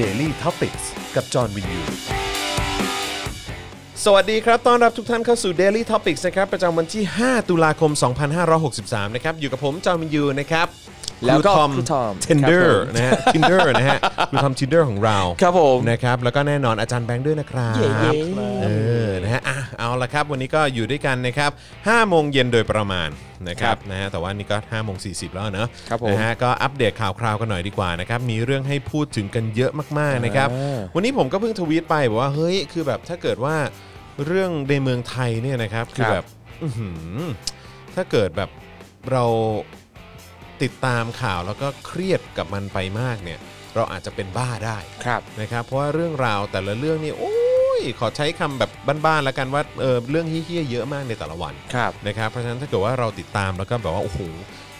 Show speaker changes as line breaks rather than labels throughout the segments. Daily t o p i c กกับจอห์นวินยู
สวัสดีครับ ต้อนรับทุกท่านเข้าสู่ Daily Topics นะครับ ประจำวันที่ 5 ตุลาคม 2563 นะครับ อยู่กับผม จอมินยูนะครับ
แล้วก็
ครูทอม
ครูทอม
Tinder
ครับผม
นะฮะ Tinder นะฮะครูทอม Tinder ของเรา
ครับผม
นะครับ แล้วก็แน่นอนอาจารย์แบงค์ด้วยนะครับเออนะฮะอ่ะเอาละครับ วันนี้ก็อยู่ด้วยกันนะครับ5โมงเย็นโดยประมาณนะครับนะฮะแต่ว่านี่ก็5โมง40 แล้วเนอะ
ครับผม
นะฮะ นะฮะก็อัปเดตข่าวคราวกันหน่อยดีกว่านะครับ มีเรื่องให้พูดถึงกันเยอะมากๆนะครับ วันนี้ผมก็เพิ่งทวีตไปบอกว่าเฮ้ยคือแบบถ้าเกิดว่าเรื่องในเมืองไทยเนี่ยนะครับ คือแบบอื้อหือถ้าเกิดแบบเราติดตามข่าวแล้วก็เครียดกับมันไปมากเนี่ย เราอาจจะเป็นบ้าได้
ครับ
นะครับเพราะว่าเรื่องราวแต่ละเรื่องนี่โอ้ยขอใช้คำแบบบ้านๆแล้วกันว่าเออเรื่องเฮี้ยๆเยอะมากในแต่ละวัน
ครับ
นะครับเพราะฉะนั้นถ้าเกิดว่าเราติดตามแล้วก็แบบว่าโอ้โห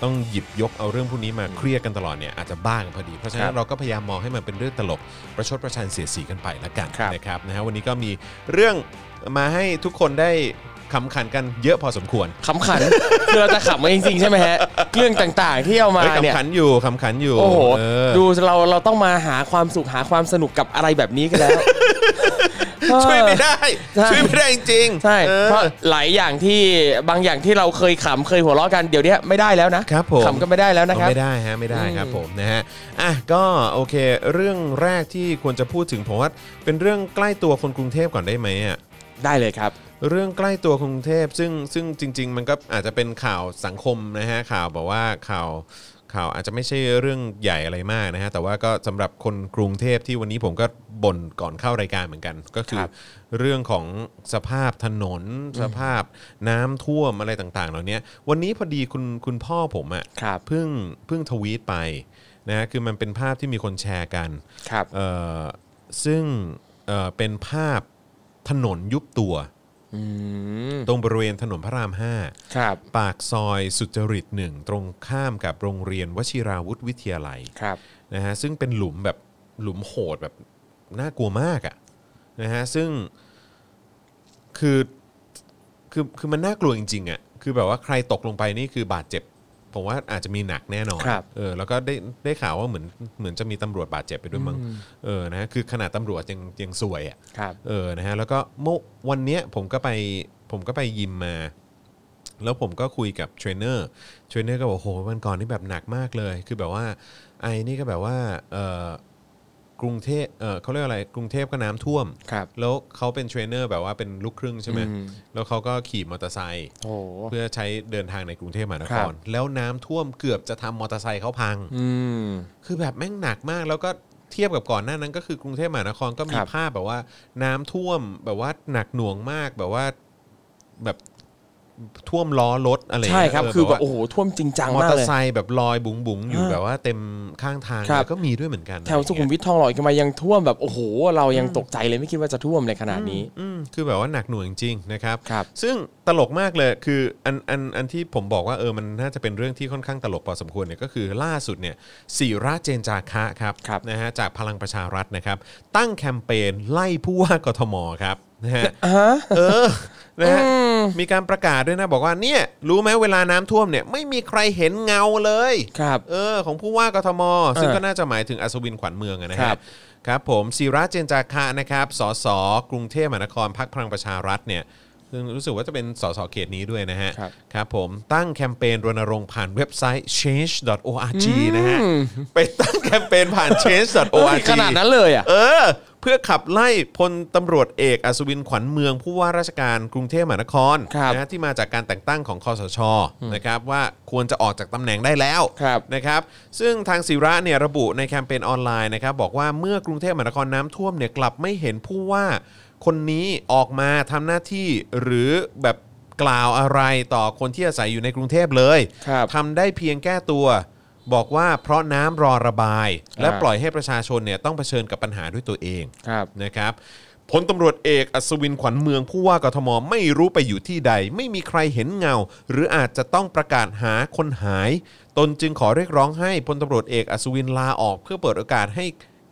ต้องหยิบยกเอาเรื่องพวกนี้มาเครียดกันตลอดเนี่ยอาจจะบ้ากันพอดี เพราะฉะนั้
ครั
น
บ
เราก็พยายามมองให้มันเป็นเรื่องตลกประชดประชันเสียดสีกันไปละกัน
ครับ
นะครับนะฮะวันนี้ก็มีเรื่องมาให้ทุกคนได้ขำขันกันเยอะพอสมควร
ขำขัน คือเราจะขำกันจริงๆใช่ไหมฮะ เรื่องต่างๆที่เอามา
เฮ้ย
เนี่ย
ขำขันอยู่ขำขันอยู่
โอ้โห
เออ
ดูเราเราต้องมาหาความสุขหาความสนุกกับอะไรแบบนี้กันแล้ว
ช่วยไม่ได้
ใช่
ช่วยไม่ได้จริงๆ
ใช่
ออ
เพราะหลายอย่างที่บางอย่างที่เราเคยขำเคยหัวเราะกันเดี๋ยวเนี้ยไม่ได้แล้วนะครับ
ผม
ขำก็ไม่ได้แล้วนะครับ
เอาไม่ได้ฮะไม่ได้ครับ
อืม
ผมนะฮะอ่ะก็โอเค เรื่องแรกที่ควรจะพูดถึงผมว่าเป็นเรื่องใกล้ตัวคนกรุงเทพก่อนได้ไหมอ่ะ
ได้เลยครับ
เรื่องใกล้ตัวคนกรุงเทพซึ่งซึ่งจริง ๆ มันก็อาจจะเป็นข่าวสังคมนะฮะข่าวแบบว่าข่าวข่าวอาจจะไม่ใช่เรื่องใหญ่อะไรมากนะฮะแต่ว่าก็สำหรับคนกรุงเทพที่วันนี้ผมก็บ่นก่อนเข้ารายการเหมือนกัน ก็คือ
ครับ
เรื่องของสภาพถนน สภาพน้ำท่วมอะไรต่างๆ เหล่านี้วันนี้พอดีคุณคุณพ่อผมอ่ะ
ครับ
เพิ่งเพิ่งทวีตไปนะฮะคือมันเป็นภาพที่มีคนแชร์กัน
ครับ
เอ่อซึ่งเอ่อเป็นภาพถนนยุบตัว
อืม
ตรงบริเวณถนนพระราม
ครับ
5 ปากซอยสุจริตหนึ่งตรงข้ามกับโรงเรียนวชิราวุธวิทยาลัย
ครับ
นะฮะซึ่งเป็นหลุมแบบหลุมโหดแบบน่ากลัวมากอะ่ะนะฮะซึ่งคือคือคือมันน่ากลัวจริงๆอะ่ะคือแบบว่าใครตกลงไปนี่คือบาดเจ็บ ผมว่าอาจจะมีหนักแน่นอน
ครับ
เออแล้วก็ได้ได้ข่าวว่าเหมือนเหมือนจะมีตำรวจบาดเจ็บไปด้วยมั้งเออนะฮะคือขนาดตำรวจยังยังสวยอ่ะ
ครับ
เออนะฮะแล้วก็เมื่อวันเนี้ยผมก็ไปผมก็ไปยิมมา แล้วผมก็คุยกับเทรนเนอร์เทรนเนอร์ก็บอกโหวันก่อนนี่แบบหนักมากเลย คือแบบว่าไอ้นี่ก็แบบว่าเออกรุงเทพเออเขาเรียกอะไรกรุงเทพก็น้ำท่วม
ครับ
แล้วเขาเป็นเทรนเนอร์แบบว่าเป็นลูกครึ่งใช่ไหม
อืม
แล้วเขาก็ขี่มอเตอร์ไซค์
โอ้โห
เพื่อใช้เดินทางในกรุงเทพมหาน
ค
ค
รั
ร
บ
แล้วน้ำท่วมเกือบจะทำมอเตอร์ไซค์เขาพัง
อืม
คือแบบแม่งหนักมากแล้วก็เทียบกับก่อนหน้านั้นก็คือกรุงเทพมหานครก็มี
ครับ
ภาพแบบว่าน้ำท่วมแบบว่าหนักหน่วงมากแบบว่าแบบท่วมล้อรถอะไร
ใช่ครับ
เ
คือแบบโอ้โหท่วมจริงจัง
มอ
มาก
เตอ
เลย
ร์ไซค์แบบลอยบุ๋งบุ๋งๆอยู่
อ่า
แบบว่าเต็มข้างทาง
ครับ
แล้วก็มีด้วยเหมือนกัน
แถวสุขุมวิททองหล่อขึ้นมายังท่วมแบบโอ้โห เรายังตกใจเลยไม่คิดว่าจะท่วมในขนาดนี้
อืมคือแบบว่าหนักหน่วงจริงๆนะครับ
ครับ
ซึ่งตลกมากเลยคืออันอันอันที่ผมบอกว่าเออมันน่าจะเป็นเรื่องที่ค่อนข้างตลกพอสมควรเนี่ยก็คือล่าสุดเนี่ยสีราเจนจาคะครับ
ครับ
นะฮะจากพลังประชารัฐนะครับ ตั้งแคมเปญไล่ผู้ว่ากทมครับนะฮะเออนะฮะมีการประกาศด้วยนะบอกว่าเนี่ยรู้ไหมเวลาน้ำท่วมเนี่ยไม่มีใครเห็นเงาเลย
ครับ
เออของผู้ว่ากทม ซึ่ง
เออ
ก็น่าจะหมายถึงอัศวินขวัญเมืองอะนะค
ค
รั
รับ บ
ครับผมศิระเจนจาคะนะครับสสกรุงเทพมหานครพักพลังประชารัฐเนี่ยซึ่งรู้สึกว่าจะเป็นสสเขตนี้ด้วยนะฮะ
ครับ
ครับผมตั้งแคมเปญรณรงค์ผ่านเว็บไซต์ change.org นะฮะไปตั้งแคมเปญผ่าน change.org
ขนาดนั้นเลยอ่ะ
เออ เพื่อขับไล่พลตำรวจเอกอัศวินขวัญเมือง ผู้ว่าราชการกรุงเทพมหานคร
ครับ
นะฮะที่มาจากการแต่งตั้งของคอสชนะครับว่าควรจะออกจากตำแหน่งได้แล้ว
ครับ
นะครับซึ่งทางศิระเนี่ยระบุในแคมเปญออนไลน์นะครับบอกว่าเมื่อกรุงเทพมหานครน้ำท่วมเนี่ยกลับไม่เห็นผู้ว่าคนนี้ออกมาทำหน้าที่หรือแบบกล่าวอะไรต่อคนที่อาศัยอยู่ในกรุงเทพเลย
ครับ
ทำได้เพียงแก้ตัว บอกว่าเพราะน้ำรอระบาย
อ่า
และปล่อยให้ประชาชนเนี่ยต้องเผชิญกับปัญหาด้วยตัวเอง
ครับ
นะครับพลตำรวจเอกอัศวินขวัญเมืองผู้ว่ากทมไม่รู้ไปอยู่ที่ใด ไม่มีใครเห็นเงา หรืออาจจะต้องประกาศหาคนหาย ตนจึงขอเรียกร้องให้พลตำรวจเอกอัศวินลาออกเพื่อเปิดโอกาสให้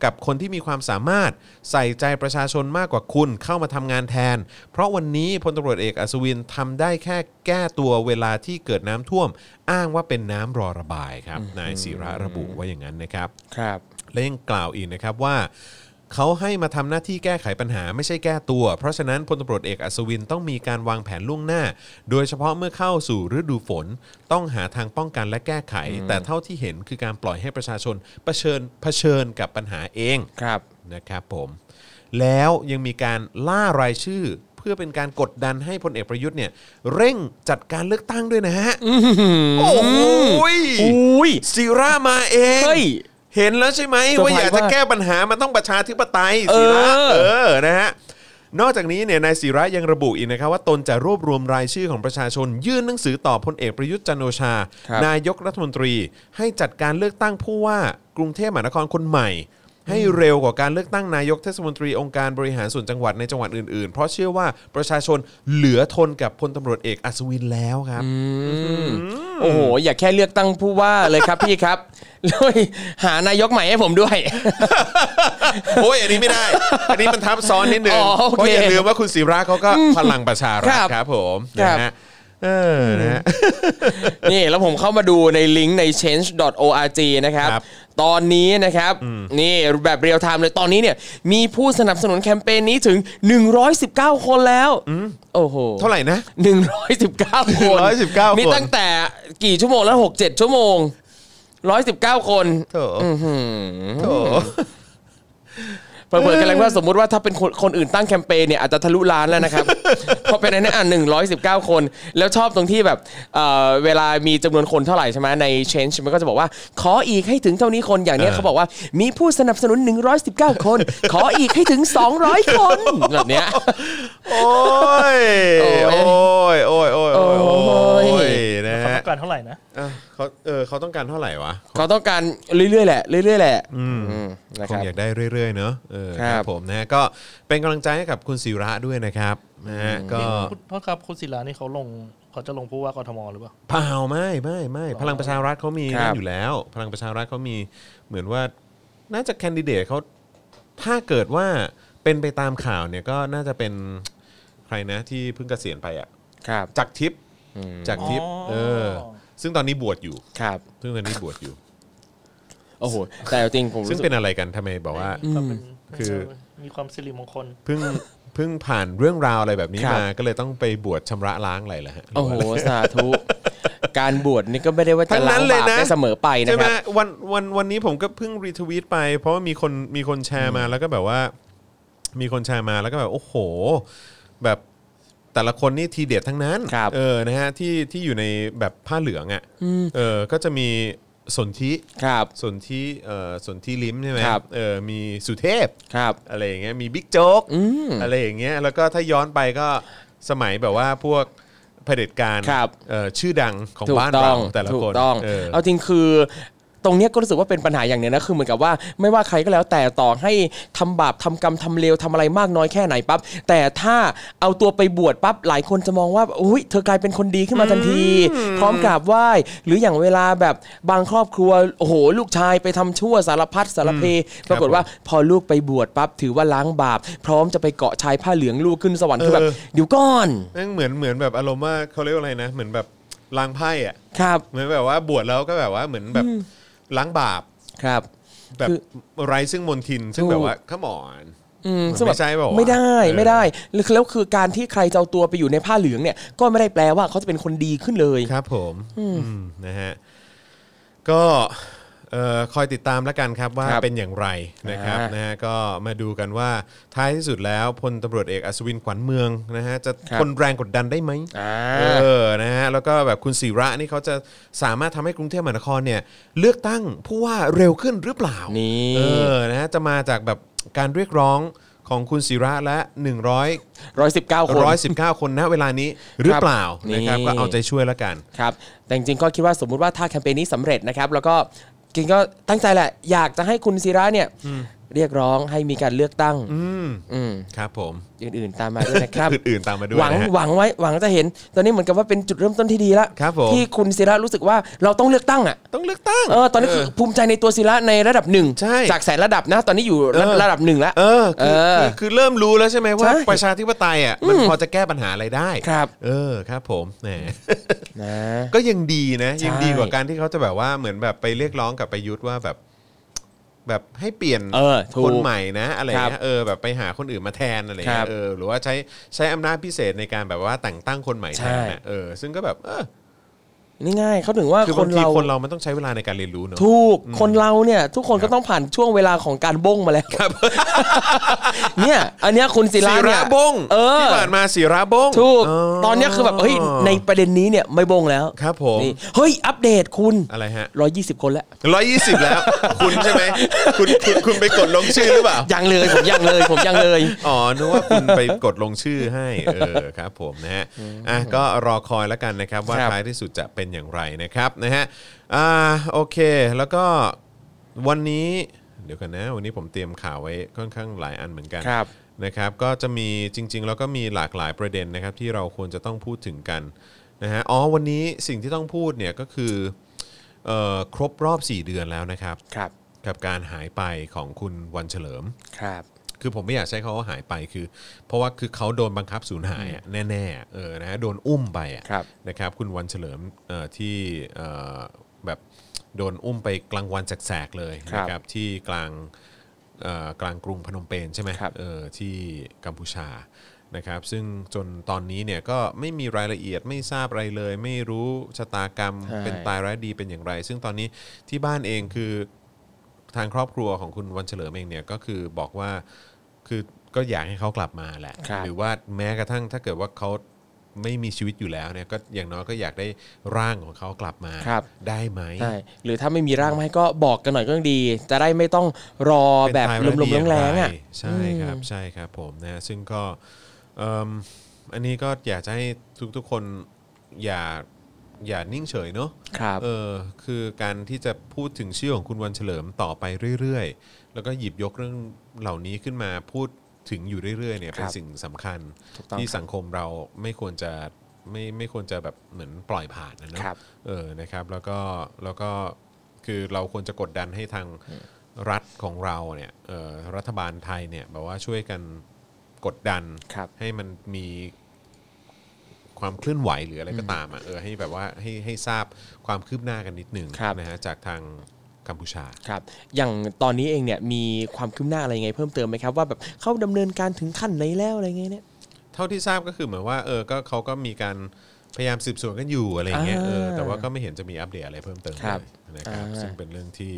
กับคนที่มีความสามารถใส่ใจประชาชนมากกว่าคุณเข้ามาทำงานแทน เพราะวันนี้พลตำรวจเอกอัศวินทำได้แค่แก้ตัวเวลาที่เกิดน้ำท่วม อ้างว่าเป็นน้ำรอระบายครับนายศิระระบุไว้อย่างนั้นนะครับ
ครับ
และยังกล่าวอีกนะครับว่า เขาให้มาทำหน้าที่แก้ไขปัญหาไม่ใช่แก้ตัว เพราะฉะนั้นพลตำรวจเอกอัศวินต้องมีการวางแผนล่วงหน้า โดยเฉพาะเมื่อเข้าสู่ฤดูฝน ต้องหาทางป้องกันและแก้ไข แต่เท่าที่เห็นคือการปล่อยให้ประชาชนเผชิญเผชิญกับปัญหาเอง
ครับ
นะครับผมแล้วยังมีการล่ารายชื่อ เพื่อเป็นการกดดันให้พลเอกประยุทธ์เนี่ยเร่งจัดการเลือกตั้งด้วยนะฮะโอ้โห
อุ้ย
ศิรามาเอง
เฮ้ย
เห็นแล้วใช่ไหม
เซอร์ไพรส์
ว่าอยากจะ
มาก
แก้ปัญหามันต้องประชาธิปไตยศิระ
เออ
เออนะฮะนอกจากนี้เนี่ยนายศิระยังระบุอีกนะครับว่าตนจะรวบรวมรายชื่อของประชาชน ยื่นหนังสือต่อพลเอกประยุทธ์จันทร์โอชา
ครับ
นายกรัฐมนตรีให้จัดการเลือกตั้งผู้ว่ากรุงเทพมหานครคนใหม่ ให้เร็วกว่าการเลือกตั้งนายกเทศมนตรีองค์การบริหารส่วนจังหวัดในจังหวัดอื่นๆ เพราะเชื่อว่าประชาชนเหลือทนกับพลตำรวจเอกอัศวินแล้วครับ
โอ้โห อย่าแค่เลือกตั้งผู้ว่าเลยครับ พี่ครับเลยหานายกใหม่ให้ผมด้วย
โอ้ยอันนี้ไม่ได้ อันนี้มันทับซ้อนนิดนึง
อ๋อโอ
เพ
เค
ราะอย่าลืมว่าคุณศิระเขาก็พลังประชารัฐ
ครับ
ครับผม
ครั
นะ
บ
ฮะเออนะฮะ
นี่แล้วผมเข้ามาดูในลิงก์ใน change.org นะครับ
ครับ
ตอนนี้นะครับ นี่แบบเรียลไทม์เลยตอนนี้เนี่ย มีผู้สนับสนุนแคมเปญนี้ถึง 119 คนแล้วโอ้โห
เท่าไหร่นะ
119 คน
119
นี่
คน
ตั้งแต่กี่ชั่วโมงแล้ว 6-7 ชั่วโมง 119 คน
โถโถ
เปิดเผยกันเลยว่าสมมุติว่าถ้าเป็นคนคนอื่นตั้งแคมเปญเนี่ยอาจจะทะลุล้านแล้วนะครับ เพราะเป็นอันนั้นอ่ะหนึ่งร้อยสิบเก้าคน แล้วชอบตรงที่แบบเอ่อเวลามีจำนวนคนเท่าไหร่ใช่ไหมใน change มันก็จะบอกว่า ขออีกให้ถึงเท่านี้คนอย่างเนี้ย
เออ
เขาบอกว่ามีผู้สนับสนุน 119 คน ขออีกให้ถึง 200 คนแบบเนี้ย
โอ้ย
โอ้
โอ้
ย
ยโอ้ยโอ้ยโอ้ย
โอ้ย
โอ้ยนะ
เขา
ฮะ
ต้องการเท่าไหร่นะ
เอ้าเขาเออเขาต้องการเท่าไหร่วะ
เขาต้องการเรื่อยๆแหละเรื่อยๆแหละอืมนะ
คง
ครับ
อยากได้เรื่อยๆเนอะเออค
ครั
รั
บบ
ผมนะฮะก็เป็นกำลังใจให้กับคุณศิระด้วยนะครับนะฮะก็
คุณพ่อครับคุณศิลานี่เขาลงเขาจะลงผู้ว่ากทมหรือเปล่า
เปล่าไม่ไม่ไม่พลังประชารัฐเขามี
ครั
นั่
บ
นอยู่แล้ว พลังประชารัฐเขามีเหมือนว่าน่าจะแคนดิเดตเขาถ้าเกิดว่าเป็นไปตามข่าวเนี่ยก็น่าจะเป็นใครนะที่เพิ่งเกษียณไปอ่ะ
ครับ
จักรทิพย์
อืม
จักรทิพย์
อ๋อ
เออ ซึ่งตอนนี้บวชอยู่
ครับ
ซึ่งตอนนี้บวชอยู่
โอ้โหแต่เอาจริงผม
ซึ่ง
รู้สึก
เป็นอะไรกันทำไมบอกว่า
ก็เป็น
คือ
มีความสิริมงคล
เพิ่งเพิ่งผ่านเรื่องราวอะไรแบบนี้
ครับ
มาก็เลยต้องไปบวชชำระล้างอะไรเหรอฮะ
โอ้โหสา ธุ การบวชนี่ก็ไม่ได้ว่าจะล้างบาปได้เสมอไปนะ
ใช่
ค
ไหม
รับ
วันวันวันนี้ผมก็เพิ่งรีทวีตไป เพราะว่ามีคนมีคนแชร์มาแล้วก็แบบว่า มีคนแชร์มาแล้วก็แบบโอ้โห แบบแต่ละคนนี่ทีเด็ดทั้งนั้น
ครับ
เออนะฮะที่ที่อยู่ในแบบผ้าเหลืองอ่ะเออก็จะมีสนธิ
ครับ
สนธิเอ่อสนธิลิ้มใช่ไหม
ครับ
เออมีสุเทพ
ครับ
อะไรอย่างเงี้ยมีบิ๊กโจ๊กอะไรอย่างเงี้ยแล้วก็ถ้าย้อนไปก็สมัยแบบว่าพวกเผด็จการ
ครับ
เอ่อชื่อดังของ
ถูก
บ้าน
ต้อ
เรา
ง
แต่ละ
ถู
ค
ก
น
ต้อง
เออ
เอาจริงคือตรงเนี้ยก็รู้สึกว่าเป็นปัญหาอย่างเนี้ยนะคือเหมือนกับว่าไม่ว่าใครก็แล้วแต่ต่อให้ทำบาปทำกรรมทำเลวทำอะไรมากน้อยแค่ไหนปั๊บแต่ถ้าเอาตัวไปบวชปั๊บหลายคนจะมองว่าอุ้ยเธอกลายเป็นคนดีขึ้นมาทันที พร้อมกราบไหว้ หรืออย่างเวลาแบบบางครอบครัวโอ้โห ลูกชายไปทำชั่วสารพัดสารเพปรากฏว่าพอลูกไปบวชปั๊บถือว่าล้างบาป พร้อมจะไปเกาะชายผ้าเหลืองลูกขึ้นสวรรค์คือแบบ
เออ
เดี๋ยวก่อน
นั่งเหมือนเหมือนแบบอารมณ์ว่าเขาเรียกว่าอะไรนะเหมือนแบบล้างไพ่อะ
ครับ
เหมือนแบบว่าบวชแล้วก็แบบว่าเหมือนแบบล้างบาป
ครับ
แบบ
คือ
ไร้ซึ่งมนทิน ซึ่งแบบว่าขมอน
อืม
มัน
ซึ่งแบบ
ไม่ใช่เปล่าวะ
ไม่ได้
เออ
ไม่ได้แล้วแล้วคือการที่ใครจะเอาตัวไปอยู่ในผ้าเหลืองเนี่ย ก็ไม่ได้แปลว่าเขาจะเป็นคนดีขึ้นเลย
ครับผมอืมนะฮะก็เอ่อคอยติดตามแล้วกันครับว่า
ครับ
เป็นอย่างไรนะครับ
อ่าน
นะฮะก็มาดูกันว่าท้ายที่สุดแล้วพลตำรวจเอกอัศวินขวัญเมืองนะฮะจะ
ครับ
ทนแรงกดดันได้ไหม
อ่า
เออ นะฮะ แล้วก็แบบคุณศิระนี่เขาจะสามารถทำให้กรุงเทพมหานครเนี่ยเลือกตั้งผู้ว่าเร็วขึ้นหรือเปล่า
นี่
นี่เออ นะฮะ จะมาจากแบบการเรียกร้องของคุณศิระและ 100
ร้อยสิบเก้าคน
119 คนณเวลานี้หรือเปล่า
นี่
นะครับ ก็เอาใจช่วยแล้วกัน
ครับ แต่จริงๆก็คิดว่าสมมุติว่าถ้าแคมเปญนี้สำเร็จนะครับ แล้วก็จริงๆก็ตั้งใจแหละ อยากจะให้คุณศิระเนี่ย เรียกร้องให้มีการเลือกตั้ง
อืม
อืม
ครับผม
อื่นๆตามมาด้วยนะครับ
อื่นๆตามมาด้วย
หวัง
นะฮะ
หวังไว้หวังจะเห็น ตอนนี้เหมือนกับว่าเป็นจุดเริ่มต้นที่ดีละ
ครับผม
ที่คุณศิระรู้สึกว่าเราต้องเลือกตั้งอ่ะ
ต้องเลือกตั้ง
เออตอนนี้คือภูมิใจในตัวศิระในระดับหนึ่ง
ใช่
จากแสนระดับนะ ตอนนี้อยู่ระ
เออ
ระดับหนึ่งแล้ว
เออคือ
เออ
คือคือเริ่มรู้แล้วใช่ไหมว่า
ใช่
ประชาธิปไตยอ่ะมันพอจะแก้ปัญหาอะไรได้
ครับ
เออครับผมแหม
นะ
ก็ยังดีนะ
ใช่
ยังดีกว่าการที่เขาจะแบบว่าเหมือนแบบไปเรียกร้องกับประยุทธ์ว่าแบบ แบบให้เปลี่ยน
เออถูก
คนใหม่นะ อะไร
ครับ
เงี้ยเออแบบไปหาคนอื่นมาแทนอะไร
ครั
เงี้
บ
ยเออหรือว่าใช้ใช้อำนาจพิเศษในการแบบว่าแต่งตั้งคนใหม่แทน
ใช่
นะเออซึ่งก็แบบเออ
นี่ง่ายเขาถึงว่า
คือ
ค
บาง
น
ที
เรา
คนเรามันต้องใช้เวลาในการเรียนรู้เนอะ
ถูกคนเราเนี่ย ทุกคน
ครั
ก็
บ
ต้องผ่านช่วงเวลาของการบ้งมาแล้วเนี่ยอันเนี้ยคุณศิระ
ศิ
เนี่
ระ
ย
บง
เออ
ที่ผ่านมาศิระบง
ถูก
อ๋อ
ตอนเนี้ยคือแบบเฮ้ยในประเด็นนี้เนี่ยไม่บ้งแล้ว
ครับผม
นี่เฮ้ยอัปเดตคุณ
อะไรฮะ
ร้อยยี่สิบคนแล้ว
ร้อยยี่สิบแล้ว คุณใช่ไหมคุณคุณคุณไปกดลงชื่อหรือเปล่า
ยังเลยผมยังเลยผมยังเลย
อ๋อ นึกว่าคุณไปกดลงชื่อให้ เออ ครับผมนะฮะ อ่ะ ก็รอคอยแล้วกันนะครับ ว่า
ครับ
ท้ายที่สุดจะเป็นอย่างไรนะครับ นะฮะ อ่า โอเค แล้วก็วันนี้ เดี๋ยวกันนะ วันนี้ผมเตรียมข่าวไว้ค่อนข้างหลายอันเหมือนกัน
ครับ
นะครับก็จะมีจริง ๆ แล้วก็มีหลากหลายประเด็นนะครับที่เราควรจะต้องพูดถึงกันนะฮะอ๋อวันนี้สิ่งที่ต้องพูดเนี่ยก็คือเอ่อครบรอบ 4 เดือนแล้วนะครับ
ครับ
กับการหายไปของคุณวันเฉลิม
ครับ
คือผมไม่อยากใช้คำว่าหายไปคือ เพราะว่าคือเขาโดนบังคับสูญหายอะแน่ๆเออนะฮะโดนอุ้มไปอะ
ครับ
นะครับ คุณวันเฉลิมเอ่อที่เอ่อแบบโดนอุ้มไปกลางวันแสกๆเลย
ครับ
นะครับที่กลางเอ่อกลางกรุงพนมเปญใช่ไหม
ครับ
เออที่กัมพูชานะครับ ซึ่งจนตอนนี้เนี่ยก็ไม่มีรายละเอียดไม่ทราบอะไรเลย ไม่รู้ชะตากรรม
ใช่
เป็นตายร้ายดีเป็นอย่างไร ซึ่งตอนนี้ที่บ้านเองคือ ทางครอบครัวของคุณวันเฉลิมเองเนี่ยก็คือบอกว่าคือก็อยากให้เขากลับมาแหละ
ครับ
หรือว่าแม้กระทั่งถ้าเกิดว่าเขาไม่มีชีวิตอยู่แล้วเนี่ยก็อย่างน้อยก็อยากได้ร่างของเขากลับมา
ครับ
ได้ไหม
ใช่หรือถ้าไม่มีร่างมาให้ก็บอกกันหน่อยก็ยังดี จะได้ไม่ต้องรอแบบ
เป็น
ลม
ไทย
ๆแรงๆอ่ะ
ใช่ครับใช่ครับผมนะซึ่งก็เอิ่มอันนี้ก็อยากจะให้ทุกๆคนอย่าอย่านิ่งเฉยเนาะ
ครับ
เออคือการที่จะพูดถึงชื่อของคุณวันเฉลิมต่อไปเรื่อยๆ แล้วก็หยิบยกเรื่องเหล่านี้ขึ้นมาพูดถึงอยู่เรื่อยๆเนี่ย
ครับ
เป็นสิ่งสำคัญ
ถูกต้อง
ที่
ครับ
สังคมเราไม่ควรจะไม่ไม่ควรจะแบบเหมือนปล่อยผ่านนะเนอะ
ครับ
เออ นะครับ แล้วก็ แล้วก็ คือเราควรจะกดดันให้ทางรัฐของเราเนี่ย เอ่อ รัฐบาลไทยเนี่ย แบบว่าช่วยกันกดดัน
ครับ
ให้มันมีความเคลื่อนไหวหรืออะไรก็ตามอ่ะ เออ ให้แบบว่า ให้ ให้ทราบความคืบหน้ากันนิดหนึ่ง
ครับ
นะฮะ จากทางกัมพูชา
ครับ อย่างตอนนี้เองเนี่ยมีความคืบหน้าอะไรไงเพิ่มเติมไหมครับ ว่าแบบเข้าดำเนินการถึงขั้นไหนแล้วอะไรเงี้ยเนี่ย
เท่าที่ทราบก็คือเหมือนว่า เออ ก็เขาก็มีการพยายามสืบสวนกันอยู่อะไรอย่างเงี้ย
อ่า
เออ แต่ว่าก็ไม่เห็นจะมีอัปเดตอะไรเพิ่มเติม
ครับ
เลยนะครับ
อ่า
ซึ่งเป็นเรื่องที่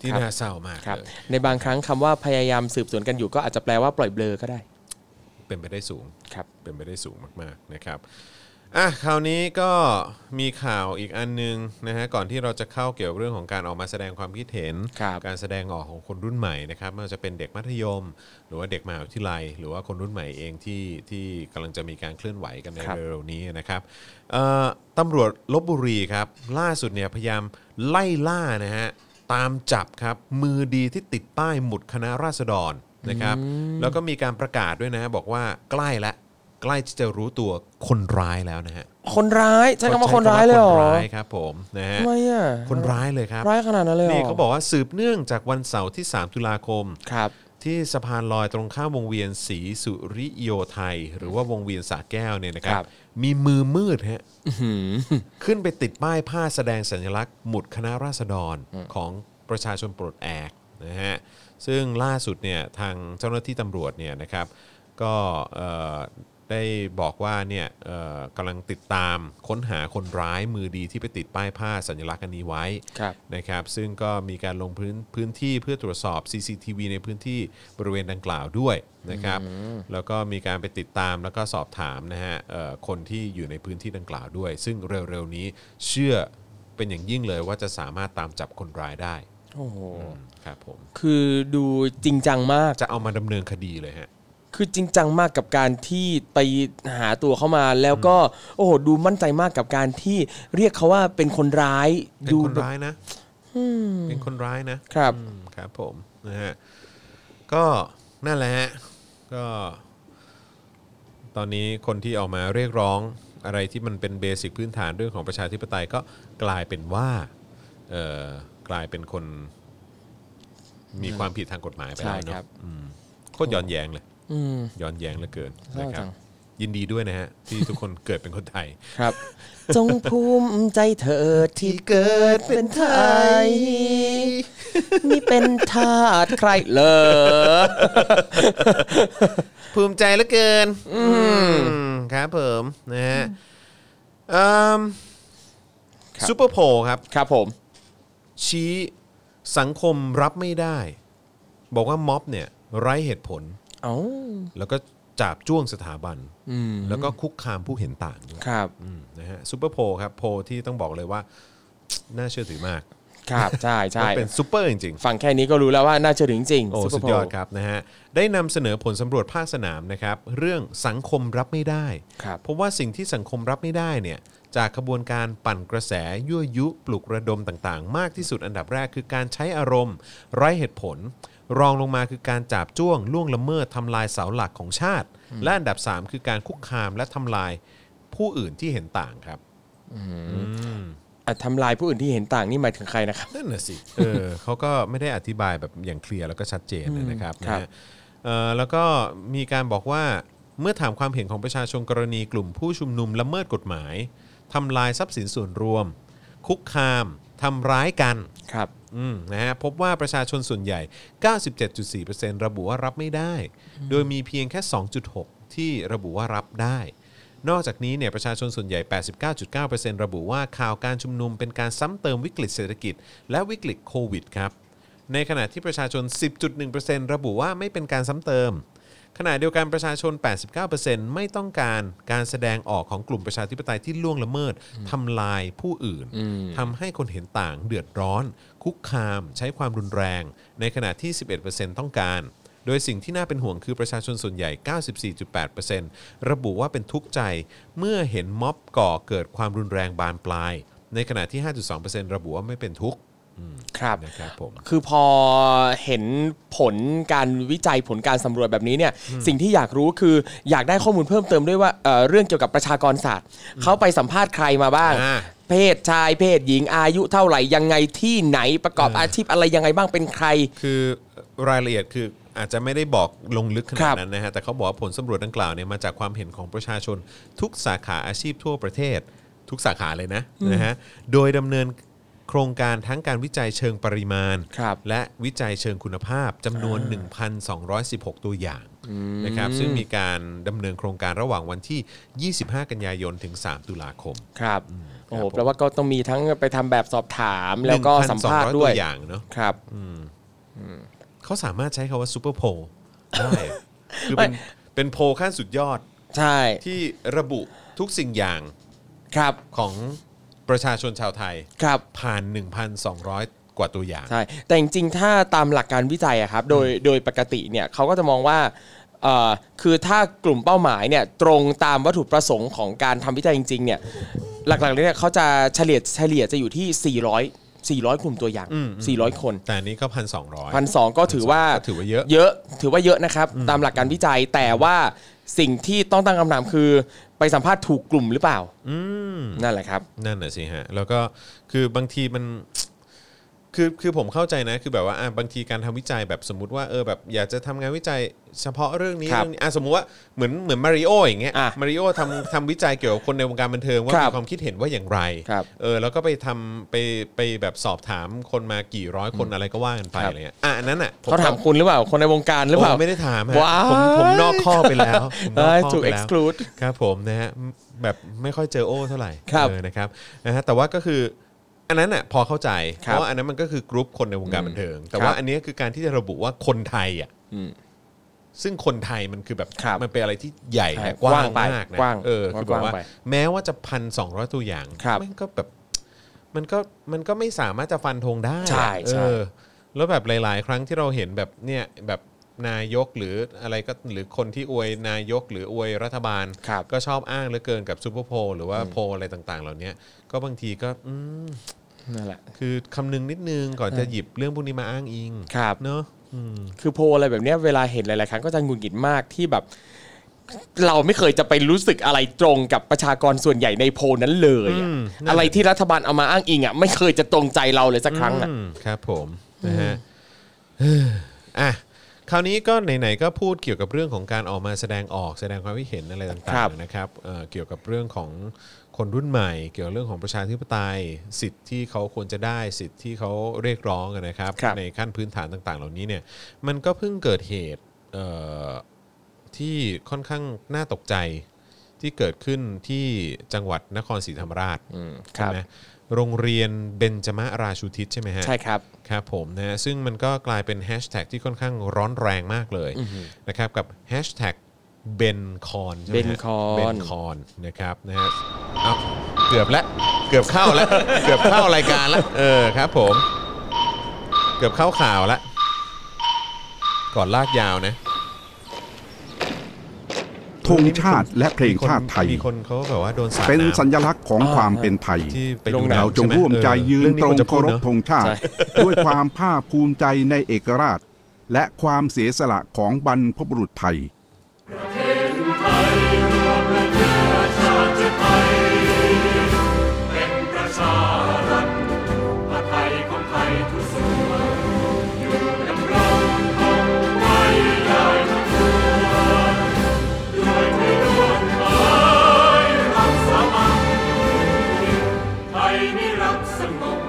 ที่
ครับ
น่าเศร้ามาก
ครับ
เลย
ในบางครั้งคำว่าพยายามสืบสวนกันอยู่ก็อาจจะแปลว่าปล่อยเบลอก็ได้
เป็นไปได้สูง
ครับ
เป็นไปได้สูงมากๆนะครับ อ่ะ คราวนี้ก็มีข่าวอีกอันหนึงนะฮะ ก่อนที่เราจะเข้าเกี่ยวกับเรื่องของการออกมาแสดงความคิดเห็น
ครับ
การแสดงออกของคนรุ่นใหม่นะครับไม่ว่าจะเป็นเด็กมัธยม หรือว่าเด็กมหาวิทยาลัย หรือว่าคนรุ่นใหม่เองที่ที่กำลังจะมีการเคลื่อนไหวกันใน
ครับ
เร็วๆนี้นะครับเอ่อตำรวจลบบุรีครับ ล่าสุดเนี่ยพยายามไล่ล่านะฮะ ตามจับครับ มือดีที่ติดป้ายหมุดคณะราษฎรนะครับ แล้วก็มีการประกาศด้วยนะฮะบอกว่าใกล้ละใกล้ที่จะรู้ตัวคนร้ายแล้วนะฮะ
คนร้ายใช้คำว่าคนร้ายเลยเหร
ค
อน
ร้ายครับผมนะฮะ
ทำไมอ่ะ
คนร้ายเลยครับ
ร้ายขนาดนั้นเลยหร
นี่เขาบอกว่าสืบเนื่องจากวันเสาร์ที่ 3 ตุลาคม
ครับ
ที่สะพานลอยตรงข้ามวงเวียนศรีสุริโยไทย หรือว่าวงเวียนสาแก้วเนี่ยนะครั
ครับ บ
มีมือมืดฮะขึ้นไปติดป้ายผ้าแสดงสัญลักษณ์หมุดคณะราษฎรของประชาชนปลดแอกนะฮะซึ่งล่าสุดเนี่ยทางเจ้าหน้าที่ตำรวจเนี่ยนะครับ ก็เอ่อได้บอกว่าเนี่ยเอ่อกำลังติดตามค้นหาคนร้ายมือดีที่ไปติดป้ายผ้าสัญลักษณ์อันนี้ไว้
ครับ
นะครับซึ่งก็มีการลงพื้นพื้นที่เพื่อตรวจสอบ CCTV ในพื้นที่บริเวณดังกล่าวด้วยนะครับแล้วก็มีการไปติดตามแล้วก็สอบถามนะฮะเอ่อคนที่อยู่ในพื้นที่ดังกล่าวด้วย ซึ่งเร็วๆนี้เชื่อเป็นอย่างยิ่งเลยว่าจะสามารถตามจับคนร้ายได้
โอ้โห
ครับผม
คือดูจริงจังมาก
จะเอามาดำเนินคดีเลยฮะ
คือจริงจังมากกับการที่ไปหาตัวเขามาแล้วก็ โอ้โหดูมั่นใจมากกับการที่เรียกเขาว่าเป็นคนร้าย
เป็น
ดู
คน
แบบ
ร้ายนะ เป็นคนร้ายนะครับ อืมครับผมนะฮะก็นั่นแหละฮะก็ ตอนนี้คนที่ออกมาเรียกร้องอะไรที่มันเป็นเบสิกพื้นฐานเรื่องของประชาธิปไตยก็กลายเป็นว่าเออกลายเป็นคน มีความผิดทางกฎหมายไป
ใช่
แล้วเน
ค
อะ
รับ
อืมโคตรย้อนแย้งเลย
อืม
ย้อนแย้งเหลือเกิน
เศร้า
นะ
จัง
ครับ ยินดีด้วยนะฮะ ที่ทุกคนเกิดเป็นคนไทย
ครับ จงภูมิใจเถิดที่เกิดเป็นไทยไม่เป็นทาสใครเลย
ภูมิใจเหลือเกิน อืมครับผมนะฮะ
ครับ
ซูเปอร์โพลครับ
ครับผม
ชี้สังคมรับไม่ได้ บอกว่าม็อบเนี่ย ไร้เหตุผล
เอ้า
แล้วก็จาบจ้วงสถาบัน
อืม
แล้วก็คุกคามผู้เห็นต่างด้วย
ครับ
อืมนะฮะซูเปอร์โพลครับโพลที่ต้องบอกเลยว่า น่าเชื่อถือมาก
ครับ ใช่ใช่
มันเป็นซูเปอร์จริงๆ
ฟังแค่นี้ก็รู้แล้วว่าน่าเชื่อถึงจริง
โอ้
ๆ
สุด
Super
ยอด
Bowl
ครับนะฮะได้นำเสนอผลสำรวจภาคสนามนะครับ เรื่องสังคมรับไม่ได้
ครับ
เพราะว่าสิ่งที่สังคมรับไม่ได้เนี่ยจากขบวนการปั่นกระแสยั่วยุปลุกระดมต่างๆ มากที่สุดอันดับแรกคือการใช้อารมณ์ ไร้เหตุผล รองลงมาคือการจาบจ้วง ล่วงละเมิดทำลายเสาหลักของชาติ และอันดับสามคือการคุกคามและทำลายผู้อื่นที่เห็นต่างครับอืม
อ่ะทำลายผู้อื่นที่เห็นต่างนี่หมายถึงใครนะครับ
นั่นน่ะสิ เออเขาก็ไม่ได้อธิบายแบบอย่างเคลียร์แล้วก็ชัดเจนนะครับ
ครั
นะ
บ
ฮะเอ่อแล้วก็มีการบอกว่าเมื่อถามความเห็นของประชาชนกรณีกลุ่มผู้ชุมนุมละเมิดกฎหมายทำลายทรัพย์สินส่วนรวม คุกคามทำร้ายกัน
ครับ
อืมนะฮะพบว่าประชาชนส่วนใหญ่ 97.4%ระบุว่ารับไม่ได้ โดยมีเพียงแค่ 2.6 ที่ระบุว่ารับได้ นอกจากนี้เนี่ยประชาชนส่วนใหญ่ 89.9%ระบุว่าข่าวการชุมนุมเป็นการซ้ำเติมวิกฤตเศรษฐกิจ และวิกฤตโควิดครับ ในขณะที่ประชาชน 10.1%ระบุว่าไม่เป็นการซ้ำเติม ขณะเดียวกันประชาชน 89%ไม่ต้องการการแสดงออกของกลุ่มประชาธิปไตยที่ล่วงละเมิดทำลายผู้อื่นทำให้คนเห็นต่างเดือดร้อน คุกคามใช้ความรุนแรง ในขณะที่ 11%ต้องการ โดยสิ่งที่น่าเป็นห่วงคือประชาชนส่วนใหญ่ 94.8%ระบุว่าเป็นทุกข์ใจเมื่อเห็นม็อบก่อเกิดความรุนแรงบานปลาย ในขณะที่ 5.2%ระบุว่าไม่เป็นทุกข์
ครับ
นะครับผม
คือพอเห็นผลการวิจัยผลการสำรวจแบบนี้เนี่ยสิ่งที่อยากรู้คืออยากได้ข้อมูลเพิ่มเติมด้วยว่าเอ่อเรื่องเกี่ยวกับประชากรศาสตร์เขาไปสัมภาษณ์ใครมาบ้าง
อ่า
เพศชายเพศหญิงอายุเท่าไหร่ยังไงที่ไหนประกอบ
เอออ
อาชีพอะไรยังไงบ้างเป็นใคร
คือรายละเอียดคืออาจจะไม่ได้บอกลงลึกข
ค
นา
รั
ด
บ
นั้นนะฮะแต่เขาบอกว่าผลสำรวจดังกล่าวเนี่ยมาจากความเห็นของประชาชน ทุกสาขาอาชีพทั่วประเทศ ทุกสาขาเลยนะนะฮะโดยดำเนินโครงการทั้งการวิจัยเชิงปริมาณ
ครับ
และวิจัยเชิงคุณภาพจำนวน 1,216 ตัวอย่างนะครับซึ่งมีการดำเนินโครงการระหว่างวันที่ 25 กันยายนถึง 3 ตุลาคม
ครับโอ้โห
ครับผม
แปลว่าก็ต้องมีทั้งไปทำแบบสอบถามแล้วก็สัมภาษณ์
1,200
ด้วย
ตัวอย่างเนาะ
ครับ
เขาสามารถใช้คาว่าซูเปอร์โพลได้ คือเป็นเป็นโพลขั้นสุดยอด
ใช่
ที่ระบุทุกสิ่งอย่าง
ครับ
ของประชาชนชาวไทย
ครับ
ผ่าน 1,200 กว่าตัวอย่าง
ใช่ แต่จริงๆ ถ้าตามหลักการวิจัยอะครับ โดย โดยปกติเนี่ยเขาก็จะมองว่าเอ่อคือถ้ากลุ่มเป้าหมายเนี่ยตรงตามวัตถุประสงค์ของการทำวิจัยจริงๆ เนี่ย หลักๆเลยเนี่ยเขาจะเฉลี่ย เฉลี่ยจะอยู่ที่ 400 400 กลุ่มตัวอย่าง 400 คน
แต่อันนี้ก็ 1,200
พันสองก็ถือว่า
ก็ถือว่าเยอะ
เยอะ ถือว่าเยอะนะครับ ตามหลักการวิจัย แต่ว่าสิ่งที่ต้องตั้งคำถามคือ ไปสัมภาษณ์ถูกกลุ่มหรือเปล่า นั่นแหละครับ
นั่นแหะสิฮะ แล้วก็คือบางทีมันคือคือผมเข้าใจนะ คือแบบว่าอ่ะบางทีการทำวิจัยแบบสมมติว่าเออแบบอยากจะทำงานวิจัยเฉพาะเรื่องนี้
ครับ
เรื่องนี้อ่ะสมมติว่าเหมือนเหมือนมาริโออย่างเงี้ย
อ่ะ
มาริโอทำทำวิจัยเกี่ยวกับคนในวงการบันเทิงว่า
ครับ
มีความคิดเห็นว่าอย่างไร
ครับ
เออแล้วก็ไปทำไปไปแบบสอบถามคนมากี่ร้อยคนอะไรก็ว่ากันไป
ครับ
อะไรเงี้ยอ่ะอันนั้นอ่ะผ
เขาถามคุณหรือเปล่า คนในวงการหรือเปล่า
ผมไม่ได้ถามฮะ
ว้าย
ผมผมนอกข้อไปแล้วผมน
เอ้
อก
ย
ข้อ
ถูก
ไปแล้ว
exclude
ครับผมนะฮะแบบไม่ค่อยเจอโอ้เท่าไหร่
ครับ
เออนะครับนะฮะแต่ว่าก็คืออันนั้นน่ะพอเข้าใจ
ค
เพ
รับ
ราะว่าอันนั้นมันก็คือกรุ๊ปคนในวงการบันเทิง แต่
ครับ
ว่าอันนี้คือการที่จะระบุว่าคนไทยอ่ะ
อืม
ซึ่งคนไทยมันคือแบบ
ครับ
มันเป็นอะไรที่ใหญ่นะ
ใช่
กว้าง
กว้างไป
มากนะ
กว้าง
เออคือแบบว่า
กว้างไป
แม้ว่าจะพันสองร้อยตัวอย่าง
ครับ
มันก็แบบมันก็มันก็ไม่สามารถจะฟันธงได้
ใช่ใช่
เออ แล้วแบบหลาย ๆ ครั้งที่เราเห็นแบบเนี่ยแบบนายกหรืออะไรก็หรือคนที่อวยนายกหรืออวยรัฐบาล
ครับ
ก็ชอบอ้างเหลือเกินกับซูเปอร์โพลหรือว่าโพลอะไรต่าง ๆ เหล่านี้ก็บางทีก็อืม
นั่นแหละ
คือคำนึงนิดนึงก่อนจะหยิบเรื่องพวกนี้มาอ้างอิง
ครับ
เนอะอืม
คือโพลอะไรแบบเนี้ยเวลาเห็นหลาย ๆ ครั้งก็จะหงุดหงิดมากที่แบบ เราไม่เคยจะไปรู้สึกอะไรตรงกับประชากรส่วนใหญ่ในโพลนั้นเลยอะ
อืมนั่น
อะไรที่รัฐบาลเอามาอ้างอิงอ่ะไม่เคยจะตรงใจเราเลยสักครั้งอ่ะ
อืมครับผมนะฮะอ่ะคราวนี้ก็ไหนๆก็พูดเกี่ยวกับเรื่องของการออกมาแสดงออกแสดงความคิดเห็นอะไรต่าง
ครับ
ๆนะครับเอ่อเกี่ยวกับเรื่องของคนรุ่นใหม่ เกี่ยวกับเรื่องของประชาธิปไตย สิทธิ์ที่เขาควรจะได้สิทธิ์ที่เขาเรียกร้องอะนะครับ
ครับ
ในขั้นพื้นฐานต่าง ๆ เหล่านี้เนี่ยมันก็เพิ่งเกิดเหตุเอ่อที่ค่อนข้างน่าตกใจที่เกิดขึ้นที่จังหวัดนครศรีธรรมราช
อืมค
ใช่
รับ
ไหมโรงเรียนเบญจมราชูทิศใช่ไหมฮะ
ใช่ครับ
ครับผมนะฮะซึ่งมันก็กลายเป็นแฮชแท็กที่ค่อนข้างร้อนแรงมากเลยนะครับกับแฮชแท็กเบนคอนใช่ไหมฮะ
BenCon
เบนคอนนะครับนะฮะเอ้าเกือบแล้วเกือบเข้าแล้ว เกือบเข้ารายการแล้วเออครับผม เกือบเข้าข่าวแล้วก่อนลากยาวนะ
ธงชาติและเพลงชาติไทย
มีคนเขาแบบว่าโดนสาด
เป็น
ำ
สัญลักษณ์ของความเป็นไทย
ที่ไป
ลง
ดู
หนัง
เรา
ใช่ไห
จงร่วมใจ
เออ
ยืน
เอง
ตรง
จะพู
เคา
ด
รพ
เนอะ
ธงชาติ
ใช่
ด้วยความภาคภูมิใจในเอกราช และความเสียสละของบรรพบุรุษไทย
ไทยนิรักสงบ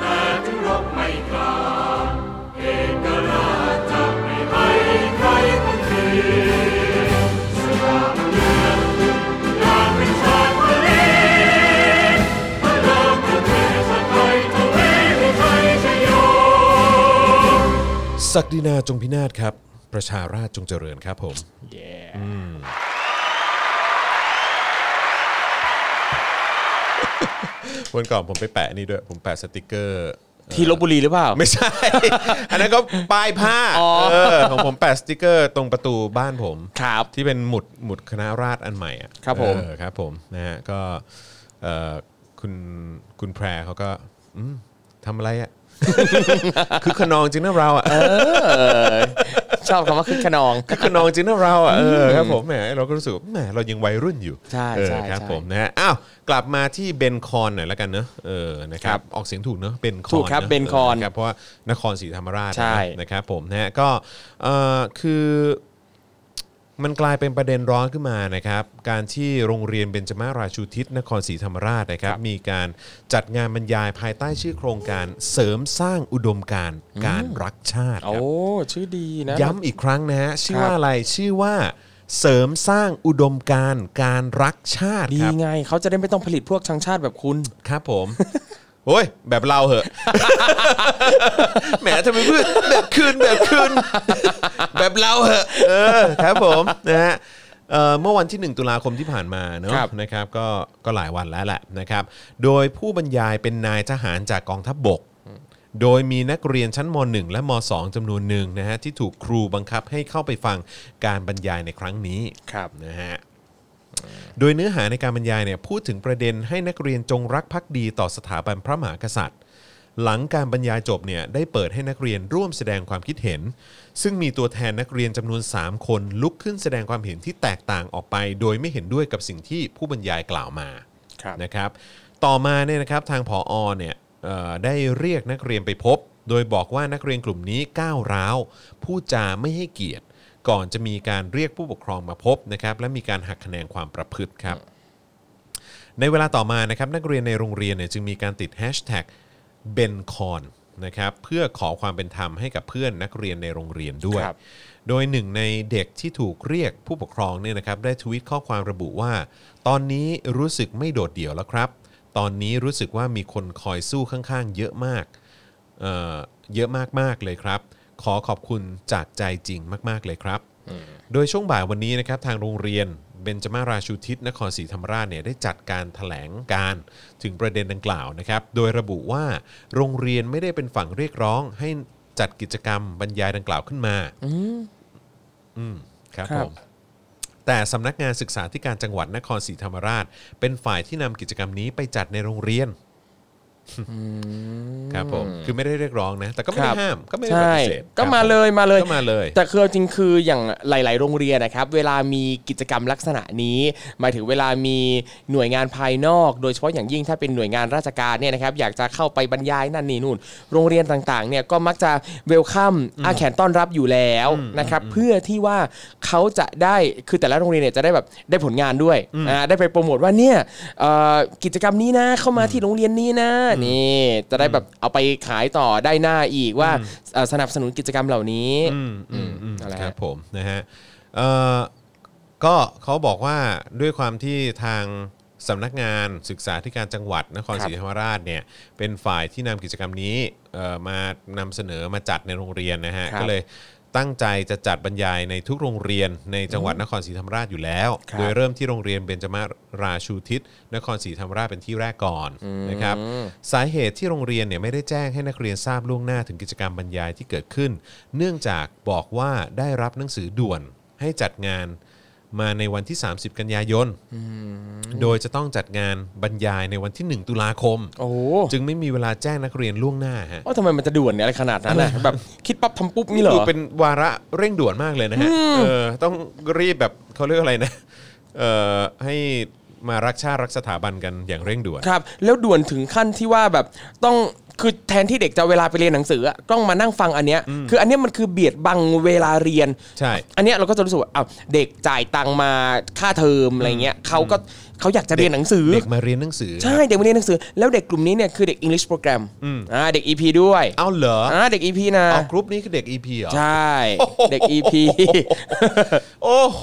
แต่ถึงรบไม่กล้า เอกราชจะไม่ให้ใครคนทีสยามเมืองอยากเป็นชาติทะเลพระนามประเทศไทยทะเลให้ไทยชโย
ศักดินาจงพินาศครับ ประชาราชจงเจริญครับผม วันก่อนผมไปแปะนี่ด้วย ผมแปะสติกเกอร์
ที่ลบบุรีหรือเปล่า
ไม่ใช่ อันนั้นก็ป้ายผ้า
อ๋อ
เออของผมแปะสติกเกอร์ตรงประตูบ้านผม
ครับ
ที่เป็นหมุดหมุดคณะราษฎรอันใหม่อ่ะ
ครับผม
เออครับผมนะฮะก็เอ่อคุณคุณแพรเขาก็อืมทำอะไรอ่ ะ คือขนองจริงนะเราอ่ะ
ชอบคำว่าคึกขนอง
คือขนองจริงนะเราอ่ะเออครับผมแหมเราก็รู้สึกว่าแหมเรายังวัยรุ่นอยู่
ใช่
เออ
ใช่
ครับ
ใช่
ผมนะฮะอ้าวกลับมาที่เบนคอนหน่อยละกันเนอะเออนะครับออกเสียงถูกเนอะเบนคอน
ถูกครับ
ะะ
Bencon
ครับเพราะว่านครศรีธรรมราช
ใช่
นะครับผมนะฮะก็เอ่อคือ มันกลายเป็นประเด็นร้อนขึ้นมานะครับ การที่โรงเรียนเบญจมาราชูทิศนครศรีธรรมราชนะครับ มีการจัดงานบรรยายภายใต้ชื่อโครงการเสริมสร้างอุดมการณ์การรักชาติค
โอ้
รับ
ชื่อดีนะ
ย้ำอีกครั้งนะฮะชื่อ
ครับ
ว่าอะไรชื่อว่าเสริมสร้างอุดมการณ์การรักชาติ
ดี
ครับ
ไงเขาจะได้ไม่ต้องผลิตพวกชังชาติแบบคุณ
ครับผม โอ้ย แบบเราเหอะ แหมทำไมพูดแบบคืนแบบคืน แบบเราเหอะ เออครับผมนะฮะเอ่อเมื่อวันที่ 1 ตุลาคมที่ผ่านมาเนอะ
ครับ
นะครับก็ก็หลายวันแล้วแหละนะครับ โดยผู้บรรยายเป็นนายทหารจากกองทัพบบก โดยมีนักเรียนชั้นม .1 และม .2 จำนวนหนึ่งนะฮะที่ถูกครูบังคับให้เข้าไปฟังการบรรยายในครั้งนี้
ครับ
นะฮะโดยเนื้อหาในการบรรยายเนี่ยพูดถึงประเด็นให้นักเรียนจงรักภักดีต่อสถาบันพระมหากษัตริย์ หลังการบรรยายจบเนี่ยได้เปิดให้นักเรียนร่วมแสดงความคิดเห็น ซึ่งมีตัวแทนนักเรียนจำนวน 3 คนลุกขึ้นแสดงความเห็นที่แตกต่างออกไป โดยไม่เห็นด้วยกับสิ่งที่ผู้บรรยายกล่าวมา
ครับ
นะครับต่อมาเนี่ยนะครับทางผออเนี่ยเอ่อได้เรียกนักเรียนไปพบ โดยบอกว่านักเรียนกลุ่มนี้ก้าวร้าวพูดจาไม่ให้เกียรติ ก่อนจะมีการเรียกผู้ปกครองมาพบนะครับและมีการหักคะแนนความประพฤติครับ ในเวลาต่อมานะครับนักเรียนในโรงเรียนเนี่ยจึงมีการติดแฮชแท็กเบนคอนนะครับเพื่อขอความเป็นธรรมให้กับเพื่อนนักเรียนในโรงเรียนด้วย
ครับ
โดยหนึ่งในเด็กที่ถูกเรียกผู้ปกครองเนี่ยนะครับได้ทวีตข้อความระบุว่า ตอนนี้รู้สึกไม่โดดเดี่ยวแล้วครับ ตอนนี้รู้สึกว่ามีคนคอยสู้ข้างๆ เยอะมากเอ่อเยอะมากๆเลยครับ ขอขอบคุณจากใจจริงมากๆเลยครับ โดยช่วงบ่ายวันนี้นะครับทางโรงเรียนเบญจมาราชูทิศนครศรีธรรมราชเนี่ยได้จัดการถแถลงการถึงประเด็นดังกล่าวนะครับ โดยระบุว่าโรงเรียนไม่ได้เป็นฝั่งเรียกร้อง ให้จัดกิจกรรมบรรยายดังกล่าวขึ้นมา อืมครับ
ครั
ผ
บ
มแต่สำนักงานศึกษาธิการจังหวัดนครศรีธรรมราช เป็นฝ่ายที่นำกิจกรรมนี้ไปจัดในโรงเรียน ครับผมคือไม่ได้เรียกร้องนะ แต่ก็ไม่
ค
ได้
รับ
ห้ามก็ไม่ได้ป
ใช่
ฏิเสธ
ก็
ครับ
มา
ผ
เลยมาเลย
ก็มาเลย
แต่คือเอาจริงคืออย่างหลาย ๆ โรงเรียนนะครับ เวลามีกิจกรรมลักษณะนี้หมายถึงเวลามีหน่วยงานภายนอก โดยเฉพาะอย่างยิ่งถ้าเป็นหน่วยงานราชการเนี่ยนะครับอยากจะเข้าไปบรรยายนั่นนี่นู่น โรงเรียนต่าง ๆ เนี่ยก็มักจะเวลคัมอาแขนต้อนรับอยู่แล้วนะครับเพื่อที่ว่าเขาจะได้คือแต่ละโรงเรียนเนี่ยจะได้แบบได้ผลงานด้วยอ่าได้ไปโปรโมทว่าเนี่ยเอ่อกิจกรรมนี้นะเข้ามาที่โรงเรียนนี้นะนี่จะได้แบบเอาไปขายต่อได้หน้าอีกว่าเอ่อสนับสนุนกิจกรรมเหล่านี้
อืมอืมอืม
อะไรฮะ
ครับผมนะฮะเอ่อก็เขาบอกว่าด้วยความที่ทางสำนักงานศึกษาธิการจังหวัดนคร
ครับ
ศรีธรรมราชเนี่ยเป็นฝ่ายที่นำกิจกรรมนี้เอ่อมานำเสนอมาจัดในโรงเรียนนะฮะ
ครับ
ก็เลยตั้งใจจะจัดบรรยายในทุกโรงเรียนในจังหวัดนครศรีธรรมราชอยู่แล้ว
ครับ
โดยเริ่มที่โรงเรียนเบญจมาราชูทิศนครศรีธรรมราชเป็นที่แรกก่อนนะครับ สาเหตุที่โรงเรียนเนี่ยไม่ได้แจ้งให้นักเรียนทราบล่วงหน้าถึงกิจกรรมบรรยายที่เกิดขึ้น เนื่องจากบอกว่าได้รับหนังสือด่วนให้จัดงานมาในวันที่ 30 กันยายน โดยจะต้องจัดงานบรรยายในวันที่ 1 ตุลาคม
โอ้
จึงไม่มีเวลาแจ้งนักเรียนล่วงหน้าฮะ
ว่าทำไมมันจะด่วนเนี่ยอะไรขนาดนั้นนะแบบคิดปั๊บทำปุ๊บนี่เหรอ
ดูเป็นวาระเร่งด่วนมากเลยนะฮะเออต้องรีบแบบเขาเรียกอะไรนะเอ่อให้มารักชาติรักสถาบันกันอย่างเร่งด่วน
ครับ แล้วด่วนถึงขั้นที่ว่าแบบต้องคือแทนที่เด็กจะเอาเวลาไปเรียนหนังสืออะต้องมานั่งฟังอันเนี้ยคืออันเนี้ยมันคือเบียดบังเวลาเรียน
ใช่
อันเนี้ยเราก็จะรู้สึกว่าอ้าวเด็กจ่ายตังค์มาค่าเทอมอะไรเงี้ยเขาก็เขาอยากจะเรียนหนังสือ
เด็กมาเรียนหนังสือ
ใช่เด็กมาเรียนหนังสือ แล้วเด็กกลุ่มนี้เนี่ยคือเด็ก English Program อ่าเด็ก EP ด้วย
เอาเหรอ
อ่าเด็ก EP นะ
เอากรุ๊ปนี้คือเด็ก EP เหรอ
ใช่เด็ก EP
โอ้โห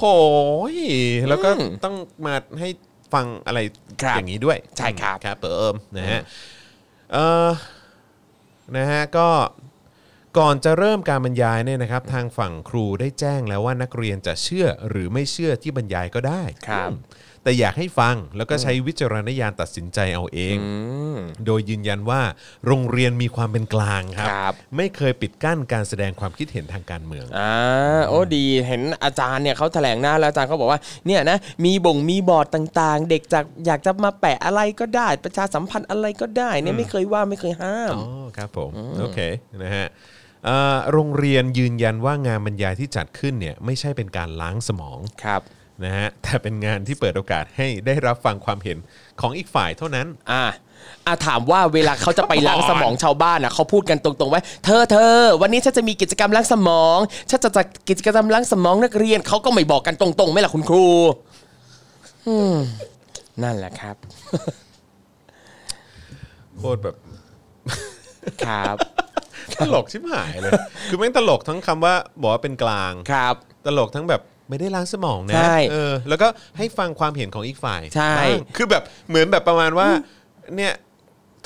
แล้วก็ต้องมาให้ฟังอะไร
ครับ
อย่างนี้ด้วย
ใช่ครับ
ครับเติมนะฮะเอ่อนะฮะก็ก่อนจะเริ่มการบรรยายเนี่ยนะครับ ทางฝั่งครูได้แจ้งแล้วว่านักเรียนจะเชื่อหรือไม่เชื่อที่บรรยายก็ได้
ครับ
อืมแต่อยากให้ฟังแล้วก็ใช้วิจารณญาณตัดสินใจเอาเอง
อืม
โดยยืนยันว่าโรงเรียนมีความเป็นกลางครับ
ครับ
ไม่เคยปิดกั้นการแสดงความคิดเห็นทางการเมือง
อ่าโอ้ดีเห็นอาจารย์เนี่ยเขาแถลงหน้าแล้วอาจารย์เขาบอกว่าเนี่ยนะมีบ่งมีบอร์ดต่างๆ เด็กจากอยากจะมาแปะอะไรก็ได้ ประชาสัมพันธ์อะไรก็ได้เนี่ยไม่เคยว่าไม่เคยห้าม
อ๋อครับผมโอเคนะฮะเอ่อโรงเรียนยืนยันว่างานบรรยายที่จัดขึ้นเนี่ยไม่ใช่เป็นการล้างสมอง
ครับ
นะฮะแต่เป็นงานที่เปิดโอกาสให้ได้รับฟังความเห็นของอีกฝ่ายเท่านั้น
อ่าอ่าถามว่าเวลาเขาจะไปล้างสมองชาวบ้านอ่ะเขาพูดกันตรงๆว่าเธอเธอวันนี้ฉันจะมีกิจกรรมล้างสมองฉันจะจัดกิจกรรมล้างสมองนักเรียนเขาก็ไม่บอกกันตรงๆไหม่ล่ะคุณครูอืมนั่นแหละครับ
โคตรแบบ
ครับ
ตลกชิบหายเลย คือแม่งตลกทั้งคำว่าบอกว่าเป็นกลาง
ครับ
ตลกทั้งแบบไม่ได้ล้างสมองนะ
ใช่
เออแล้วก็ให้ฟังความเห็นของอีกฝ่าย
ใช่
บ้างคือแบบเหมือนแบบประมาณว่าเนี่ย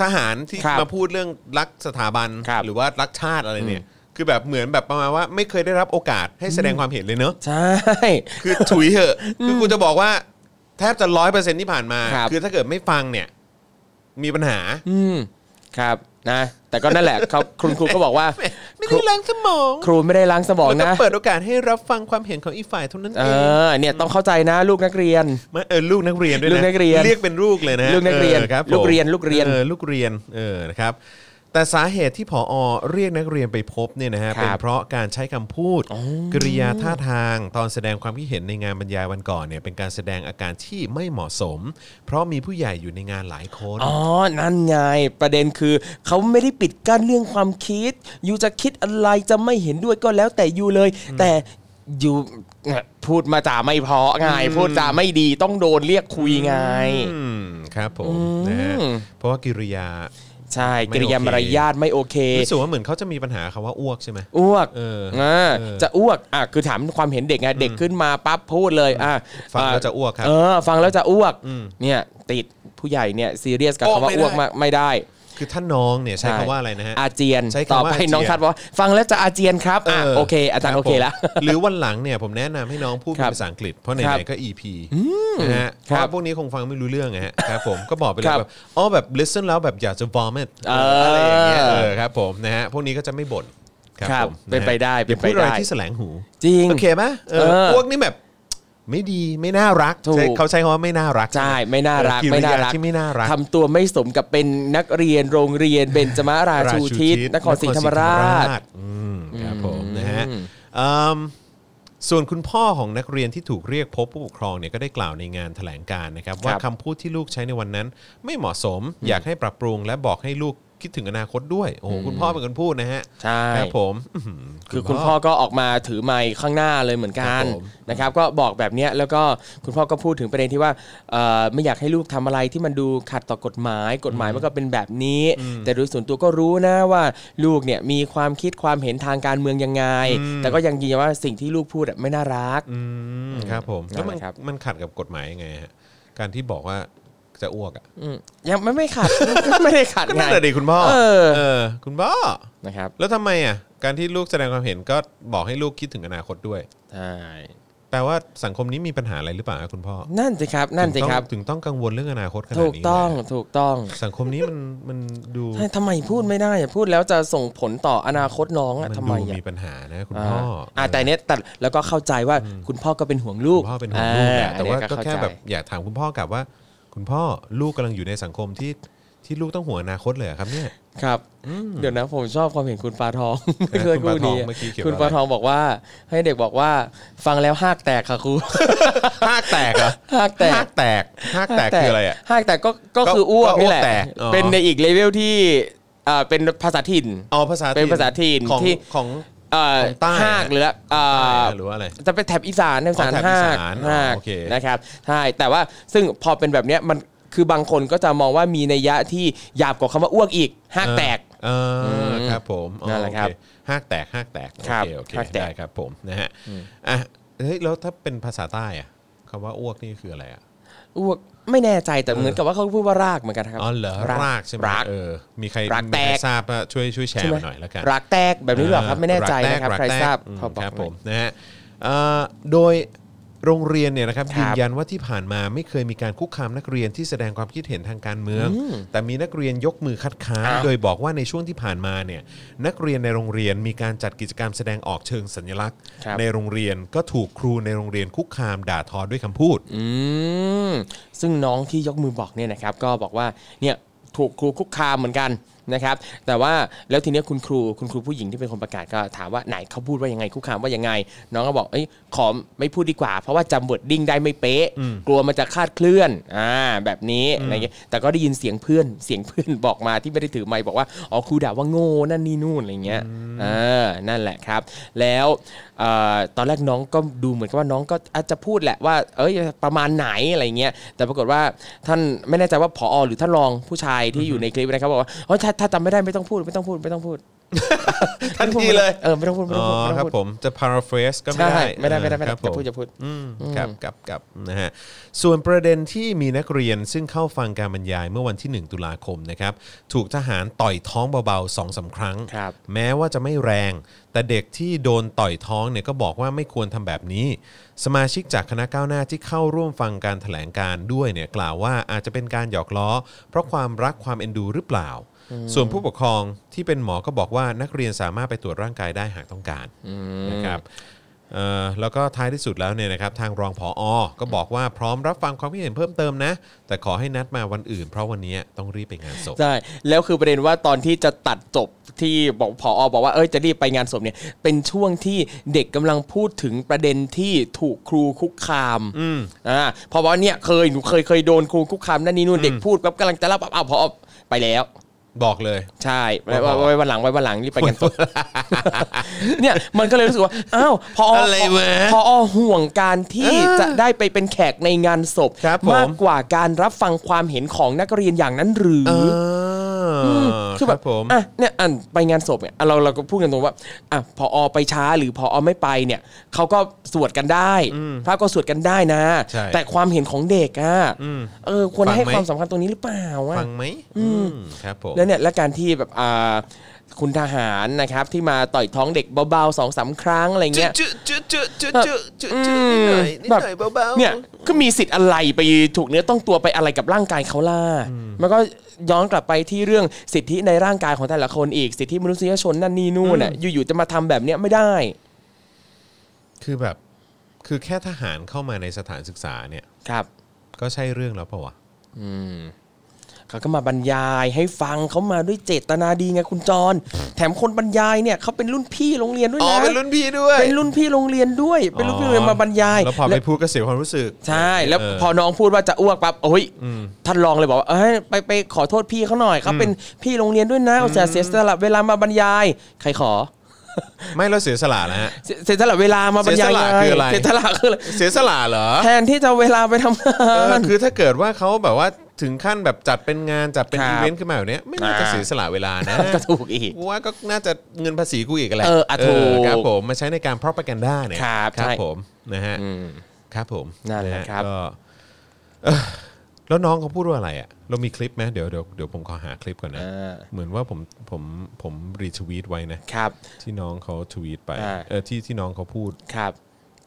ทหารที่
ครับ
มาพูดเรื่องรักสถาบัน
ครับ
หรือว่ารักชาติอะไรเนี่ย คือแบบเหมือนแบบประมาณว่าไม่เคยได้รับโอกาสให้แสดงความเห็นเลยเน อะ
ใช่
คือถุยเหอะคือกูจะบอกว่าแทบจะร้อยเปอร์เซ็นที่ผ่านมา
ครับ
อถ้าเกิดไม่ฟังเนี่ย มีปัญหา
อืมครับนะแต่ก็นั่นแหละเขาคุณครูก็บอกว่า
ไม่ได้ล้างสมอง
ครูไม่ได้ล้างสมอง
แล้วก็
นะ
เปิดโอกาสให้รับฟังความเห็นของอีกฝ่ายเท่านั้น
เอ
เอง
อเนี่ยต้องเข้าใจนะลูกนักเรียน
ไม่เออลูกนักเรียนด้วยนะ
ลูกนักเรียน
เรียกเป็นลูกเลยนะ
ลูกนักเรียน
ออครับผม
ลูกเรียนลูกเรียน
ออลูกเรียนเออนะครับแต่สาเหตุที่ผอเรียกนักเรียนไปพบเนี่ยนะฮะ
ครับ
เป็นเพราะการใช้คำพูด กริยาท่าทาง ตอนแสดงความคิดเห็นในงานบรรยายวันก่อนเนี่ยเป็นการแสดงอาการที่ไม่เหมาะสม เพราะมีผู้ใหญ่อยู่ในงานหลายคน
อ๋อนั่นไงประเด็นคือเขาไม่ได้ปิดกั้นเรื่องความคิดยูจะคิดอะไรจะไม่เห็นด้วยก็แล้วแต่ยูเลย แต่ยูพูดมาจ่าไม่เพอไงพูดจ่าไม่ดีต้องโดนเรียกคุยไง
อืมครับผมนะฮะ
อืม
เพราะว่ากิริยา
ใช่
ไม่
กิริยา
โอเค
มารยาทไม่โอเค
รู้สึกว่าเหมือนเขาจะมีปัญหาคำว่าอ้วกใช่ไหม
อ้วก
เออ
อ่า
เออ
จะอ้วกอ่ะคือถามความเห็นเด็กไงเด็กขึ้นมาปั๊บพูดเลยอ่ะ
ฟังแล้วจะอ้วกครับ
เออ ฟังแล้วจะอ้วก
อืม
เนี่ยติดผู้ใหญ่เนี่ยซีเรียสกับ
โอ้
คำว่า
ไม่ได้
อ้วกมากไม่ได้
คือถ้าน้องเนี่ยใช้
ใช่
คำว่าอะไรนะฮะ
อาเจียน
ใช้
ต่อ
คำว่า
ไปน้อง
อาเจียน
คัดบอกว่าฟังแล้วจะอาเจียนครับอ่ะโอเค อาจารย์
บ
โอเคแล้ว
ผมหรือวันหลังเนี่ยผมแนะนำให้น้องพูด
ครั
เป็น
บ
ภาษาอังกฤษ เพราะ
ครับ
ไหนๆก็ EP นะฮะเพ
ครับ
ราะพวกนี้คงฟังไม่รู้เรื่องนะฮะ ครับผมก็บอกไปเลย
ครับ
แบบอ๋อแบบ listen แล้วแบบอยากจะ vomit
เอออ
อะไรอย่างเงี้ยเออครับผมนะฮะพวกนี้ก็จะไม่บ่น
ครับ
ผม
เป็นไปได้
ะฮะ
เป็นไป
อย่าพูดอะไร
ได้
ที่แสลงหู
จริง
โอเคไหมเออ
เออ
พวกนี้แบบ ไม่ดีไม่น่ารัก
ถูก
ใช้เขาใช้คำว่าไม่น่ารัก
ใช่ไม่น่ารัก
เออ
ไม่น่า
กิย
รัก
ที่ไม่น่ารัก
ทำตัวไม่สมกับเป็นนักเรียนโรงเรียนเบญจมาราชูทิศนครศรีธรรมราช
อืมครับผม
อืม
นะฮะเอิ่มส่วนคุณพ่อของนักเรียนที่ถูกเรียกพบผู้ปกครองเนี่ยก็ได้กล่าวในงานแถลงการนะครับ ว่าคำพูดที่ลูกใช้ในวันนั้น ไม่เหมาะสม อยากให้ปรับปรุงและบอกให้ลูกคิดถึงอนาคตด้วยโอ้โหคุณพ่อเป็นคนพูดนะฮะ
ใช่
ครับผมอื้อหื
คือคุณพ่อก็ออกมาถือไมค์ข้างหน้าเลยเหมือนกัน
ครับผม
นะครับ ก็บอกแบบเนี้ยแล้วก็คุณพ่อก็พูดถึงประเด็นที่ว่าเอ่อไม่อยากให้ลูกทำอะไรที่มันดูขัดต่อกฎหมาย กฎหมายมันก็เป็นแบบนี้ แต่โดยส่วนตัวก็รู้นะว่าลูกเนี่ยมีความคิดความเห็นทางการเมืองยังไง แต่ก็ยังยืนยันว่าสิ่งที่ลูกพูดอะไม่น่ารัก
อืมครับผมแล้วมัน
นั่นแหละครับ
มันขัดกับกฎหมายยังไงฮะการที่บอกว่าจะอ้วกอ่ะ
อืมยังไม่ไม่ขัด ไม่ได้ขัด
ก็
ไง
นั่นแหละดิคุณพ่อ
เออ
เออ คุณพ่อ
นะครับ
แล้วทำไมอ่ะการที่ลูกแสดงความเห็นก็บอกให้ลูกคิดถึงอนาคตด้วย
ใช่
แปลว่าสังคมนี้มีปัญหาอะไรหรือเปล่าครับคุณพ่อ
นั่นสิครับนั่นสิครับ
ถึงต้องกังวลเรื่องอนาคตขนาดนี้
ถูกต้อง
เลย
ถูกต้อง
ะสังคมนี้มันมันดู
ใช่ทำไมพูดไม่ได้อะพูดแล้วจะส่งผลต่ออนาคตน้อง
มั
อะ
น
ทำ
ดู
ไมอะ
มีปัญหานะคุณ
อ่า
พ่อ
อ่าแต่เนี้ยแต่แล้วก็เข้าใจว่าคุณพ่อก็เป็นห่วงลู
คุ
ก
ณพ่อเป็นห่วงลูกนะ
อ่
แต่ว่า
อันเนี้ย
ก็แค่
เข้ใจ
แบบอยากถามคุณพ่อกลับว่า คุณพ่อลูกกำลังอยู่ในสังคมที่ที่ลูกต้องห่วงอนาคตเลยเหรอครับเนี่ย
ครับ เดี๋ยวนะผมชอบความเห็นคุณปลาทอง
เออ
เมื่อ
คุณปลาทอง
นี้
เมื่อกี้เขียนว่า
คุณปลาทองบอกว่า ให้เด็กบอกว่า ฟังแล้วหากแตกค่ะครู
หากแตกเหรอ
หากแตก
หากแตกหากแตกคืออะไรอ่ะ
หากแตกก็ก็คืออ้วก
ก็อ้วก
นี่แหละ
แตกอ๋อ
เป็นในอีกเลเวลที่อ่าเป็นภาษาถิ่น
อ๋อภาษา
เป็นภาษาถิ่น
ของ
ที่
ของ
อ่า
ของใต้
หากหรืออ่า
ใต้หรือว่าอะไร
จะเป็นแถบอีสานแถบอีสาน
อ๋อแถบอี
ห้า
สาก น
ห้าก
โอเค
นะครับใช่แต่ว่าซึ่งพอเป็นแบบเนี้ยมันคือบางคนก็จะมองว่ามีนัยยะที่หยาบกว่าคำว่าอ้วกอีกหากแตก
เออเอออครับผมอ๋อ
นั่นแหละครับ
โอเห้ากแตกห้ากแตกโอ
ครับ
เคโอเค
ห้ากแตก
ได้ครับผมนะฮะอ่ะเฮ้ยแล้วถ้าเป็นภาษาใต้อะคำว่าอ้วกนี่คืออะไรอะ
อ้วกไม่แน่ใจแต่เหมือนกับว่าเขาพูดว่ารากเหมือนกันครับ
อ๋อเหรอรากใช่ไหม
ราก
เออมีใคร
รากแตก
มีใครทราบอะช่วยช่วยแชร์
ใช่ไหม
มาหน่อยแล้วกัน
รากแตกแบบนี้หรอครับไม่แน่ใจนะครับ
าก
ใคร
แตก
ทราบ
อืม
ขอบอก
ครับผมนะฮะเอ่อโดยโรงเรียนเนี่ยนะครับ
ครับ
ยืนยันว่าที่ผ่านมาไม่เคยมีการคุกคามนักเรียนที่แสดงความคิดเห็นทางการเมือง แต่มีนักเรียนยกมือคัดค้าน
อ้าว
โดยบอกว่าในช่วงที่ผ่านมาเนี่ยนักเรียนในโรงเรียนมีการจัดกิจกรรมแสดงออกเชิงสัญลักษณ์
ครับ
ในโรงเรียนก็ถูกครูในโรงเรียนคุกคามด่าทอด้วยคำพูด
อืมซึ่งน้องที่ยกมือบอกเนี่ยนะครับ ก็บอกว่าเนี่ยถูกครูคุกคามเหมือนกันนะครับ แต่ว่าแล้วทีเนี้ยคุณครูคุณครูผู้หญิงที่เป็นคนประกาศก็ถามว่าไหนเขาพูดว่ายังไงคุกคามว่ายังไง น้องก็บอกเอ้ยขอไม่พูดดีกว่า เพราะว่าจำบทดิ้งได้ไม่เป๊ะ กลัวมันจะคลาดเคลื่อนอ่าแบบนี้อะไรเงี้ยแต่ก็ได้ยินเสียงเพื่อนเสียงเพื่อนบอกมาที่ไม่ได้ถือไมค์บอกว่าอ๋อครูด่าว่าโง่นั่นนี่นู่นอะไรเงี้ยเออนั่นแหละครับ แล้วเอ่อตอนแรกน้องก็ดูเหมือนกับว่าน้องก็อาจจะพูดแหละว่า เอ้ยประมาณไหนอะไรเงี้ยแต่ปรากฏว่าท่านไม่แน่ใจว่าผอหรือท่านรองผู้ชายที่อยู่ในคลิปนะครับบอกว่าอ๋อถ้าถ้าจำไม่ได้ไม่ต้องพูดไม่ต้องพูดไม่ต้องพูด
ทันทีเลย
เออไม่ต้องพูดไม่
อ๋
ต้
อ
องพูด
ค
ไม่ต้
รั
อ
บ
งพูด
ผมจะ paraphrase ก็ไม่
ใช่
ได้
ไม่ได้ไม่ได้
ค
ไม่ได้
รับ
จะ
ผม
พูดจะพูด
อืมครับครับครับนะฮะส่วนประเด็นที่มีนักเรียนซึ่งเข้าฟังการบรรยายเมื่อวันที่ 1 ตุลาคมนะครับถูกทหารต่อยท้องเบาๆสองสามครั้ง
ครับ
แม้ว่าจะไม่แรง แต่เด็กที่โดนต่อยท้องเนี่ยก็บอกว่าไม่ควรทำแบบนี้ สมาชิกจากคณะก้าวหน้าที่เข้าร่วมฟังการแถลงการด้วยเนี่ยกล่าวว่าอาจจะเป็นการหยอกล้อ เพราะความรักความเอ็นดูหรือเปล่า ส่วนผู้ปกครองที่เป็นหมอก็บอกว่านักเรียนสามารถไปตรวจร่างกายได้หากต้องการนะครับ เอ่อแล้วก็ท้ายที่สุดแล้วเนี่ยนะครับทางรองผออก็บอกว่าพร้อมรับฟังความคิดเห็นเพิ่มเติมนะ แต่ขอให้นัดมาวันอื่น เพราะวันนี้ต้องรีบไปงานศพ
ใช่แล้วคือประเด็นว่าตอนที่จะตัดจบที่บอกผออบอกว่าเอ้ยจะรีบไปงานศพเนี่ยเป็นช่วงที่เด็กกำลังพูดถึงประเด็นที่ถูกครูคุกคามอ่าเพราะว่าเนี่ยเคยหนูเคยเคยโดนครูคุกคามนั่นนี่นู่นเด็กพูดปั๊บกำลังจะเล่าปั๊บอ้าวผออไปแล้ว
บอกเลย
ใช่ไว้ไว้ไว้วันหลังไว้วันหลังรีบไปกัน ต่อ เนี่ยมันก็เลยรู้สึกว่าอ้าวพอ
อะไรวะ
พอห่วงการที่จะได้ไปเป็นแขกในงานศพ
ครับผม
มากกว่าการรับฟังความเห็นของนักเรียนอย่างนั้นหรือ
เออ
คือ
ค
แบ
รั
บบ
ผม
อ่ะเนี่ยอันไปงานศพเนี่ยอ่ะเราเราก็พูดกันตรงว่าอ่ะพออไปช้าหรือพออไม่ไปเนี่ยเขาก็สวดกันได้พระก็สวดกันได้นะ
ใช่
แต่ความเห็นของเด็กอ่ะเออควร
ฟังไหม
ให้ความสำคัญตรงนี้หรือเปล่าอ่ะ
ฟังไหมอืมครับผม
แล้วเนี่ยและการที่แบบอ่าคุณทหารนะครับที่มาต่อยท้องเด็กเบาๆสองสามครั้งอะไรเงี้ย
จืดจืดจืดจืดจืดจืดจืดนิดหน่อยนิดหน่อยเบาๆ
เนี่ยก็มีสิทธิ์อะไรไปถูกเนื้อต้องตัวไปอะไรกับร่างกายเขาล่ะมันก็ย้อนกลับไปที่เรื่องสิทธิในร่างกายของแต่ละคนอีกสิทธิมนุษยชนนั่นนี่นู่นน่ะอยู่ๆจะมาทำแบบเนี้ยไม่ได้
คือแบบ คือแค่ทหารเข้ามาในสถานศึกษาเนี่ย
ครับ
ก็ใช่เรื่องแล้วเปล่าวะ
อืมเขาก็มาบรรยายให้ฟังเขามาด้วยเจตนาดีไงคุณจร แถมคนบรรยายเนี่ยเขาเป็นรุ่นพี่โรงเรียนด้วย
อ๋อ
นะ
เป็นรุ่นพี่ด้วย
เป็นรุ่นพี่โรงเรียนด้วย เป็นรุ่นพี่โรงเรียนมาบรรยาย
แล้วพอ
และ
ไปพูดก็เสียความรู้สึก
ใช่ แล้ว
เ
พอน้องพูดว่าจะอ้วกปั๊บโอ้ยท่านรองเลยบอกว่าเอ้ยไปไปขอโทษพี่เขาหน่อยเขาเป็นพี่โรงเรียนด้วยนะอุตส่าห์เสียสละเวลามาบรรยาย ใครขอ
ไม่เราเสียสละนะฮะ
เสียเสียสละเวลามาบรรยาย
เสียสละ
ง
คืออะไร
เสียสละคืออะไร
เสียสละเหรอ
แทนที่จะเอาเวลาไปทำงา
เออน คือถ้าเกิดว่าเขาแบบว่าถึงขั้นแบบจัดเป็นงานจัดเป็น
ครับ
อีเวนต์ขึ้นมาแบบเนี้ยไม่น่าจะเสียสละเวลานะ
ก็ถูกอีก
กูว่าก็น่าจะเงินภาษีกูอีกแหละ
เอออ่ะถูก
ครับผมมาใช้ในการ propaganda เนี่ย
ครับ
ครับ
ใช่
ผมนะฮะ
อืม
ครับผม
นั่นแหละครับ
ฮก็ เอ่อแล้วน้องเขาพูดว่าอะไรอ่ะ เรามีคลิปไหมเดี๋ยวเดี๋ยวเดี๋ยวผมขอหาคลิปก่อนนะ
อ่า
เหมือนว่าผมผมผมรีทวีตไว้นะ
ครับ
ที่น้องเขาทวีตไป
อ่า
เออที่ที่น้องเขาพูด
ครับ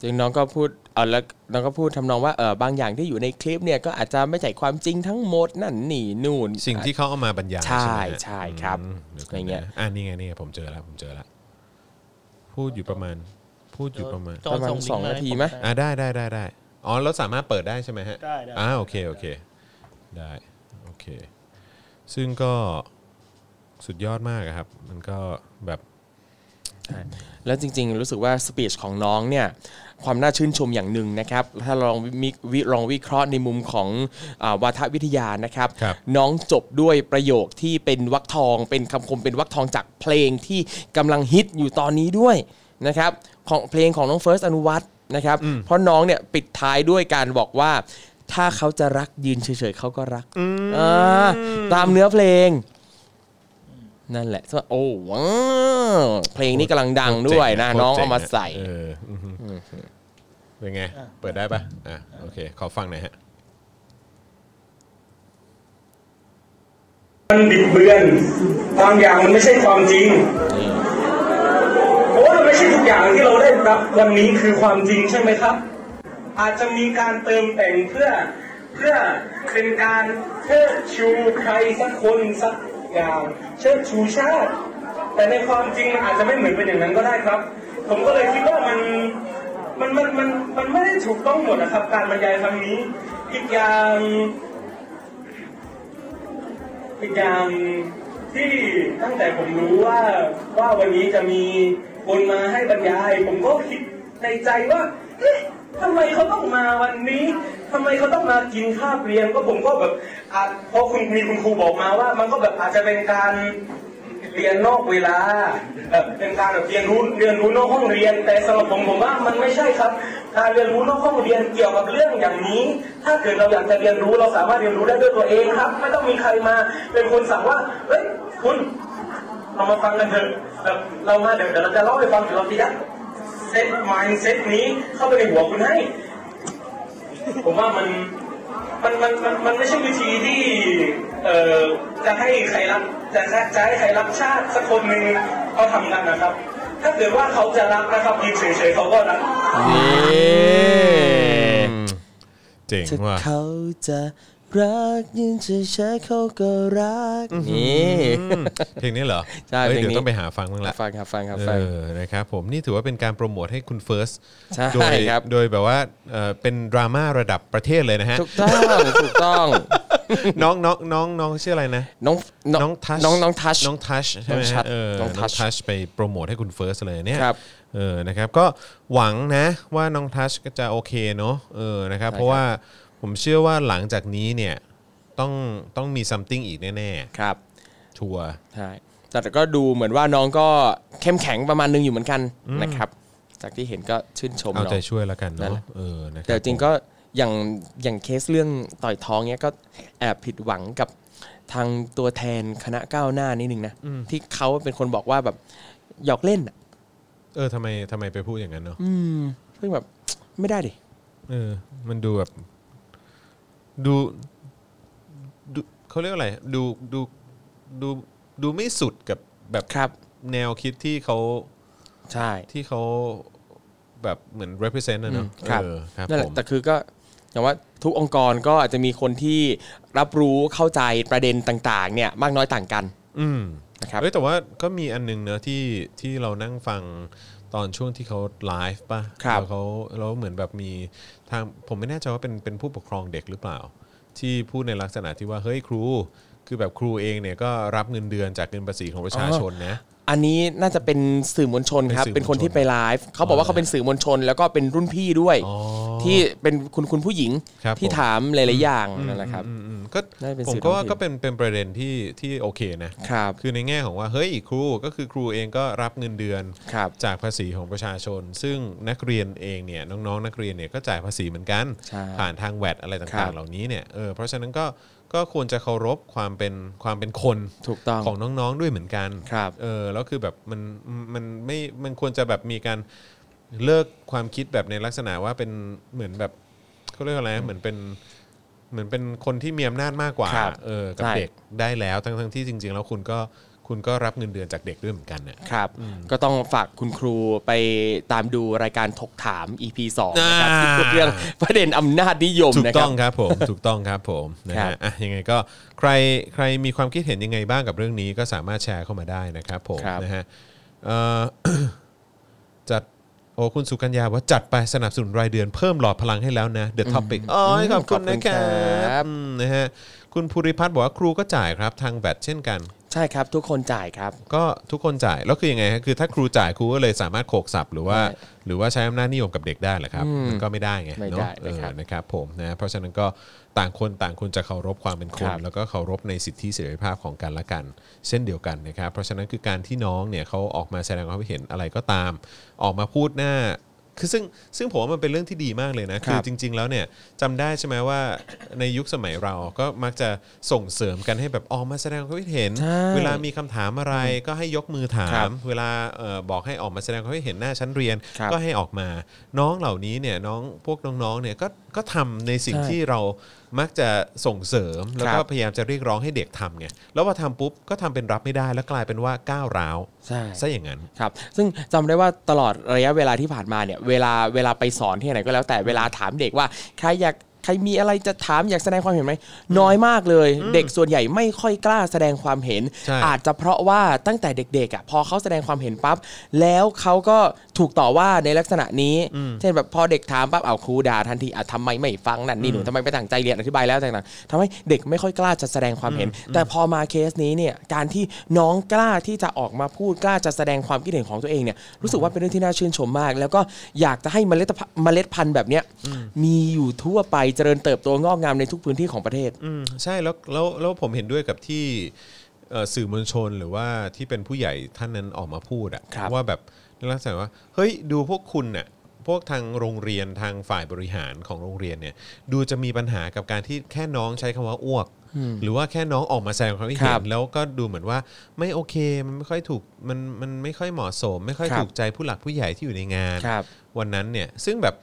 จึงน้องก็พูดเออแล้วน้องก็พูดทำนองว่าเออบางอย่างที่อยู่ในคลิปเนี่ยก็อาจจะไม่ใช่ความจริงทั้งหมดนั่นนี่นู่น
สิ่งที่เขาเอามาบรรยาย
ใช่
ใช่ไหมฮะ
ใช่ครับ
อืมเดี๋ยวก่อย่
อาน งเงี้ย
นะอ่านี่ไงนี่ไงผมเจอแล้วผมเจอแล้วพูดอยู่ประมาณ พูดอยู่ประมาณ
จ
ป
อลิ
ระมาณสอง
ก์
นาที
ใผ
ไหม
ด้
อ่าได้ได้ได้ได้อ๋อแล้วสามารถเปิดได้ใช่ไหมฮะ
ได้ได้
อ่าโอเคโอเคได้โอเค ซึ่งก็สุดยอดมากอะครับ มันก็แบบ
แล้วจริงๆ รู้สึกว่าสปีชของน้องเนี่ยความน่าชื่นชมอย่างหนึ่งนะครับ ถ้าลองมิวิลองวิเคราะห์ในมุมของอาวาทวิทยานะครับ
ครับ
น้องจบด้วยประโยคที่เป็นวักทอง เป็นคำคมเป็นวักทองจากเพลงที่กำลังฮิตอยู่ตอนนี้ด้วยนะครับของเพลงของน้องเฟิร์สอนุวัตนะครับเพราะน้องเนี่ยปิดท้ายด้วยการบอกว่า ถ้าเขาจะรักยืนเฉยๆเขาก็รักอ่าตามเนื้อเพลง นั่นแหละซึ่งโอ้ว้าวเพลงนี้กำลังดังด้วยนะ
โคตรจ๋
น้องเอามาใส่
เอออือฮึเป็นไง เปิดได้ปะอ่ะโอเค ขอฟังหน่อยฮะ
มันบิดเบือนบางอย่างมันไม่ใช่ความจริงโอ้มันไม่ใช่ทุกอย่างที่เราได้รับวันนี้คือความจริงใช่ไหมครับ อาจจะมีการเติมแต่งเพื่อเพื่อเป็นการเชิดชูใครสักคนสักอย่างเชิดชูชาติ แต่ในความจริงมันอาจจะไม่เหมือนเป็นอย่างนั้นก็ได้ครับ ผมก็เลยคิดว่ามันมันมันมันมันไม่ได้ถูกต้องหมดนะครับ การบรรยายครั้งนี้อีกอย่าง อีกอย่างที่ตั้งแต่ผมรู้ว่าว่าวันนี้จะมีคนมาให้บรรยาย ผมก็คิดในใจว่าเอ๊ะทำไมเขาต้องมาวันนี้ทำไมเขาต้องมากินข้าวเรียนก็ผมก็แบบอ่ะเพราะคุณมีคุณครูบอกมาว่า มันก็แบบอาจจะเป็นการเรียนนอกเวลาแบบเป็นการแบบเรียนรู้เรียนรู้นอกห้องเรียน แต่สำหรับผมผมว่ามันไม่ใช่ครับ การเรียนรู้นอกห้องเรียนเกี่ยวกับเรื่องอย่างนี้ ถ้าเกิดเราอยากจะเรียนรู้เราสามารถเรียนรู้ได้ด้วยตัวเองครับ ไม่ต้องมีใครมาเป็นคนสั่งว่าเฮ้ยคุณเรามาฟังกันเถอะแบบเรามาเดี๋ยวเดี๋ยวเราจะเล่าให้ฟังเดี๋ยวเราจะยัดเซตมายเซตนี้เข้าไปในหัวคุณให้ ผมว่ามันมันมันมันมันไม่ใช่วิธีที่เอ่อจะให้ใครรับจะจะให้ใครรับชาติสักคนหนึ่งเขาทำกันนะครับ ถ้าเกิดว่าเขาจะรักนะครับยืนเฉยๆเขาก็รัก
เจ๋ง
ถ้า
ว่ะ
เขาจะรักยืนเฉยๆเขาก็รักนี่
อืมเพลงนี้เหรอ
ใช่
เฮ้ย
เพลงนี้
เดี๋ยวต้องไปหาฟังบ้างละ
ฟังครับฟังครับ
เอ
ฟัง
อ นะครับผมนี่ถือว่าเป็นการโปรโมทให้คุณเฟิร์ส
ใช่
โดย
ครับ
โดยแบบว่าเอ่อเป็นดราม่าระดับประเทศเลยนะฮะ
ถูกต้องถูกต้อง
น้องน้องน้องน้องชื่ออะไรนะ
น้อง
น้องทัช
น้องน้องทัช
น้องทัชใช่ไหม
น้องทั
ฮะ
ช
เออ
น้
น้อ
อง งทัช
ทัชไปโปรโมทให้คุณเฟิร์สเลยเนี่ย
ครับ
เออนะครับก็หวังนะว่าน้องทัชก็จะโอเคเนาะเออนะครับ
ใช่ครับ
เพราะว่าผมเชื่อว่าหลังจากนี้เนี่ยต้องต้องมี something อีกแน่
ครับ
ๆทัวร์
ใช่แต่ก็ดูเหมือนว่าน้องก็เข้มแข็งประมาณนึงอยู่เหมือนกันนะครับ จากที่เห็นก็ชื่นชม
เอา
น้อ
ใจ
ง
ช่วยแล้วกัน
นั่น
เนาะ
แหละ
เออนะคบ
แต่จริง
ผม
ก็อย่างอย่างเคสเรื่องต่อยท้องเนี้ยก็แอบผิดหวังกับทางตัวแทนคณะก้าวหน้านิดนึงนะที่เขาเป็นคนบอกว่าแบบหยอกเล่นอ่ะ
เออทำไมทำไมไปพูดอย่างนั้นเนาะ
ซึ่งแบบไม่ได้ดิ
เออมันดูแบบดูดูเขาเรียกว่าอะไรดูดูดูดูไม่สุดกับแบบ
ครับ
แนวคิดที่เขา
ใช่
ที่เขาแบบเหมือน represent นะเนอะ
ครับ
เออครับ
นั่นแห
ผ
ละ
ม
แต่คือก็อย่างว่าทุกองค์กรก็อาจจะมีคนที่รับรู้เข้าใจประเด็นต่างๆ เนี่ยมากน้อยต่างกัน
อืม
นะครับ
เอ้ยแต่ว่าก็มีอันนึงเนอะที่ที่เรานั่งฟัง ตอนช่วงที่เขาไลฟ์ป่ะ
ครับ
แล้วเขาแล้วเหมือนแบบมีทางผมไม่แน่ใจว่าเป็นเป็นผู้ปกครองเด็กหรือเปล่า ที่พูดในลักษณะที่ว่าเฮ้ยครู คือแบบครูเองเนี่ยก็รับเงินเดือนจากเงินภาษีของประชา
อ๋อ
ชนนะ
อันนี้น่าจะเป็นสื่อมวลชนครับ
เป็
เป็น น
สื่อมวลชน
คนที่ไปไลฟ์เขาบอกว่าเขาเป็นสื่อมวลชน แล้วก็เป็นรุ่นพี่ด้วย
อ๋อ
ที่เป็นคุณคุณผู้หญิง
ครับ
ที่
ผม
ถามหลายๆอย่างนั่นแหละครับ
อืมอืมก็
น่าจะเป็น
ผม
สื่อ
ก็ว่า
ท้องถิ่น
ก็เป็นเป็นประเด็นที่ที่โอเคนะ
ครับ
คือในแง่ของว่าเฮ้ยครูก็คือครูเองก็รับเงินเดือน
ครับ
จากภาษีของประชาชน ซึ่งนักเรียนเองเนี่ยน้องๆ นักเรียนเนี่ยก็จ่ายภาษีเหมือนกัน
ใช่
ผ่านทางแวดอะไร
ครั
ต่างๆ
บ
เหล่านี้เนี่ยเออเพราะฉะนั้นก็ก็ควรจะเคารพความเป็นความเป็นคน
ถูกต้อง
ของน้องๆด้วยเหมือนกัน
ครับ
เออแล้วคือแบบมันมันไม่มันควรจะแบบมีการเลิกความคิดแบบในลักษณะว่าเป็นเหมือนแบบเขาเรียกว่าอะไรนะเหมือนเป็นเหมือนเป็นคนที่มีอำนาจมากกว่า
ครับ
เออกับ
ใช่
เด็กได้แล้วทั้งทั้งๆที่จริง ๆ แล้วคุณก็คุณก็รับเงินเดือนจากเด็กด้วยเหมือนกันเนี่ย
ครับ ก็ต้องฝากคุณครูไปตามดูรายการถกถาม EP 2นะครับ
อ่า
ที่พูดเรื่องประเด็นอำนาจนิยม
ถูก
นะค
ต้
รั
อบ งครับ ผม ถูกต้องครับผมนะ
ครั
ฮะ
บ
อ่ะยังไงก็ใครใครมีความคิดเห็นยังไงบ้างกับเรื่องนี้ก็สามารถแชร์เข้ามาได้นะครับผม
ครับ
นะฮะเอ่ อ จัดโอ้คุณสุกัญญาบอกว่าจัดไปสนับสนุนรายเดือนเพิ่มหลอดพลังให้แล้วนะเดอะท็อปิกอ๋อขอบคุณนะครับอืมนะฮะคุณภูริพัฒน์บอกว่าครูก็จ่ายครับ ทางแบตเช่นกัน
ใช่ครับทุกคนจ่ายครับ
ก็ทุกคนจ่ายแล้วคือยังไงฮะคือถ้าครูจ่ายครูก็เลยสามารถโขกสับหรือว่า หรือว่าใช้อำนาจนิยมกับเด็กได้เหรอครับ
อืม
มันก็ไม่ได้ไง
ไม่
เนาะ
ได้
เอ
นะ
อ
ครับ
นะครับผมนะเพราะฉะนั้นก็ต่างคนต่างคนจะเคารพความเป็นคน
ครับ
แล้วก็เคารพในสิทธิเสรีภาพของกันและกัน เช่นเดียวกันนะครับเพราะฉะนั้นคือการที่น้องเนี่ยเขาออกมาแสดงความคิดเห็นอะไรก็ตาม ออกมาพูดหน้า คือซึ่งซึ่งผมว่ามันเป็นเรื่องที่ดีมากเลยนะ
ครั
คือบ จริง ๆ แล้วเนี่ยจำได้ใช่ไหมว่าในยุคสมัยเราก็มักจะส่งเสริมกันให้แบบออกมาแสดงความคิดเห็น
ใช่
เวลามีคำถามอะไรก็ให้ยกมือถา
ครั
ม
บ
เวลาเอ่อบอกให้ออกมาแสดงความคิดเห็นหน้าชั้นเรียน
ครับ
ก็ให้ออกมา น้องเหล่านี้เนี่ยน้องพวกน้องๆเนี่ยก็ก็ทำในสิ่ง
ใช่
ที่เรามักจะส่งเสริม แล้วก็
ครับ
พยายามจะเรียกร้องให้เด็กทำไงแล้วพอทำปุ๊บก็ทำเป็นรับไม่ได้แล้วกลายเป็นว่าก้าวร้าว
ใช่
ซะอย่างนั้น
ครับซึ่งจำได้ว่าตลอดระยะเวลาที่ผ่านมาเนี่ยเวลาเวลาไปสอนที่ไหนก็แล้วแต่เวลาถามเด็กว่าใครอยากใครมีอะไรจะถามอยากแสดงความเห็นไหมน้อยมากเลย เด็กส่วนใหญ่ไม่ค่อยกล้าแสดงความเห็น
ใช่
อาจจะเพราะว่าตั้งแต่เด็กๆอ่ะพอเขาแสดงความเห็นปั๊บแล้วเขาก็ถูกต่อว่าในลักษณะนี้ เช่นแบบพอเด็กถามปั๊บเอาครูด่าทันทีอ่ะทำไมไม่ฟังนั่นนี่หนูทำไมไม่ตั้งใจเรียนอธิบายแล้วต่างๆทำให้เด็กไม่ค่อยกล้าจะแสดงความเห็น แต่พอมาเคสนี้เนี่ยการที่น้องกล้าที่จะออกมาพูดกล้าจะแสดงความคิดเห็นของตัวเองเนี่ยรู้สึกว่าเป็นเรื่องที่น่าชื่นชมมาก แล้วก็อยากจะให้เมล็ดพันธุ์เมล็ดพันธุ์แบบเนี้ยมีอยู่ทั่วไปเจริญเติบโตงอกงามในทุกพื้นที่ของประเทศ
อืมใช่แล้วแล้วแล้วผมเห็นด้วยกับที่เอ่อสื่อมวลชนหรือว่าที่เป็นผู้ใหญ่ท่านนั้นออกมาพูดอะ
ครับ
ว่าแบบในลักษณะว่าเฮ้ยดูพวกคุณน่ะพวกทางโรงเรียนทางฝ่ายบริหารของโรงเรียนเนี่ยดูจะมีปัญหากับการที่แค่น้องใช้คำว่าอ้วก หรือว่าแค่น้องออกมาแสดงความคิด
ค
เห็
รั
น
บ
แล้วก็ดูเหมือนว่าไม่โอเคมันไม่ค่อยถูกมันมันไม่ค่อยเหมาะสม ไม่ค่อย
ครับ
ถูกใจผู้หลักผู้ใหญ่ที่อยู่ในงาน
ครับ
วันนั้นเนี่ยซึ่งแบบ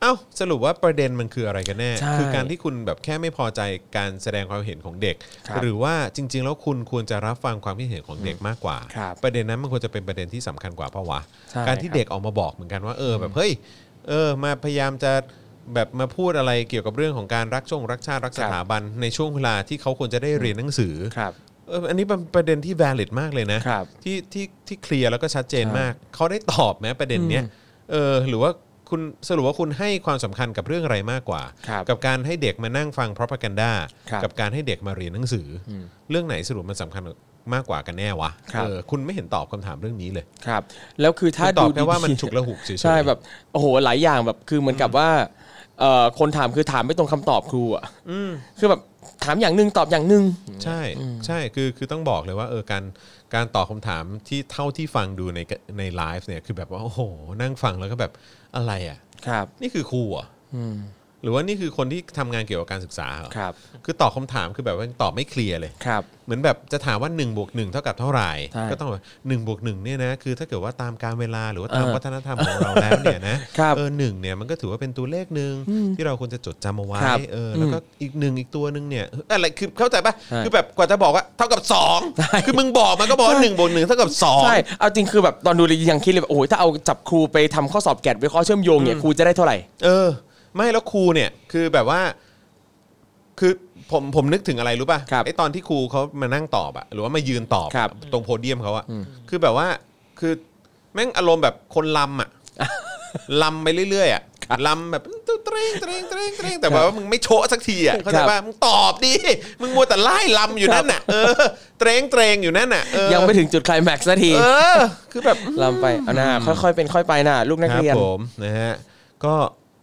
เอ้าสรุปว่าประเด็นมันคืออะไรกันแน่
ใช่
คือการ ที่คุณแบบแค่ไม่พอใจการแสดงความเห็นของเด็ก
ครับ
หรือว่าจริง ๆ แล้วคุณควรจะรับฟังความคิดเห็นของเด็กมากกว่า
ครับ
ประเด็นนั้นมันควรจะเป็นประเด็นที่สำคัญกว่าเพราะวะ
ใช่
การที่
ครับ
เด็กออกมาบอกเหมือนกันว่าเออแบบเฮ้ยเออมาพยายามจะแบบมาพูดอะไรเกี่ยวกับเรื่องของการรักชงรักชาติรักสถาบันในช่วงเวลาที่เขาควรจะได้เรียนหนังสือ เอออันนี้เป็นประเด็นที่ valid มากเลยนะครับที่ที่ที่เคลียร์แล้วก็ชัดเจน
ใช่
มาก เขาได้ตอบไหมประเด็นเนี้ยเออหรือว่าคุณสรุปว่าคุณให้ความสำคัญกับเรื่องอะไรมากกว่า
ครับ
กับการให้เด็กมานั่งฟัง propaganda
ครับ
กับการให้เด็กมาเรียนหนังสืออเรื่องไหนสรุปมันสำคัญมากกว่ากันแน่วะ
ครับ
เออคุณไม่เห็นตอบคำถามเรื่องนี้เลย
ครับ แล้วคือถ้า
คุณตอบ
ดู
แค่ว่ามัน
ดีๆ
ฉุกละหุกเฉยๆ
ใช่แบบโอ้โหหลายอย่างแบบคือเหมือนกับว่าเอ่อคนถามคือถามไม่ตรงคำตอบครูอ่ะคือแบบถามอย่างหนึ่งตอบอย่างหนึ่ง
ใช่ใช่คือคือต้องบอกเลยว่าเออการการตอบคำถามที่เท่าที่ฟังดูในในไลฟ์เนี่ยคือแบบว่าโอ้โหนั่งฟังแล้วก็แบบอะไรอ่ะ
ครับ
นี่คือครูเหรอ่ะหรือว่านี่คือคนที่ทำงานเกี่ยวกับการศึกษาเหรอ
ครับ
คือตอบคำถามคือแบบว่ายังตอบไม่เคลียร์เลย
ครับ
เหมือนแบบจะถามว่า1นบวกหเท่ากับเท่าไหร่
ใช่
ก็ต้องแบบหนึ่งบวกหนึ่งเนี่ยนะคือถ้าเกิดว่าตามการเวลาหรือว่าตาม
เออ
วัฒนธรรมของเราแล้วเนี่ย นะครับ เออหนึ่งเนี่ยมันก็ถือว่าเป็นตัวเลขหนึ่งที่เราควรจะจดจำเอาไว้
ครับ
เออแล้วก็อีกหนึ่งอีกตัวหนึ่งเนี่ยเอออะไรคือเข้าใจปะ
ใช่
คือแบบกว่าจะบอกว่าเท่ากับสอง
ใช่
คือมึงบอกมันก็บอกว่าหนึ่งบวกหนึ่งเท่ากับสอง
ใช่ เอาจริงคือแบบตอนดูเลยยังคิดเลยแบบโอ้ยถ้าเอาจับครูไปทำข้อสอบแกดวิเคราะห์เชื่อมโยงเนี่ยครูจะได้เท่าไหร่
เออ ไม่แล้วครูเนี่ยคือแบบว่า คือผมผมนึกถึงอะไรรู้
ครั
ป่ะ
บ
ไอ้ตอนที่ครูเขามานั่งตอบอะหรือว่ามายืนตอบ
ครับ
ตรงโพเดียมเขาอะคือแบบว่าคือ แม่งอารมณ์แบบคนล ำอ่ะ ลำไปเรื่อยๆอ่ะลำแบบตึ้งเตรงเตรงเตรงเตรงแต่แบบว่ามึงไม่โชะสักทีอ่ะเข้าใจป่ะมึงตอบดิมึงมัวแต่ไล่ลำอยู่นั่นน่ะเออเตรงเตรงอยู่นั่นน่ะเออ
ยังไม่ถึงจุดไคลแม็กซ์สักที
เออ คือแบบ
ลำไปเอานะค่อยๆเป็นค่อยไปนะลูกนัก
ครับ
เรียน
ผมนะฮะก็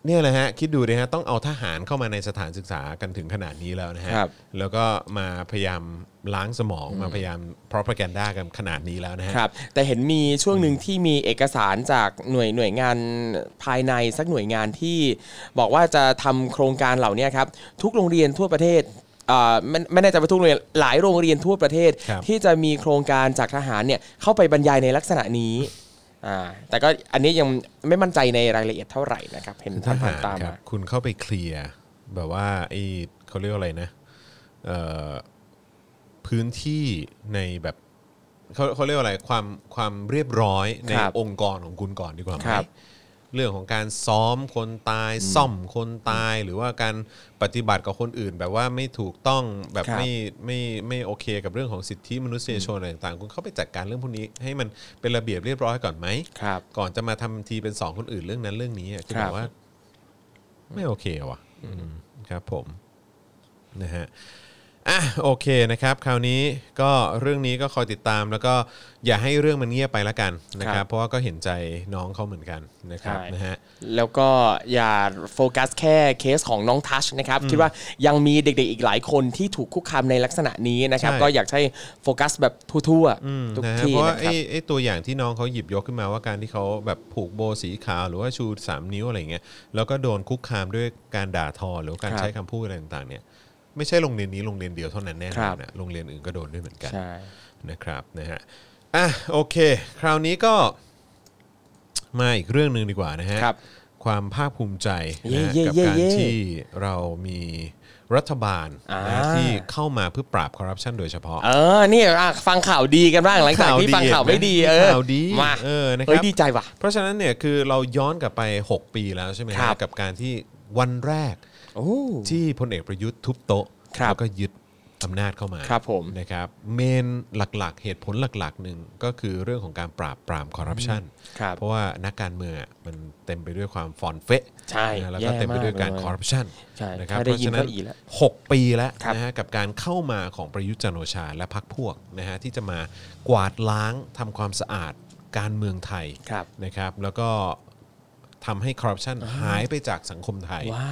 เนี่ยแหละฮะคิดดูดิฮะต้องเอาทหารเข้ามาในสถานศึกษากันถึงขนาดนี้แล้วนะฮะ
ครับ
แล้วก็มาพยายามล้างสมองมาพยายาม propaganda กันขนาดนี้แล้วนะฮะ
ครับ แต่เห็นมีช่วงหนึ่งที่มีเอกสารจากหน่วยหน่วยงานภายในสักหน่วยงานที่บอกว่าจะทำโครงการเหล่านี้ครับ ทุกโรงเรียนทั่วประเทศอ่าไม่ไม่แน่ใจว่าทุกโรงเรียนหลายโรงเรียนทั่วประเทศ
ครับ
ที่จะมีโครงการจากทหารเนี่ยเข้าไปบรรยายในลักษณะนี้อ่าแต่ก็อันนี้ยังไม่มั่นใจในรายละเอียดเท่าไหร่นะครับเห็น
ท
ผ่า
หาน ร
ๆตาม
ครั
มา
บคุณเข้าไปเคลียร์แบบว่าไอ้เขาเรียกว่าอะไรนะเอ่อพื้นที่ในแบบเขาเขาเรียกว่าอะไรความความเรียบร้อยใน
ครับ
องค์กรของคุณก่อนดีกว่าไหม
ครับ
เรื่องของการซ้อมคนตาย ซ่อมคนตาย หรือว่าการปฏิบัติกับคนอื่น แบบว่าไม่ถูกต้องแบบ
ครับ
ไม่ไม่ไม่โอเคกับเรื่องของสิทธิมนุษยชนอะไรต่างๆ คุณเข้าไปจัดการเรื่องพวกนี้ ให้มันเป็นระเบียบเรียบร้อยก่อนไหม
ครับ
ก่อนจะมาทำทีเป็นสองคนอื่นเรื่องนั้นเรื่องนี้อะคือ
ค
แบ
รับบ
ว่า ไม่โอเคว่ะอืมครับผมนะฮะอ่ะโอเคนะครับ คราวนี้ก็เรื่องนี้ก็คอยติดตาม แล้วก็อย่าให้เรื่องมันเงียบไปละกันนะค
ครั
รับ
บ
เพราะว่าก็เห็นใจน้องเขาเหมือนกันนะครับ
ใช่
นะฮะ
แล้วก็อย่าโฟกัสแค่เคสของน้องทัชนะครับ คิดว่ายังมีเด็กๆอีกหลายคนที่ถูกคุกคามในลักษณะนี้นะครับ
ใช่
ก็อยากให้โฟกัสแบบทั่ว
อืม
ๆทุก
นะฮะ
ที่
เพราะว่า
นะค
ไอ้
รับ
ไอ้ตัวอย่างที่น้องเขาหยิบยกขึ้นมาว่าการที่เขาแบบผูกโบสีขาวหรือว่าชู 3 นิ้วอะไรเงี้ยแล้วก็โดนคุกคามด้วยการด่าทอหรือว่าการ
ครับ
ใช้คำพูดอะไรต่างๆเนี่ยไม่ใช่โรงเรียนนี้โรงเรียนเดียวเท่านั้นแน่น
ครั
อน
บ
นะโรงเรียนอื่นก็โดนด้วยเหมือนกัน
ใช่
นะครับนะฮะอ่ะโอเค คราวนี้ก็ มาอีกเรื่องหนึ่งดีกว่านะฮะ
ครับ
ความภาคภูมิใจ
เย่
นะฮะ
เย่
กับ
เย่
การ
เย่
ที่เรามีรัฐบาลนะฮะ
อ่า
ที่เข้ามาเพื่อปราบคอร์รัปชันโดยเฉพาะ
เออนี่อ่ะฟังข่าวดีกันบ้างหลังจากที่ฟังข่าวไม่ดีเออ
ข่าวดี
มา
เออนะค
เฮ้ย
รับ
ดีใจว่ะ
เพราะฉะนั้นเนี่ยคือเราย้อนกลับไป 6 ปีแล้วใช่ไหม
ครับ
กับการที่วันแรก
โอ้
ที่พลเอกประยุทธ์ทุบโต๊ะ
ครับ
แล้วก็ยึดอำนาจเข้ามา
ครับผม
นะครับเมนหลักๆ เหตุผลหลักๆหนึ่งก็คือเรื่องของการปราบปรามคอร์รัปชัน
ครับ
เพราะว่านักการเมืองอ่ะมันเต็มไปด้วยความฟอนเฟะ
ใช่
นะแล้ว
แย่
ก็เต็มไปด้วยการ
มากเลย
คอร์รัปชัน
ใช่
นะครับ
ถ้า
เพ
ได้
ราะ
ยิน
ฉะนั้
ก็
น
อีแล้ว
หกปีแล้ว
ครับ
นะฮะกับการเข้ามาของประยุทธ์จันทร์โอชาและพรรคพวกนะฮะที่จะมากวาดล้างทำความสะอาดการเมืองไทย
ครับ
นะครับแล้วก็ทำให้คอร์รัปชันหายไปจากสังคมไทย
ว้า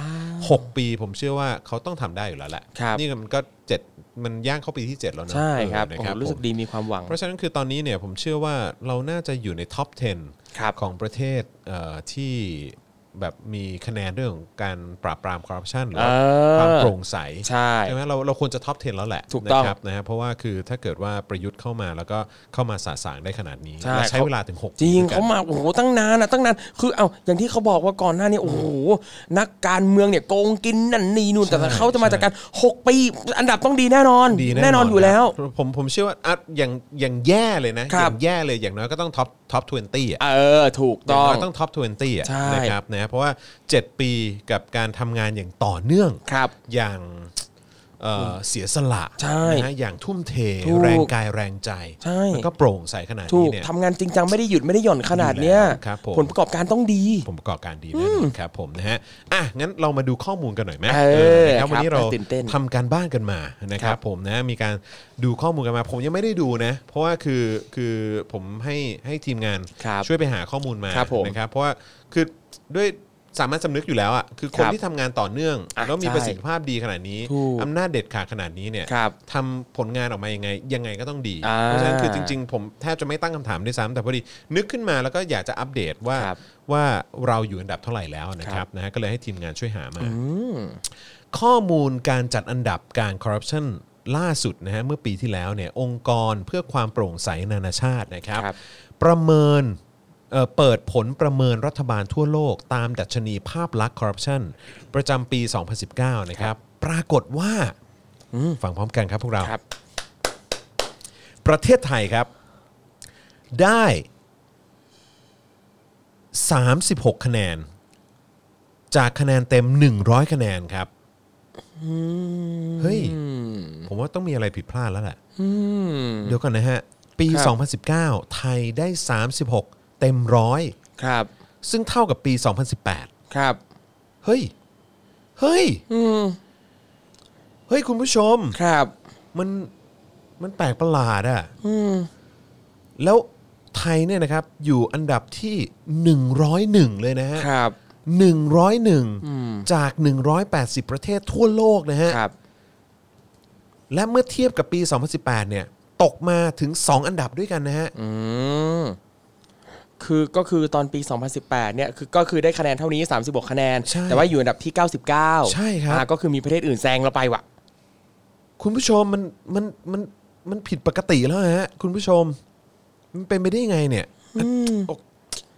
ว
6 ปีผมเชื่อว่าเขาต้องทำได้อยู่แล้วแหละ
ครับ นี่
นี่มันก็เจ็ดมันย่างเข้าปีที่ 7 แล้วเนอะ
ใช่ครับ
เออนะ
โอ้
ครับ
รู้สึก
ผม
ดีมีความหวัง
เพราะฉะนั้นคือตอนนี้เนี่ยผมเชื่อว่าเราน่าจะอยู่ในท็อป
ครับ
10 ของประเทศเอ่อที่แบบมีคะแนนเรื่องของการปราบปรามคอร์รัปชันหรือว่า
เออ
ความโปร่งใส
ใช่
ใช่ไหมเราเราควรจะท็อป 10 แล้วแหละ
ถูกต้อง
นะครับนะฮะเพราะว่าคือถ้าเกิดว่าประยุทธ์เข้ามาแล้วก็เข้ามาสะสางได้ขนาดนี้
ใช่
และใช้เวลาถึง 6
จริงเขามาโอ้โหตั้งนานนะตั้งนานคือเอาอย่างที่เขาบอกว่าก่อนหน้านี้โอ้โหนักการเมืองเนี่ยโกงกินนั่นนี่นู่นแต่
ใช่
เขาจะมา
ใช่
จากการหกปีอันดับต้องดีแน่นอน
ดี
นอนอยู่แล้ว
ครับผมผมเชื่อว่าอ่ะอย่างอย่างแย่เลยนะ
ค
อ
รั
ย่า
บ
งแย่เลยอย่างน้อยก็ต้องท็อปท็อป20อ่ะ
เออถูก
อย่าง
ต้อง
น้อยต้องท็อป20อ่ะ
ใช่
นะครับนะเพราะว่า 7 ปีกับการทำงานอย่างต่อเนื่อง
ครับ
อย่างเอ่ออเสียสละ
ใช่
นะฮะอย่างทุ่มเท
ถูก
แรงกายแรงใจ
ใช่
แล้วก็โปร่งใสขนาด
ถู
นี้
ก
เนี่ย
ทำงานจริงจังไม่ได้หยุดไม่ได้หย่อนขนาดเนี้ย
อยู่แล้วครับผม
ผลประกอบการต้องดี
ผมประกอบการดีแน่นอนครับผมนะฮะ อ่ะ งั้นเรามาดูข้อมูลกันหน่อยไหม
เออ
นะครับ
ครับ
วันนี้เรา
ตื่นเต้น
ทำการบ้านกันมานะค
ค
รั
รั
บบ ผมนะ มีการดูข้อมูลกันมา ผมยังไม่ได้ดูนะ เพราะว่าคือคือผมให้ให้ทีมงาน
ครับ
ช่วยไปหาข้อมูลมา
ครับผม
นะครับ เพราะว่าคือด้วยสามารถสำนึกอยู่แล้วอ่ะ คือคน
ครับ
ที่ทำงานต่อเนื่อง
อ่ะ
แล้วมี
ใช่
ประสิทธิภาพดีขนาดนี้
ถูก
อำนาจเด็ดขาดขนาดนี้เนี่ย
ครับ
ทำผลงานออกมายังไง ยังไงก็ต้องดี
อ่า
เพราะฉะนั้นคือจริง ๆ ผมแทบจะไม่ตั้งคำถามด้วยซ้ำแต่พอดีนึกขึ้นมาแล้วก็อยากจะอัปเดตว่า
ครับ
ว่าเราอยู่อันดับเท่าไหร่แล้วนะค
ครั
รับบ นะฮะก็เลยให้ทีมงานช่วยหามา
อืม
ข้อมูลการจัดอันดับการคอร์รัปชันล่าสุดนะฮะเมื่อปีที่แล้วเนี่ยองค์กรเพื่อความโปร่งใสนานาชาตินะครับ
ครับ
ประเมินเอ่อเปิดผลประเมินรัฐบาลทั่วโลก ตามดัชนีภาพลักษณ์คอร์รัปชันประจำปี 2019 นะครับ ปรากฏว่าฟังพร้อมกันครับพวกเรา
ครับ
ประเทศไทยครับ ได้ 36 คะแนน จากคะแนนเต็ม 100 คะแนนครับเฮ้ย ผมว่าต้องมีอะไรผิดพลาดแล้วแหละ
อืม
เดี๋ยวก่อนนะฮะ ปี
ครับ
2019 ไทยได้ 36 เต็มร้อย
ครับ
ซึ่งเท่ากับปี 2018
ครับ
เฮ้ย เฮ้ย
อืม
เฮ้ย คุณผู้ชม
ครับ
มันมันแปลกประหลาดอะ
อืม
แล้วไทยเนี่ยนะครับ อยู่อันดับที่ 101 เลยนะฮะ
ครับ อืม
101 จาก 180 ประเทศทั่วโลกนะฮะ
ครับ
และเมื่อเทียบกับปี 2018 เนี่ย ตกมาถึง 2 อันดับด้วยกันนะฮะ
อืมคือก็คือตอนปี 2018 เนี่ยคือก็คือได้คะแนนเท่านี้ 36 คะแนน
ใช่
แต่ว่าอยู่อันดับที่ 99
ใช่ครับ
อ่าก็คือมีประเทศอื่นแซงเราไปว่ะ
คุณผู้ชมมันมันมันมันผิดปกติแล้วฮะ คุณผู้ชม มันเป็นไปได้ยังไงเนี่ยโอ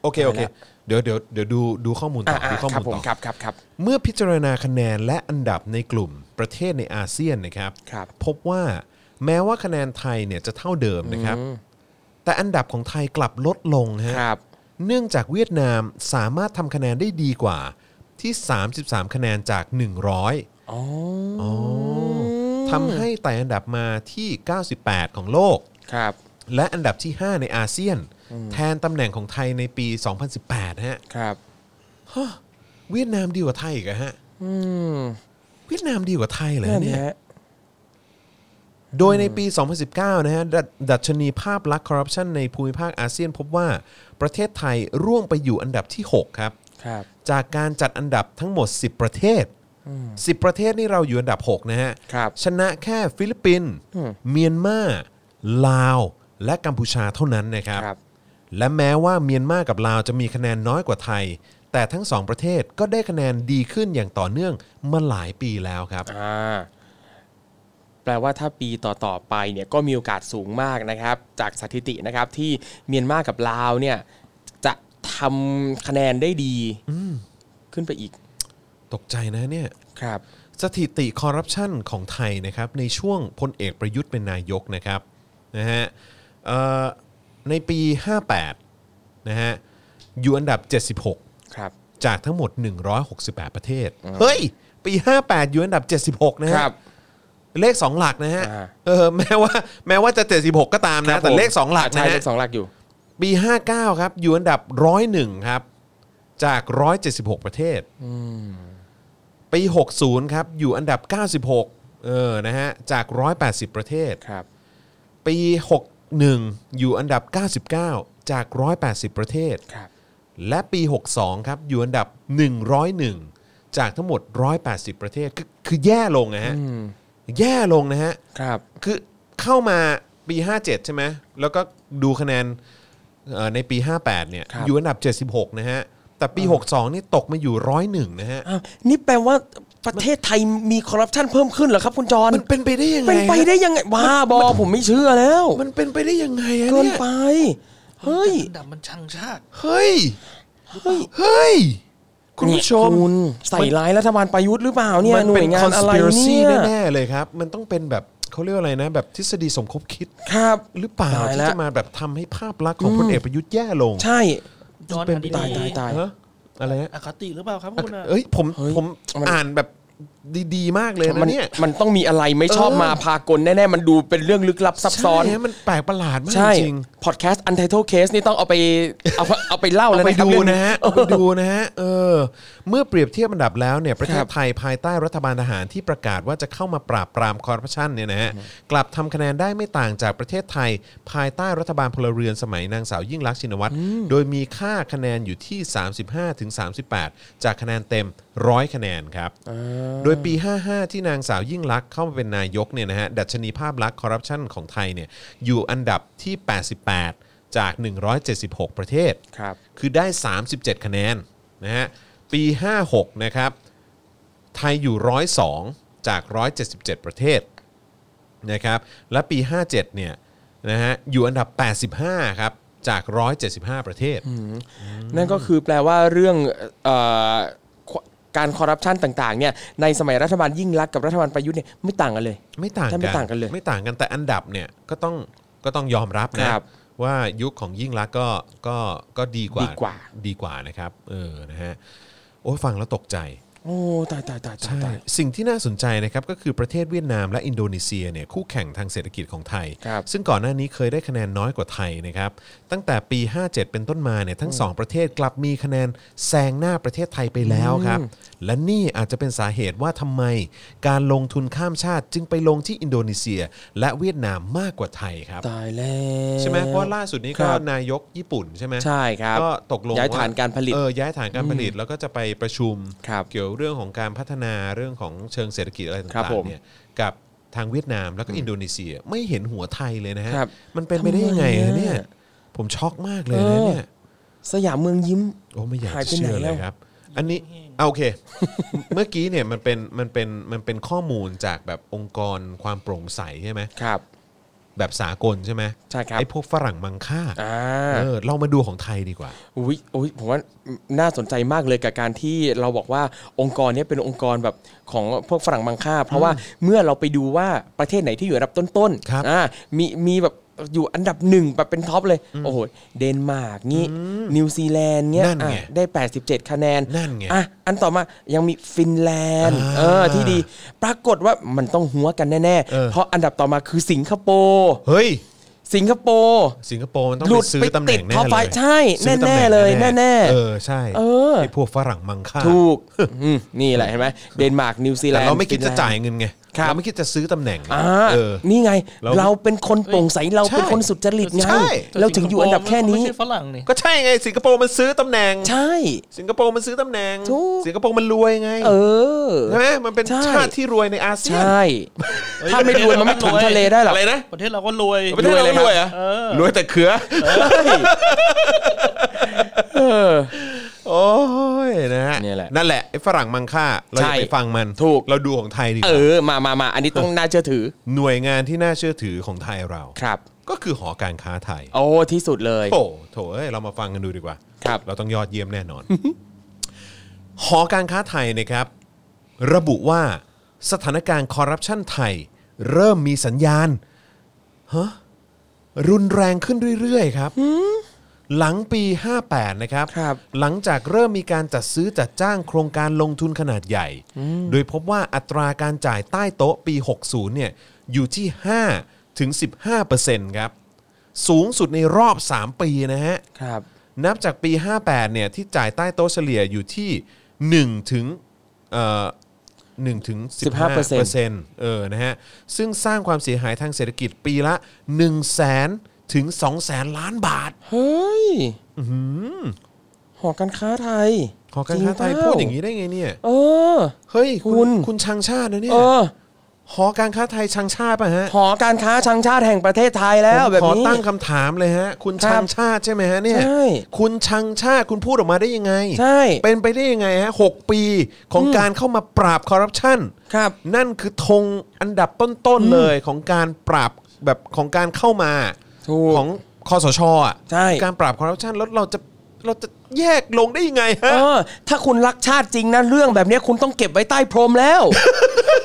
โอเค โอเค
ตายแล้ว
เดี๋ยวเดี๋ยวเดี๋ยวดูดูข้อมูลต่
อ่า
อดูข้อ
ครั
มูล
บผม
ต่อ
ครับครับครับ
เมื่อพิจารณาคะแนนและอันดับในกลุ่มประเทศในอาเซียนนะครับ
ครับ
พบว่าแม้ว่าคะแนนไทยเนี่ยจะเท่าเดิมนะครับ แต่อันดับของไทยกลับลดลงฮะ
ครับ
เนื่องจากเวียดนามสามารถทำคะแนนได้ดีกว่าที่ 33 คะแนนจาก 100
อ๋อ
อ๋อทำให้ไต่อันดับมาที่ 98 ของโลก
ครับ
และอันดับที่ 5 ในอาเซียน แทนตำแหน่งของไทยในปี 2018ฮะ
ครับ
เวียดนามดีกว่าไทยอีกเหรอฮะ
อืม
เวียดนามดีกว่าไทยเหรอ
นั่น
เนี่ย
ฮะ
โดยในปี 2019 นะฮะดดัชนีภาพลักษณ์คอร์รัปชันในภูมิภาคอาเซียน พบว่าประเทศไทยร่วงไปอยู่อันดับที่ 6 ครับ
ครับ
จากการจัดอันดับทั้งหมด 10 ประเทศ 10 ประเทศนี่เราอยู่อันดับ 6 นะฮะ
ครับ
ชนะแค่ฟิลิปปินส์
อืม
เมียนมาลาว และกัมพูชาเท่านั้นนะครับ
ครับ
และแม้ว่าเมียนมากับลาวจะมีคะแนนน้อยกว่าไทย แต่ทั้งสองประเทศก็ได้คะแนนดีขึ้นอย่างต่อเนื่องมาหลายปีแล้วครับ
อ่าแปลว่าถ้าปีต่อ ๆ ไปเนี่ยก็มีโอกาสสูงมากนะครับ จากสถิตินะครับที่เมียนมากับลาวเนี่ย จะทำคะแนนได้ดีขึ้นไปอีก
ตกใจนะเนี่ย
ครับ
สถิติคอร์รัปชันของไทยนะครับในช่วงพลเอกประยุทธ์เป็นนายกนะครับนะฮะเอ่อในปี 58นะฮะอยู่อันดับ 76
ครับ
จากทั้งหมด 168 ประเทศ เฮ้ย ปี 58 อยู่อันดับ 76 นะ
ค
ฮะ
รับ
เลข 2 หลักนะฮะ
อ่า
เออแม้ว่าแม้ว่าจะ 76 ก็ตาม
ครั
นะ
บ
แต่
ผม
เลข 2 หลัก
ใช่
นะ
เล
ฮะ
ขสองหลักอยู่
ปี 59 ครับอยู่อันดับ 101 ครับ จาก 176 ประเทศ
อืม
ปี 60 ครับ อยู่อันดับ 96 เออ นะฮะ จาก 180 ประเทศ
ครับ
ปี 61 อยู่อันดับ 99 จาก 180 ประเทศ
ครับ
และปี 62 ครับ อยู่อันดับ 101 จากทั้งหมด 180 ประเทศ คือคือแย่ลงนะฮะ
อืม
แย่ลงนะฮะ
ครับ
คือเข้ามาปี 57 ใช่ไหม แล้วก็ดูคะแนนเอ่อในปี 58 เนี่ย
ครับ
อยู่อันดับ 76 นะฮะ แต่ปี 62 นี่ตกมาอยู่ 101 นะฮะ
อ้าวนี่แปลว่าประเทศไทยมีคอร์รัปชันเพิ่มขึ้นเหรอครับคุณจร
มันเป็นไปได้ยังไง
เป็นไป
ฮะ
ได้ยังไงบ้าบอผมไม่เชื่อแล้ว
มันเป็นไปได้ยังไงอะ
เกิน
เนี่ย
ไป เฮ้ย
อันดับมันช่างชาติ
เฮ้ย เฮ้ย คุณผู้ชม
เนี่ยคุณใส่ร้ายรัฐบาลประยุทธ์หรือเปล่าเนี่ย
มั
หน่
เป็
วย
น
งานอะไร
conspiracy
เนี่ย
แน่ๆเลยครับ มันต้องเป็นแบบเขาเรียกว่าอะไรนะ แบบทฤษฎีสมคบคิด
ครับ
หรือเปล่า
ตาย
ที่
แล้ว
จะมาแบบทำให้ภาพลักษณ์ของพลเอกประยุทธ์แย่ลง
ใช่
ย้อน
เป็น
อัน
ไป
นี้
ตายตายตาย
ฮะอะไรฮะ
อคติหรือเปล่าครับคุณอะ
เอ้ยผม
เฮ้ย
ผม
มัน
อ่านแบบดีๆ มากเลย
มั
นะ
น
เนี่ย
มันต้องมีอะไรไม่ชอบ
เออ
มาพากลแน่ๆ มันดูเป็นเรื่องลึกลับซับซ้อน
ใช่ฮะมันแปลกประหลาดมาก
ใช่
จริง
พอดแคสต์ Untitled Case นี่ต้องเอาไปเอาเอาไป เล่าแล้ว
ไป
นะครั
ดู
บเรื่อง
นะฮะเอาไปดูนะฮะเออ เมื่อเปรียบเทียบอันดับแล้วเนี่ยประเท
ครั
ศ
บ
ไทยภายใต้รัฐบาลทหารที่ประกาศว่าจะเข้ามาปราบปรามคอร์รัปชันเนี่ยนะฮะกลับทำคะแนนได้ไม่ต่างจากประเทศไทย ภายใต้รัฐบาลพลเรือนสมัยนางสาวยิ่งลักษณ์ชินวัตรโดยมีค่าคะแนนอยู่ที่ 35ถึง38 จากคะแนนเต็ม 100 คะแนนครับ โดยปี 55 ที่นางสาวยิ่งลักษณ์เข้ามาเป็นนายกเนี่ยนะฮะดัชนีภาพลักษณ์คอร์รัปชันของไทยเนี่ยอยู่อันดับที่ 88 จาก 176 ประเทศ
ครับ
คือได้ 37 คะแนนนะฮะ ปี 56 นะครับ ไทยอยู่ 102 จาก 177 ประเทศนะครับ และปี 57 เนี่ยนะฮะ อยู่อันดับ 85 ครับ จาก 175 ประเทศ
นั่นก็คือแปลว่าเรื่องเอ่อการคอร์รัปชันต่างๆเนี่ยในสมัยรัฐบาลยิ่งรักษณ์กับรัฐบาลประยุทธ์เนี่ยไม่ต่างกันเลย
ไม่ต่างกั
แทบ
น
ไม่ต่างกันเลย
ไม่ต่างกัน แต่อันดับเนี่ยก็ต้องก็ต้องยอมรับนะครับว่ายุคของยิ่งรักษณ์ก็ก็ก็ดีกว่า
ดีกว่า
ดีกว่านะครับ เออ นะฮะ โอ้ยฟังแล้วตกใจ
โอ้ตายตายตายตาย
ใช่
ตาย
สิ่งที่น่าสนใจนะครับก็คือประเทศเวียดนามและอินโดนีเซียเนี่ยคู่แข่งทางเศรษฐกิจของไทย
ครับ
ซึ่งก่อนหน้านี้เคยได้คะแนนน้อยกว่าไทยนะครับตั้งแต่ปี 57 เป็นต้นมาเนี่ยทั้งสองประเทศกลับมีคะแนนแซงหน้าประเทศไทยไปแล้วครับและนี่อาจจะเป็นสาเหตุว่าทำไม การลงทุนข้ามชาติจึงไปลงที่อินโดนีเซีย และเวียดนามมากกว่าไทยครับ
ตายแล้ว
ใช่ไหมเพราะล่าสุดนี้
ค
ก็
รับ
นายกญี่ปุ่นใช่ไหม
ใช่ครับ
ก็ตกลง
ย้ายฐาน
ว่
การผลิต
เออย้ายฐานการผลิตแล้วก็จะไปประชุม
ครับ
เกี่ยวเรื่องของการพัฒนาเรื่องของเชิงเศรษฐกิจอะไร
ครับ
ต่าง
ผม
ๆเนี่ยกับทางเวียดนามแล้วก็อินโดนีเซียไม่เห็นหัวไทยเลยนะฮะ
ครับ
มันเป็นไปได้ยังไง
ทำไมอะ
ฮะเนี่ย ผมช็อกมากเลยนะ
เออ
เนี่ย
สยามเมืองยิ้ม
โอ้ไม่อยาก
หายไป
จะเชื่อ
ไหน
เล
แล้
ยว ครับ อันนี้เอา โอเค เมื่อกี้เนี่ยมันเป็นมันเป็นมันเป็นข้อมูลจากแบบองค์กรความโปร่งใสใช่ไหม
ครับ
แบบสากลใช่ไหม
ใช่ครับ
ไอ้พวกฝรั่งมังค่า
อ่า
เออเรามาดูของไทยดีกว่า
อุ้ยอุ้ยผมว่าน่าสนใจมากเลยกับการที่เราบอกว่าองค์กรเนี้ยเป็นองค์กรแบบของพวกฝรั่งมังค่า เพราะว่าเมื่อเราไปดูว่าประเทศไหนที่อยู่อันดับต้น
ครับ
ๆอ่ามีมีแบบอยู่อันดับหนึ่งแบบเป็นท็อปเลย โอ้โหเดนมาร์กงี้นิวซีแลนด์เงี้ย
นั่นไง
อ่ะได้ 87 คะแนน
นั่นไง
อ่ะอันต่อมายังมีฟินแลนด์
อ่า
เออที่ดีปรากฏว่ามันต้องหัวกันแน่
เออ
ๆเพราะอันดับต่อมาคือสิงคโปร์
เฮ้ย
สิงคโปร์
สิงคโปร์มันต้อง
หลุ
ไป
ด
ซื้อตำแหน่ง
ไปติด
แน่
top
เล
five
ย
ใช่
ซื้อตำหง
แน่ๆเลยแน่ๆ
เออใช่
เออ
ไอ้พวกฝรั่งมังค่า
ถูกอืมนี่แหละเห็นไหมเดนมาร์กนิวซีแล
แต่
นด์
เราไม่คิดจะ
ฟินแลน
จ่ายเงินไง
ครับ
เราไม่คิดจะซื้อตำแหน่งไง
อ่า
เออ
นี่ไง
เรา
เราเป็นคนโปร่งใสเราเป็นคนสุจริตไง
ใช่
เราถึงอยู่อันดับแค่นี้
ไม่ใช่ฝรั่งนี่
ก็ใช่ไงสิงคโปร์มันซื้อตำแหน่ง
ใช่
สิงคโปร์มันซื้อตำแหน่ง
ถูก
สิงคโปร์มันรวยไง
เออ
ใช่ไหมมันเป็น
ใช่
ชาติที่รวยในอาเซียน
ใช่ ถ้าไม่รวยมันไม่ถึงทะเลได้หรอก
อะไรนะ
ประเทศเราก็รวย
ประเทศเรารวยเหรอ
เออ
รวยแต่เขือ
เออ
โอ้ยนะฮะ
เนี่ยแหละ
นั่นแหละไอ้ฝรั่งมังค่าเราอย่า
ใช่
ไปฟังมัน
ถูก
เราดูของไทยดีก
เ
ว่า
ออ มามามาอันนี้ต้องน่าเชื่อถือ
หน่วยงานที่น่าเชื่อถือของไทยเรา
ครับ
ก็คือหอการค้าไทย
โอ้ที่สุดเลย
โอ้โถเอ้ย เรามาฟังกันดูดีกว่า
ครับ
เราต้องยอดเยี่ยมแน่นอน หอการค้าไทยนะครับ ระบุว่าสถานการณ์คอร์รัปชันไทย เริ่มมีสัญญาณฮะรุนแรงขึ้นเรื่อยๆ ครับ หลังปี 58 นะครับ
ครับ
หลังจากเริ่มมีการจัดซื้อจัดจ้างโครงการลงทุนขนาดใหญ่ โดยพบว่าอัตราการจ่ายใต้โต๊ะปี 60 เนี่ย อยู่ที่ 5 ถึง 15%ครับ สูงสุดในรอบ 3 ปีนะฮะ
ครับ
นับจากปี 58 เนี่ย ที่จ่ายใต้โต๊ะเฉลี่ยอยู่ที่1ถึงเอ่อ1ถึง15
15%
เปอร์เซ็นต์เออ นะฮะ ซึ่งสร้างความเสียหายทางเศรษฐกิจปีละ1 0 0 0 0แสนถึง2 0 0แสนล้านบาท
เฮ้ยหอการค้าไทย
ขอการค้าไทย
จเปล่
พูดอย่างนี้ได้ไงเนี่ย
เออ
เฮ้ย
คุ
คุณ ณคุณชังชาตินะเนี่ย
เออ
หอการค้าไทยชังชาติป่ะฮะ
หอการค้าชังชาติแห่งประเทศไทยแล้ว
ผม
แบบ
ขอ
นี้
ตั้งคำถามเลยฮะ คุณ
ครับ
ชังชาติใช่ไหมฮะเนี่ย
ใช่
คุณชังชาติคุณพูดออกมาได้ยังไง
ใช่
เป็นไปได้ยังไงฮะหกปีของการเข้ามาปราบคอร์รัปชัน
ครับ
นั่นคือธงอันดับต้น ๆ เลยของการปราบแบบของการเข้ามา
ถูก
ของคอสชอ่ะ
ใช่
การปราบคอร์รัปชันแล้วเราจะเราจะแยกลงได้ยังไงฮะ
เออ ถ้าคุณรักชาติจริงนะเรื่องแบบเนี้ยคุณต้องเก็บไว้ใต้พรมแล้ว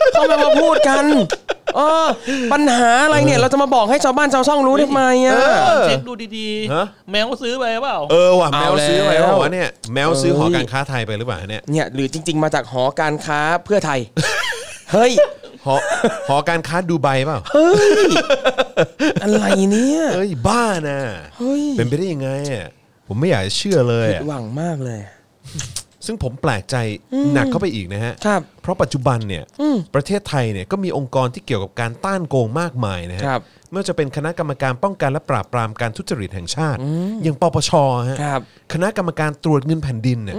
เขาไม่มาพูดกัน เออ ปัญหาอะไรเนี่ย เราจะมาบอกให้ชาวบ้านชาวช่องรู้ได้ไหมอ่ะ
เช็คดูดี
ฮะ
ๆ แมวซื้อไปเปล่า
เออว่ะแมว
เอาแล้ว
ซื้อไปแล้ววะเนี่ยแมวซื้อหอ
เอ้ย
การค้าไทยไปหรือเปล่าเนี่ย
เนี่ยหรือจริง ๆ มาจากหอการค้าเพื่อไทย เฮ้ย
หอ หอการค้าดูไบเปล่า
เฮ้ย อะไรเนี่ย
เอ้ยบ้านะ
เฮ้ย
เป็นไปได้ยังไงอะผมไม่อยากจะเชื่อเลย
ผิ
อะ
ดหวังมากเลย
ซึ่งผมแปลกใจหนักเข้าไปอีกนะฮะ
ครับ
เพราะปัจจุบันเนี่ยประเทศไทยเนี่ยก็มีองค์กรที่เกี่ยวกับการต้านโกงมากมายนะฮะ
ครับ
ไม่ว่าจะเป็นคณะกรรมการป้องกันและปราบปรามการทุจริตแห่งชาติ อย่างปปชฮะ
ครับ
คณะกรรมการตรวจเงินแผ่นดินเนี่ย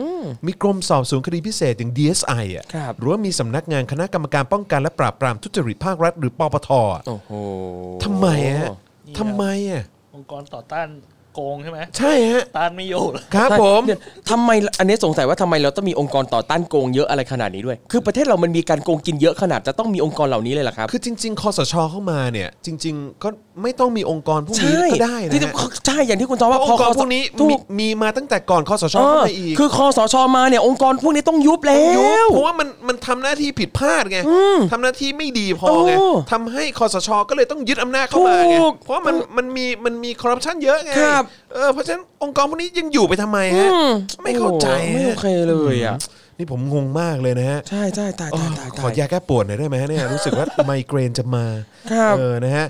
มีกรมสอบสวนคดีพิเศษอย่าง DSI อ่ะ
ครับ
หรือว่ามีสำนักงานคณะกรรมการป้องกันและปราบปรามทุจริตภาครัฐ หรือปปทอะ
โอ้โห
ทำไมฮะ
นี่
ทำไมอ่ะ
องค์กรต่อต้านโกงใช่ไหม
ใช่ฮะ
ต้านไม่อยู่
ครับผม
เดี๋ยวทำไมอันนี้สงสัยว่าทำไมเราต้องมีองค์กรต่อต้านโกงเยอะอะไรขนาดนี้ด้วย คือประเทศเรามันมีการโกงกินเยอะขนาดจะต้องมีองค์กรเหล่านี้เลยเหรอครับ
คือจริง ๆ คอสชเข้ามาเนี่ย จริง ๆ ก็ ไม่ต้องมีองค์กรพวกนี้
ใช่
ก็ได้นะ
ที่จะ
ฮะ
ใช่อย่างที่คุณจอ
เพ
ว่า
ราะองค์กรพวกนี้
ถู
มี
ก
มีมาตั้งแต่ก่อนคอสช
เออ
เข้ามาอีก
คือคอสชมาเนี่ยองค์กรพวกนี้ต้องยุบแล้
ยุบ
ว
เพราะว่ามันมันทำหน้าที่ผิดพลาดไงทำหน้าที่ไม่ดีพอไง
โอ้
ทำให้คอสชก็เลยต้องยึดอำนาจเข้ามาไง
ถูก
เพราะมันมันมีมันมีคอร์รัปชันเยอะไง
ครับ
เออเพราะฉะนั้นองค์กรพวกนี้ยังอยู่ไปทำไมฮะไม่เข้าใจ
โอ้โหไม่
ฮะ
โอเคเลยอ่ะ
นี่ผมงงมากเลยนะฮะ
ใช่ใช่ตายตายตาย
ขอ
ตาย
ยาแก้ปวดหน่อยได้ไหมฮะเนี่ย รู้สึกว่า ไมเกรนจะมา
ครับ
เออนะฮะ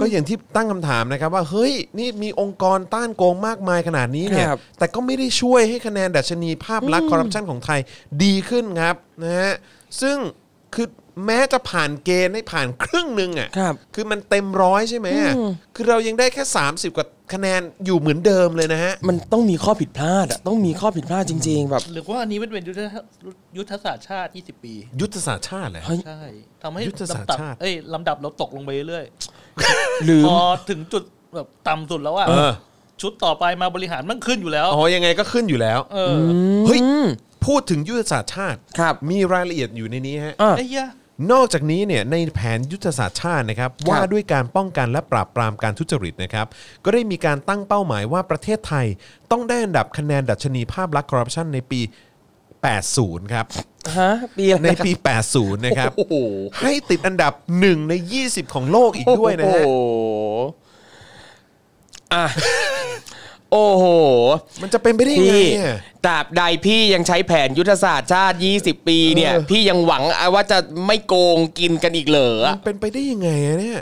ก็อย่างที่ตั้งคำถามนะครับว่า เฮ้ย นี่มีองค์กรต้านโกงมากมายขนาดนี้เนี่ย
ครับ
แต่ก็ไม่ได้ช่วยให้คะแนนดัชนีภาพลักษณ์คอร์รัปชันของไทยดีขึ้นครับนะฮะซึ่งคือแม้จะผ่านเกณฑ์ให้ผ่านครึ่งหนึ่งอ่ะ
ครับ
คือมันเต็มร้อยใช่ไหมอะคือเรายังได้แค่ 30 กว่าคะแนนอยู่เหมือนเดิมเลยนะฮะ
มันต้องมีข้อผิดพลาดอ่ะต้องมีข้อผิดพลาดจริง ๆ แบบ
หรือว่าอันนี้มันเป็นยุทธศาสตร์ยุทธศาสตร์ชาติ 20 ปี
ยุทธศาสตร์ชาติเลย
เฮ้ย
ใช่ทำให้
ยุทธศาสตร์
ลำดับ
ชาติ
เอ้ยลำดับเราตกลงไปเรื่อย
ลื
ๆ
ม
พอถึงจุดแบบต่ำสุดแล้วอะ
เออ
ชุดต่อไปมาบริหารมันขึ้นอยู่แล้ว
อ๋อยังไงก็ขึ้นอยู่แล้ว
เอออ
เฮ้ย พูดถึงยุทธศาสตร์ชาติ
ครับ
มีรายละเอียดอยู่ในนี้ฮะ
อ่ะ
ไอ้เหี้ยะ
นอกจากนี้เนี่ยในแผนยุทธศาสตร์ชาตินะครับว่าด้วยการป้องกันและปราบปรามการทุจริตนะครับ ก็ได้มีการตั้งเป้าหมายว่าประเทศไทยต้องได้อันดับคะแนนดัชนีภาพลักษณ์คอร์รัปชันในปี 80 ครับ
ฮะปีอะไร
ใน
ครับ
ปี 80 นะครับ
โอ้โห
ให้ติดอันดับ 1 ใน 20 ของโลกอีกด้วยนะฮะ
โอ้โหอ่ะโอ้โห
มันจะเป็นไปได้ยังไง
พี่
เนี่ย
ตราบใดพี่ยังใช้แผนยุทธศาสตร์ชาติ 20 ปีเนี่ย
เออ
พี่ยังหวังว่าจะไม่โกงกินกันอีกเหรอ
มันเป็นไปได้ยังไงอะเนี่ย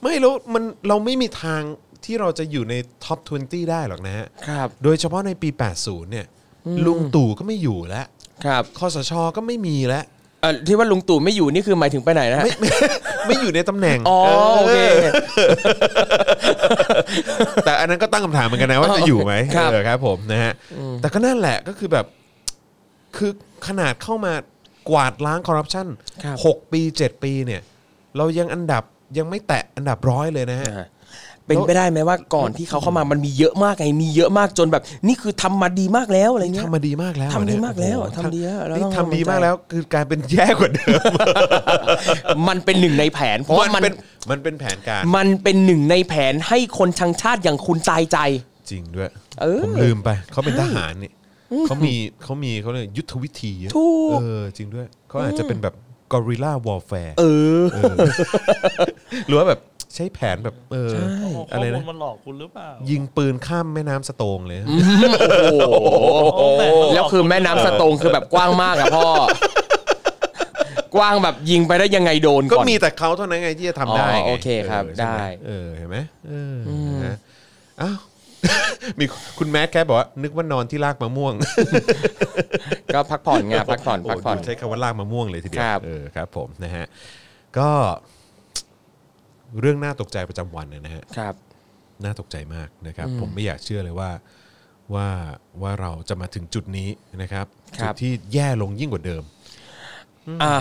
ไม่แล้วมันเราไม่มีทางที่เราจะอยู่ในท็อป 20 ได้หรอกนะฮะ
ครับ
โดยเฉพาะในปี 80 เนี่ย ลุงตู่ก็ไม่อยู่แล้ว
ครับ
คอสชก็ไม่มีแล้ว
เอ่อที่ว่าลุงตู่ไม่อยู่นี่คือหมายถึงไปไหนนะฮะ
ไม่ ไม่ไม่อยู่ในตำแหน่ง
อ๋อโอเค
แต่อันนั้นก็ตั้งคำถามเหมือนกันนะว่าจะอยู่ไหม
ครับ
เออครับผมนะฮะ แต่ก็นั่นแหละก็คือแบบ คือขนาดเข้ามากวาดล้างคอร์รัปชัน
ครับ
หกปี 7 ปีเนี่ย เรายังอันดับยังไม่แตะอันดับร้อยเลยนะฮะ
เป็นไปได้ไหมว่าก่อนที่เขาเข้ามามันมีเยอะมากไงมีเยอะมากจนแบบ นี่คือทำมาดีมากแล้วอะไรเงี้ย
ทำมาดีมากแล้ว
ทำดี
เนี่ย
มากแล้ว
โอ้โห
ทำดีแล้วเรา
นี่
ต้อง
ทำดี
กำลังใจ
มากแล้ว คือกลายเป็นแย่กว่าเดิม
มันเป็นหนึ่งในแผน เพราะว่ามัน
เป็นมันเป็นแผนการ
มันเป็นหนึ่งในแผนให้คนชังชาติอย่างคุณตายใจ
จริงด้วย
เออ
ผมลืมไป เขาเป็นทหารนี่เขามีเขามีเขาเลยกยุทธวิธีเยอะ
ถูก
เออจริงด้วย เขาอาจจะเป็นแบบกอริลลาวอลแฟร์
เออ
หรือว่าแบบใช้แผนแบบเออ
ข้
อะ
อ
ไร
มู
นะ
ลมันหลอกคุณหรือเปล่า
ยิงปืนข้ามแม่น้ำสโตงเลย
โอ้แม่งมันห
แล้
อ
ว
ก
คือแม่น้ำสตงคือแบบกว้างมากอะพ่อ กว้างแบบยิงไปได้ยังไงโดน
ก็
ก่อน
มีแต่เขาเท่านั้นไงที่จะทำได้ไง
อ๋อโอเคครับ
ออใช่หม
ได้
เออเห็นไหมเอออนะอ้าว มีคุณแม่แค่บอกว่า นึกว่านอนที่ลากมะม่วง
ก็พักผ่อนไงพักผ่อนพักผ่อน
โดูใช้คำว่าลากมะม่วงเลยทีเดียว
ครับ
เออครับ ผมนะฮะก็เรื่องน่าตกใจประจำวันเนยนะฮะ
ครับ
น่าตกใจมากนะครับ ผมไม่อยากเชื่อเลยว่าว่าว่าเราจะมาถึงจุดนี้นะครับ
ครั
จุ
บ
ดที่แย่ลงยิ่งกว่าเดิม
อ่ะ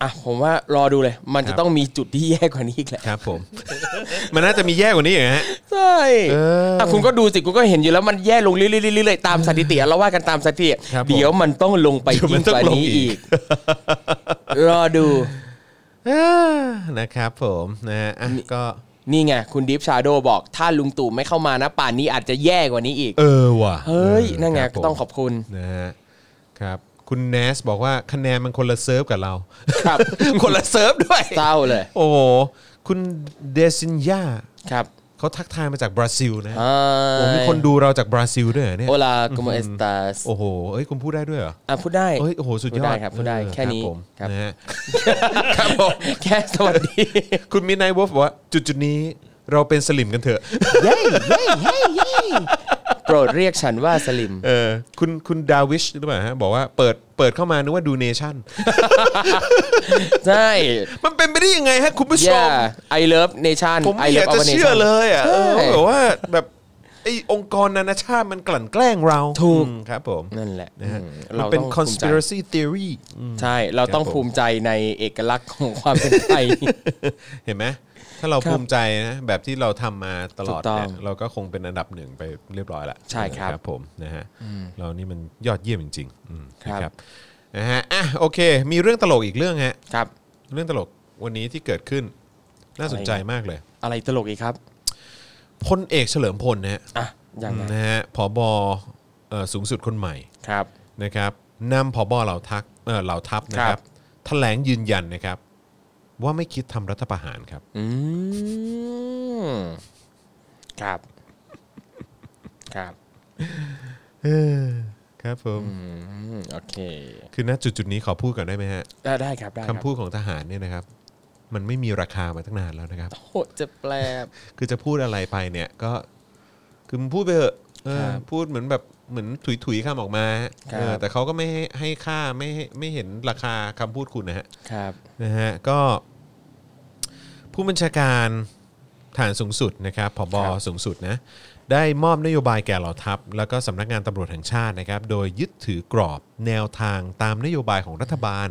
อ่ะผมว่ารอดูเลย มัน
ค
จะ
รับ
ต้องมีจุดที่แย่กว่านี้อีกแหละ
ครับ ผม มันน่าจะมีแย่กว่านี้อีกฮะ
ใช่
เอออ่
ะคุณก็ดูสิคุณก็เห็นอยู่แล้วมันแย่ลงเรื่อยๆเรื่อยๆตามสถิติเราว่ากันตามสถิติ
ครับผม
เดี๋ยวมันต้องลงไป
เดี๋ยวมั
ยิ่
น
ง
ต้อง
กว่านี้
ลงอี
อี
ก
ก รอดู
อ่านะครับ ผมนะฮะอ่ะก็
นี่ไงคุณดิฟชาโดบอก ถ้าลุงตู่ไม่เข้ามานะป่านนี้อาจจะแย่กว่านี้อีก
เออว่ะ
เฮ้ยนั่น
ค
ไง
รับ
ก็
ผม
ต้องขอบคุณ
นะฮะครับ คุณเนสบอกว่าคะแนนมันคนละเซิร์ฟกับเรา
ครับ
คนละเซิร์ฟด้วย
เศร้าเลย
โอ้โห คุณเดซินยา
ครับ
เขาทักทายมาจากบราซิลนะ
อ่า
โอ้มีคนดูเราจากบราซิลด้วยเหรอเนี่ย
โอลาโกโมเอสตาส
โอ้โห เอ้ย คุณพูดได้ด้วยเหรอ
อ่ะพูดได้
เอ้ย โอ้โห สุดย
พู
อ
ได้
ด
ครับพูดได้
เออ
แค่นี้
รับผม
ครับ
นะฮ ะ ครับผม
แค่สวัสดี
คุณมินาย w ว l ฟบอกว่าจุดจุดๆนี้เราเป็นสลิมกันเถอะ
เย้เย้เย้เย้โปรดเรียกฉันว่าสลิม
เออ คุณ คุณดาวิชหรือเปล่าฮะ บอกว่าเปิด เปิดเข้ามานึกว่าดูเนชั่น
ใช่
มันเป็นไปได้ยังไงฮะ คุณผู้ช
ย่าม ไอเลิฟเนชั่น
ผม
ไอ
ไม่อยา
เลิฟ
กจะ
อเวเน
เชื่อ
ชั่น
เลยอ่ะเออ
ใช่
แบบว่าแบบไอ้องค์กรนานาชาติมันกลั่นแกล้งเรา
ถูก
อืมครับผม
นั่นแหละ
นะฮะ
อืม
มันเป็น
ต้องภูมิใจ
conspiracy theory อืม
ใช่ เราต้อง
ครับผม
ภูมิใจในเอกลักษณ์ของความเป็นไทย
เห็นไหมถ้าเรา
ครับ
ภูมิใจนะแบบที่เราทำมาตลอด
ถูกต้อง
เนี่ยเราก็คงเป็นอันดับหนึ่งไปเรียบร้อยละ
ใช่ครับ
นะผมนะฮะเรานี่มันยอดเยี่ยมจริงๆอืม
ครับ
นะนะฮะอ่ะโอเค มีเรื่องตลกอีกเรื่องฮะ
ครับ
เรื่องตลกวันนี้ที่เกิดขึ้นน่าสนใจมากเลย
อะไรตลกอีกครับ
พลเอกเฉลิมพลนะฮะ
อ่ะยังไง
นะฮะผบเอ่อสูงสุดคนใหม่
ครับ
นะครับนำผบเหล่าทักเอ่อเหล่าทัพนะค
ครั
รับบ แถลงยืนยันนะครับ ว่าไม่คิดทำรัฐประหารครับ
อืมครับ ครับ
ครับผม
อืมโอเค
คือณจุดจุดๆนี้ขอพูดก่อนได้ไหมฮะ
ได้ได้ครับได้รับ
คำพูดของทหารเนี่ยนะครับ มันไม่มีราคามาตั้งนานแล้วนะครับ
โหเจะแปลบ
คือจะพูดอะไรไปเนี่ยก็คือมึงพูดไปเถอะเออ
ครับ
พูดเหมือนแบบเหมือนถุยถุยๆคำออกมาฮะ
ครับ
เออแต่เขาก็ไม่ให้ให้ค่าไม่ให้ไม่เห็นราคาคำพูดคุณนะฮะ
ครับ
นะฮะก็ ผู้บัญชาการฐานสูงสุดนะครับผบ
ครับ
สูงสุดนะได้มอบนโยบายแก่เหล่าทัพ แล้วก็สำนักงานตำรวจแห่งชาตินะครับ โดยยึดถือกรอบแนวทางตามนโยบายของรัฐบาล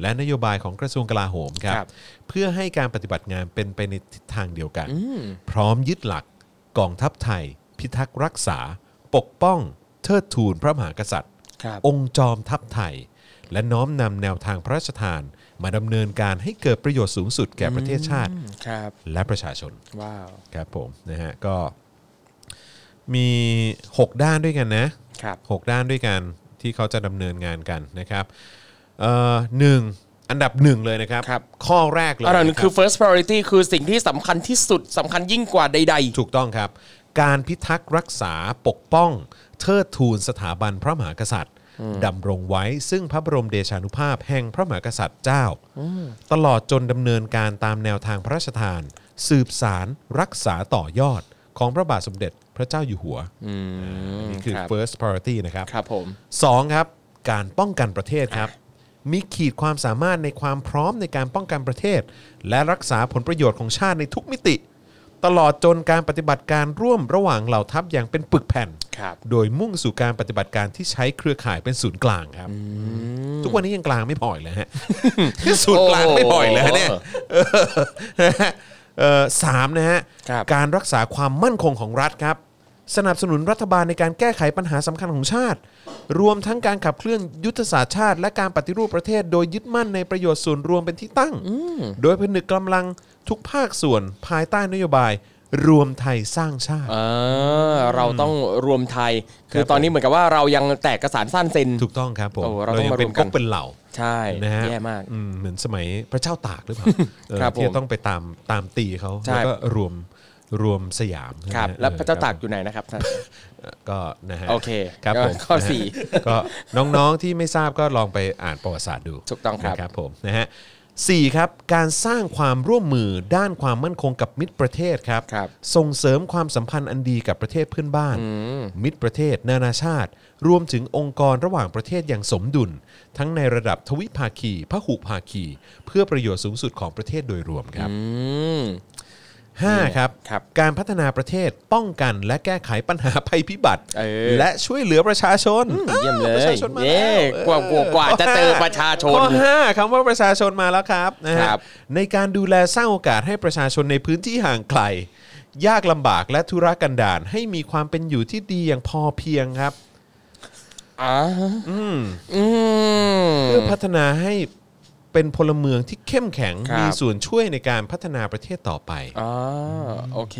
และนโยบายของกระทรวงกลาโหมครับ เพื่อให้การปฏิบัติงานเป็นไปในทิศทางเดียวกัน
อืม
พร้อมยึดหลักกองทัพไทย พิทักษ์รักษา ปกป้อง เทิดทูนพระมหากษัตริย์
ครับ
องค์จอมทัพไทย และน้อมนำแนวทางพระราชทาน มาดำเนินการให้เกิดประโยชน์สูงสุดแก่ประเทศชาติ
อืมครับ
และประชาชน
ว้าว
ครับผมนะฮะก็มี 6 ด้านด้วยกันนะ
ครับ
6 ด้านด้วยกันที่เขาจะดำเนินงานกันนะครับเอ่อหนึ่งอันดับหนึ่งเลยนะครับ
ครับ
ข้อแรกเลย
อันนั้น
นะรับ
คือ first priority คือสิ่งที่สำคัญที่สุดสำคัญยิ่งกว่าใด
ถูกต้องครับ การพิทักษ์รักษาปกป้อง เทิดทูนสถาบันพระมหากษัตริย์ดำรงไว้ซึ่งพระบรมเดชานุภาพแห่งพระมหากษัตริย์เจ้า ตลอดจนดำเนินการตามแนวทางพระราชทาน สืบสารรักษาต่อยอดของพระบาทสมเด็จพระเจ้าอยู่หัวอันนี่คือ
ครับ
first priority นะครับ
ๆ ครับผม
สองครับการป้องกันประเทศครับ มีขีดความสามารถในความพร้อมในการป้องกันประเทศ และรักษาผลประโยชน์ของชาติในทุกมิติ ตลอดจนการปฏิบัติการร่วมระหว่างเหล่าทัพอย่างเป็นปึกแผ่น
ครับ
โดยมุ่งสู่การปฏิบัติการที่ใช้เครือข่ายเป็นศูนย์กลางครับ ทุกวันนี้ยังกลางไม่พออีกเลยฮะ ศูนย์กลางไม่พออีกเลยเนี่ยเออนะฮะ เอ่อสามนะฮะ
ครับ
การรักษาความมั่นคงของรัฐครับ สนับสนุนรัฐบาลในการแก้ไขปัญหาสำคัญของชาติ รวมทั้งการขับเคลื่อนยุทธศาสตร์ชาติ และการปฏิรูปประเทศ โดยยึดมั่นในประโยชน์ส่วนรวมเป็นที่ตั้ง โดยผนึกกำลังทุกภาคส่วนภายใต้นโยบาย รวมไทยสร้างชาติ
เออเราต้องรวมไทย คือตอนนี้เหมือนกับว่าเรายังแตกกระสานสั้นเซน
ถูกต้องครับผม
โอ้เราต้อง
ยั
มารวมกัน
เป็นก๊กเป็นเหล่า
ใช่
นะฮะ
แย่มาก
อืมเหมือนสมัยพระเจ้าตากหรือเปล่าเออ
ครับ
ที่
ผม
จะต้องไปตามตามตีเขา
ใช่
แล้วก็รวมรวมสยาม
ครับ
นฮ
แล้วพระเจ้าตาก
ออ
อ
คบ
ยู่ไหนนะครับท่าน
ก็นะฮะ
โอเค
ครับผม
ข้อ
นะฮะ
สี่
ก็น้องๆที่ไม่ทราบก็ลองไปอ่านประวัติศาสตร์ดู
ถูกต้องครับ
นะครับผมนะฮะสี่ครับการสร้างความร่วมมือด้านความมั่นคงกับมิตรประเทศครับ
ครับ
ส่งเสริมความสัมพันธ์อันดีกับประเทศเพื่อนบ้าน มิตรประเทศ นานาชาติ รวมถึงองค์กรระหว่างประเทศอย่างสมดุล ทั้งในระดับทวิภาคีพหุภาคี เพื่อประโยชน์สูงสุดของประเทศโดยรวมครับ
อืม
5 ครับ
ครับ
การพัฒนาประเทศป้องกันและแก้ไขปัญหาภัยพิบัติ
เออ
และช่วยเหลือประชาชนอ้าว
เยี่ยมเล
ประ
ย
ชาชนมา
เย้
แล้ว
กว่ากว่ากว่าจะเจอประชาชน
ข้อ5คำว่าประชาชนมาแล้วครับนะฮะ
ครับ
ในการดูแลสร้างโอกาสให้ประชาชนในพื้นที่ห่างไกล ยากลำบากและธุรกันดารให้มีความเป็นอยู่ที่ดีอย่างพอเพียงครับ
อ่า
อืม
อืม
เพื่อพัฒนาให้เป็นพลเมืองที่เข้มแข็ง
ครับ
มีส่วนช่วยในการพัฒนาประเทศต่อไป
อ่าโอเค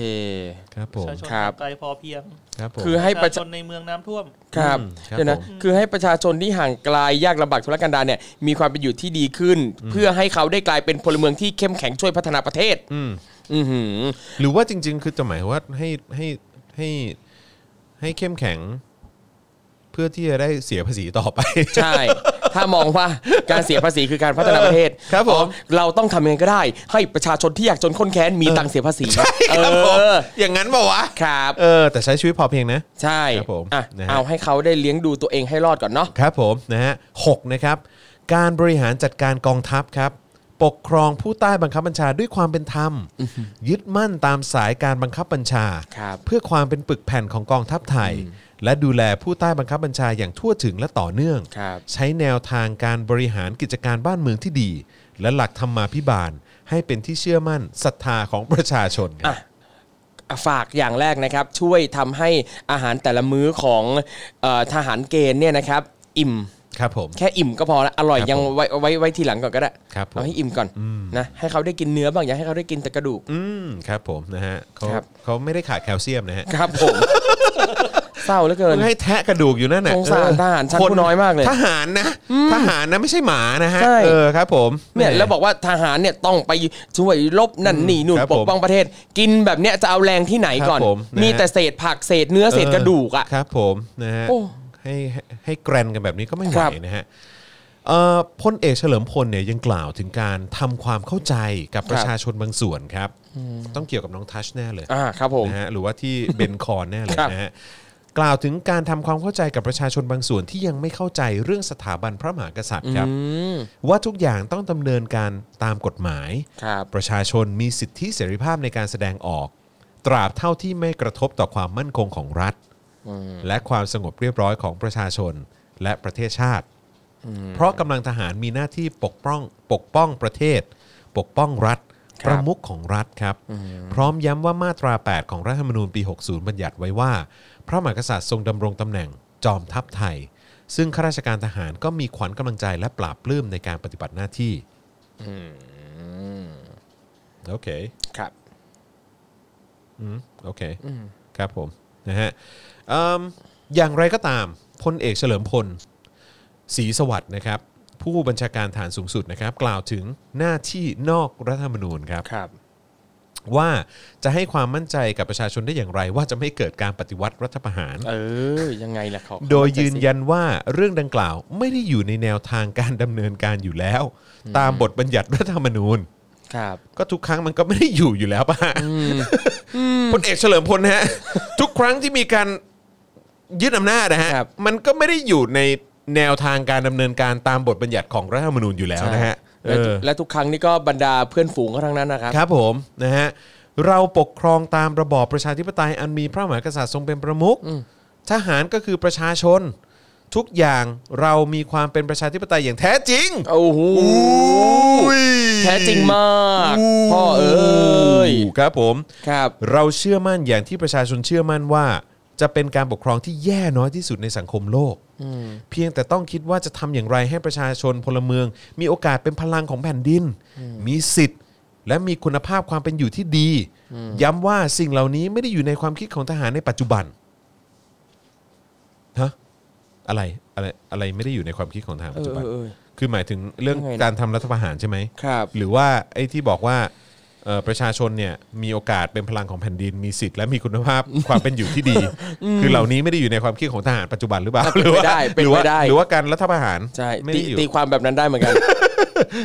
ครับผ
ประ
ม
ชาชน
ครับ
ไกลพอเพียง
ครับผม
คือให้
ป
ประ ระ
ชาช
ชาน
ในเมืองน้ำท่วม
ครับ
อืมครับ
เดี๋ยวนะ
ผม
คือให้ประชาชนที่ห่างไกลยากลำบากทุรกันดารเนี่ยมีความเป็นอยู่ที่ดีขึ้น เพื่อให้เขาได้กลายเป็นพลเมืองที่เข้มแข็งช่วยพัฒนาประเทศ
อืม
อือหือ
หรือว่าจริง ๆ คือจะหมายว่าให้ให้ให้ให้เข้มแข็ง เพื่อที่จะได้เสียภาษีต่อไป
ใช่ ถ้ามองว่าการเสียภาษีคือการพัฒนาประเทศ
ครับผม
เราต้องทำยังไงก็ได้ ให้ประชาชนที่ยากจนข้นแค้นมีตังค์เสียภาษี
ครับผม
เออ
อย่างนั้นเปล่าวะ
ครับ
เออแต่ใช้ชีวิตพอเพียงนะ
ใช่
ครับผม
อ่ะ
นะฮะ
เอาให้เขาได้เลี้ยงดูตัวเองให้รอดก่อนเนาะ
ครับผมนะฮะหกนะครับ การบริหารจัดการกองทัพครับ ปกครองผู้ใต้บังคับบัญชาด้วยความเป็นธรรม ยึดมั่นตามสายการบังคับบัญชา
ครับ
เพื่อความเป็นปึกแผ่นของกองทัพไทย และดูแลผู้ใต้บังคับบัญชาอย่างทั่วถึงและต่อเนื่อง
ครับ
ใช้แนวทางการบริหารกิจการบ้านเมืองที่ดี และหลักธรรมาภิบาล ให้เป็นที่เชื่อมั่นศรัทธาของประชาชนครับ
ฝากอย่างแรกนะครับ ช่วยทำให้อาหารแต่ละมื้อของเออทหารเกณฑ์เนี่ยนะครับ อิ่ม
ครับผม
แค่อิ่มก็พอละอร่อย
ครับ
ยัง
ผม
ไว้ไว้ไว้ทีหลังก่อนก็ได้
ครับผม
เอาให้อิ่มก่อน
อืม
นะให้เขาได้กินเนื้อบ้างอย่าให้เขาได้กินแต่กระดูก
อืมครับผมนะฮะเขา
ครับ
เขาไม่ได้ขาดแคลเซียมนะฮะ
ครับ ผม เศร้าเหลือเกิน
มึงให้แทะกระดูกอยู่นั่นน่ะ
สงสาร
เออ
ทหารชั้นผู้
ค
น้อยมากเลย
ทหารนะทหารนะไม่ใช่หมานะฮะ
ใช่
เออครับ ผม
เนี่ย
หม
แล้วบอกว่าทหารเนี่ยต้องไปช่วยรบนั่นนี่นู่น
ครับ
ป
ผม
กป้องประเทศ กินแบบเนี้ยจะเอาแรงที่ไหนก่อน
ครับผมนะ
มีแต่เศษผักเศษเนื้อเศษกระดูกอ่ะ
ครับผมนะฮะ
โอ้
ให้ให้ให้แกรนกันแบบนี้ก็ไม่ไห
คว รับ
นะฮะเอ่อพลเอกเฉลิมพลเนี่ยยังกล่าวถึงการทำความเข้าใจกับประ
ครับ
ชาชนบางส่วนครับ ต้องเกี่ยวกับน้องทัชแน่เลย
อ่าครับผม
นะฮะหรือว่าที่ เบนคอนแน่เลย
ครับ
นะฮะกล่าวถึงการทำความเข้าใจกับประชาชนบางส่วนที่ยังไม่เข้าใจเรื่องสถาบันพระมหากษัตริย์ครับ
ม
ว่าทุกอย่างต้องดำเนินการตามกฎหมาย
ครับ
ประชาชนมีสิทธิเสรีภาพในการแสดงออก ตราบเท่าที่ไม่กระทบต่อความมั่นคงของรัฐ และความสงบเรียบร้อยของประชาชนและประเทศชาติ เพราะกำลังทหารมีหน้าที่ปกป้องปกป้องประเทศ ปกป้องรัฐ
ครับ
ประมุขของรัฐครับ พร้อมย้ำว่ามาตรา 8 ของรัฐธรรมนูญปี 60 บัญญัติไว้ว่า พระมหากษัตริย์ทรงดำรงตำแหน่งจอมทัพไทย ซึ่งข้าราชการทหารก็มีขวัญกำลังใจและปราบปลื้มในการปฏิบัติหน้าที่โอเค
ครับ
อืมโอเคครับผมนะฮะเอิ่มอย่างไรก็ตามพลเอกเฉลิมพลศรีสวัสดิ์นะครับ ผู้บัญชาการฐานสูงสุดนะครับ กล่าวถึงหน้าที่นอกรัฐธรรมนูญครับ
ครับ
ว่าจะให้ความมั่นใจกับประชาชนได้อย่างไร ว่าจะไม่เกิดการปฏิวัติรัฐประหาร
เออ ยังไงล่ะขอขอ
โดยยืน
สิ
ยันว่าเรื่องดังกล่าวไม่ได้อยู่ในแนวทางการดำเนินการอยู่แล้ว ตามบทบัญญัติรัฐธรรมนูญ
ครับ
ก็ทุกครั้งมันก็ไม่ได้อยู่อยู่แล้วป่ะฮะ พลเอกเฉลิมพลนะฮะ ทุกครั้งที่มีการยึดอำนาจนะฮะ
ครับ
มันก็ไม่ได้อยู่ในแนวทางการดำเนินการตามบทบัญญัติของรัฐธรรมนูญอยู่แล้วนะฮะ
ใช่และ
เออ
และทุกครั้งนี่ก็บรรดาเพื่อนฝูงก็ทั้งนั้นนะครับ
ครับผมนะฮะเราปกครองตามระบอบประชาธิปไตยอันมีพระมหากษัตริย์ทรงเป็นประมุขทหารก็คือประชาชน ทุกอย่างเรามีความเป็นประชาธิปไตยอย่างแท้จริง
โอ้โหแท้จริงมากพ่อเอ้ย
ครับผม
ครับ
เราเชื่อมั่นอย่างที่ประชาชนเชื่อมั่นว่า จะเป็นการปกครองที่แย่น้อยที่สุดในสังคมโลก เพียงแต่ต้องคิดว่าจะทำอย่างไรให้ประชาชนพลเมือง มีโอกาสเป็นพลังของแผ่นดิน มีสิทธิ์ และมีคุณภาพความเป็นอยู่ที่ดี ย้ำว่าสิ่งเหล่านี้ไม่ได้อยู่ในความคิดของทหารในปัจจุบันฮะอะไรอะไรอะไรไม่ได้อยู่ในความคิดของทหารปัจจุบัน
เออเออเออ
คือหมายถึงเรื่อง
ยังไงนะ
การทำรัฐประหารใช่ไหม
ครับ
หรือว่าไอ้ที่บอกว่าเอ่อประชาชนเนี่ยมีโอกาสเป็นพลังของแผ่นดิน มีสิทธิ์และมีคุณ ภาพ ความเป็นอยู่ที่ดี คือเหล่านี้ไม่ได้อยู่ในความคิดของทหารปัจจุบันหรือเปล่าหรือว่า
ได้เป็น
หรือ
ไป
ว่า
ได้
หรือว่าการรัฐประหาร
ใช่
ไม่
ตี
ได้อยู่
ตีความแบบนั้นได้เหมือนกัน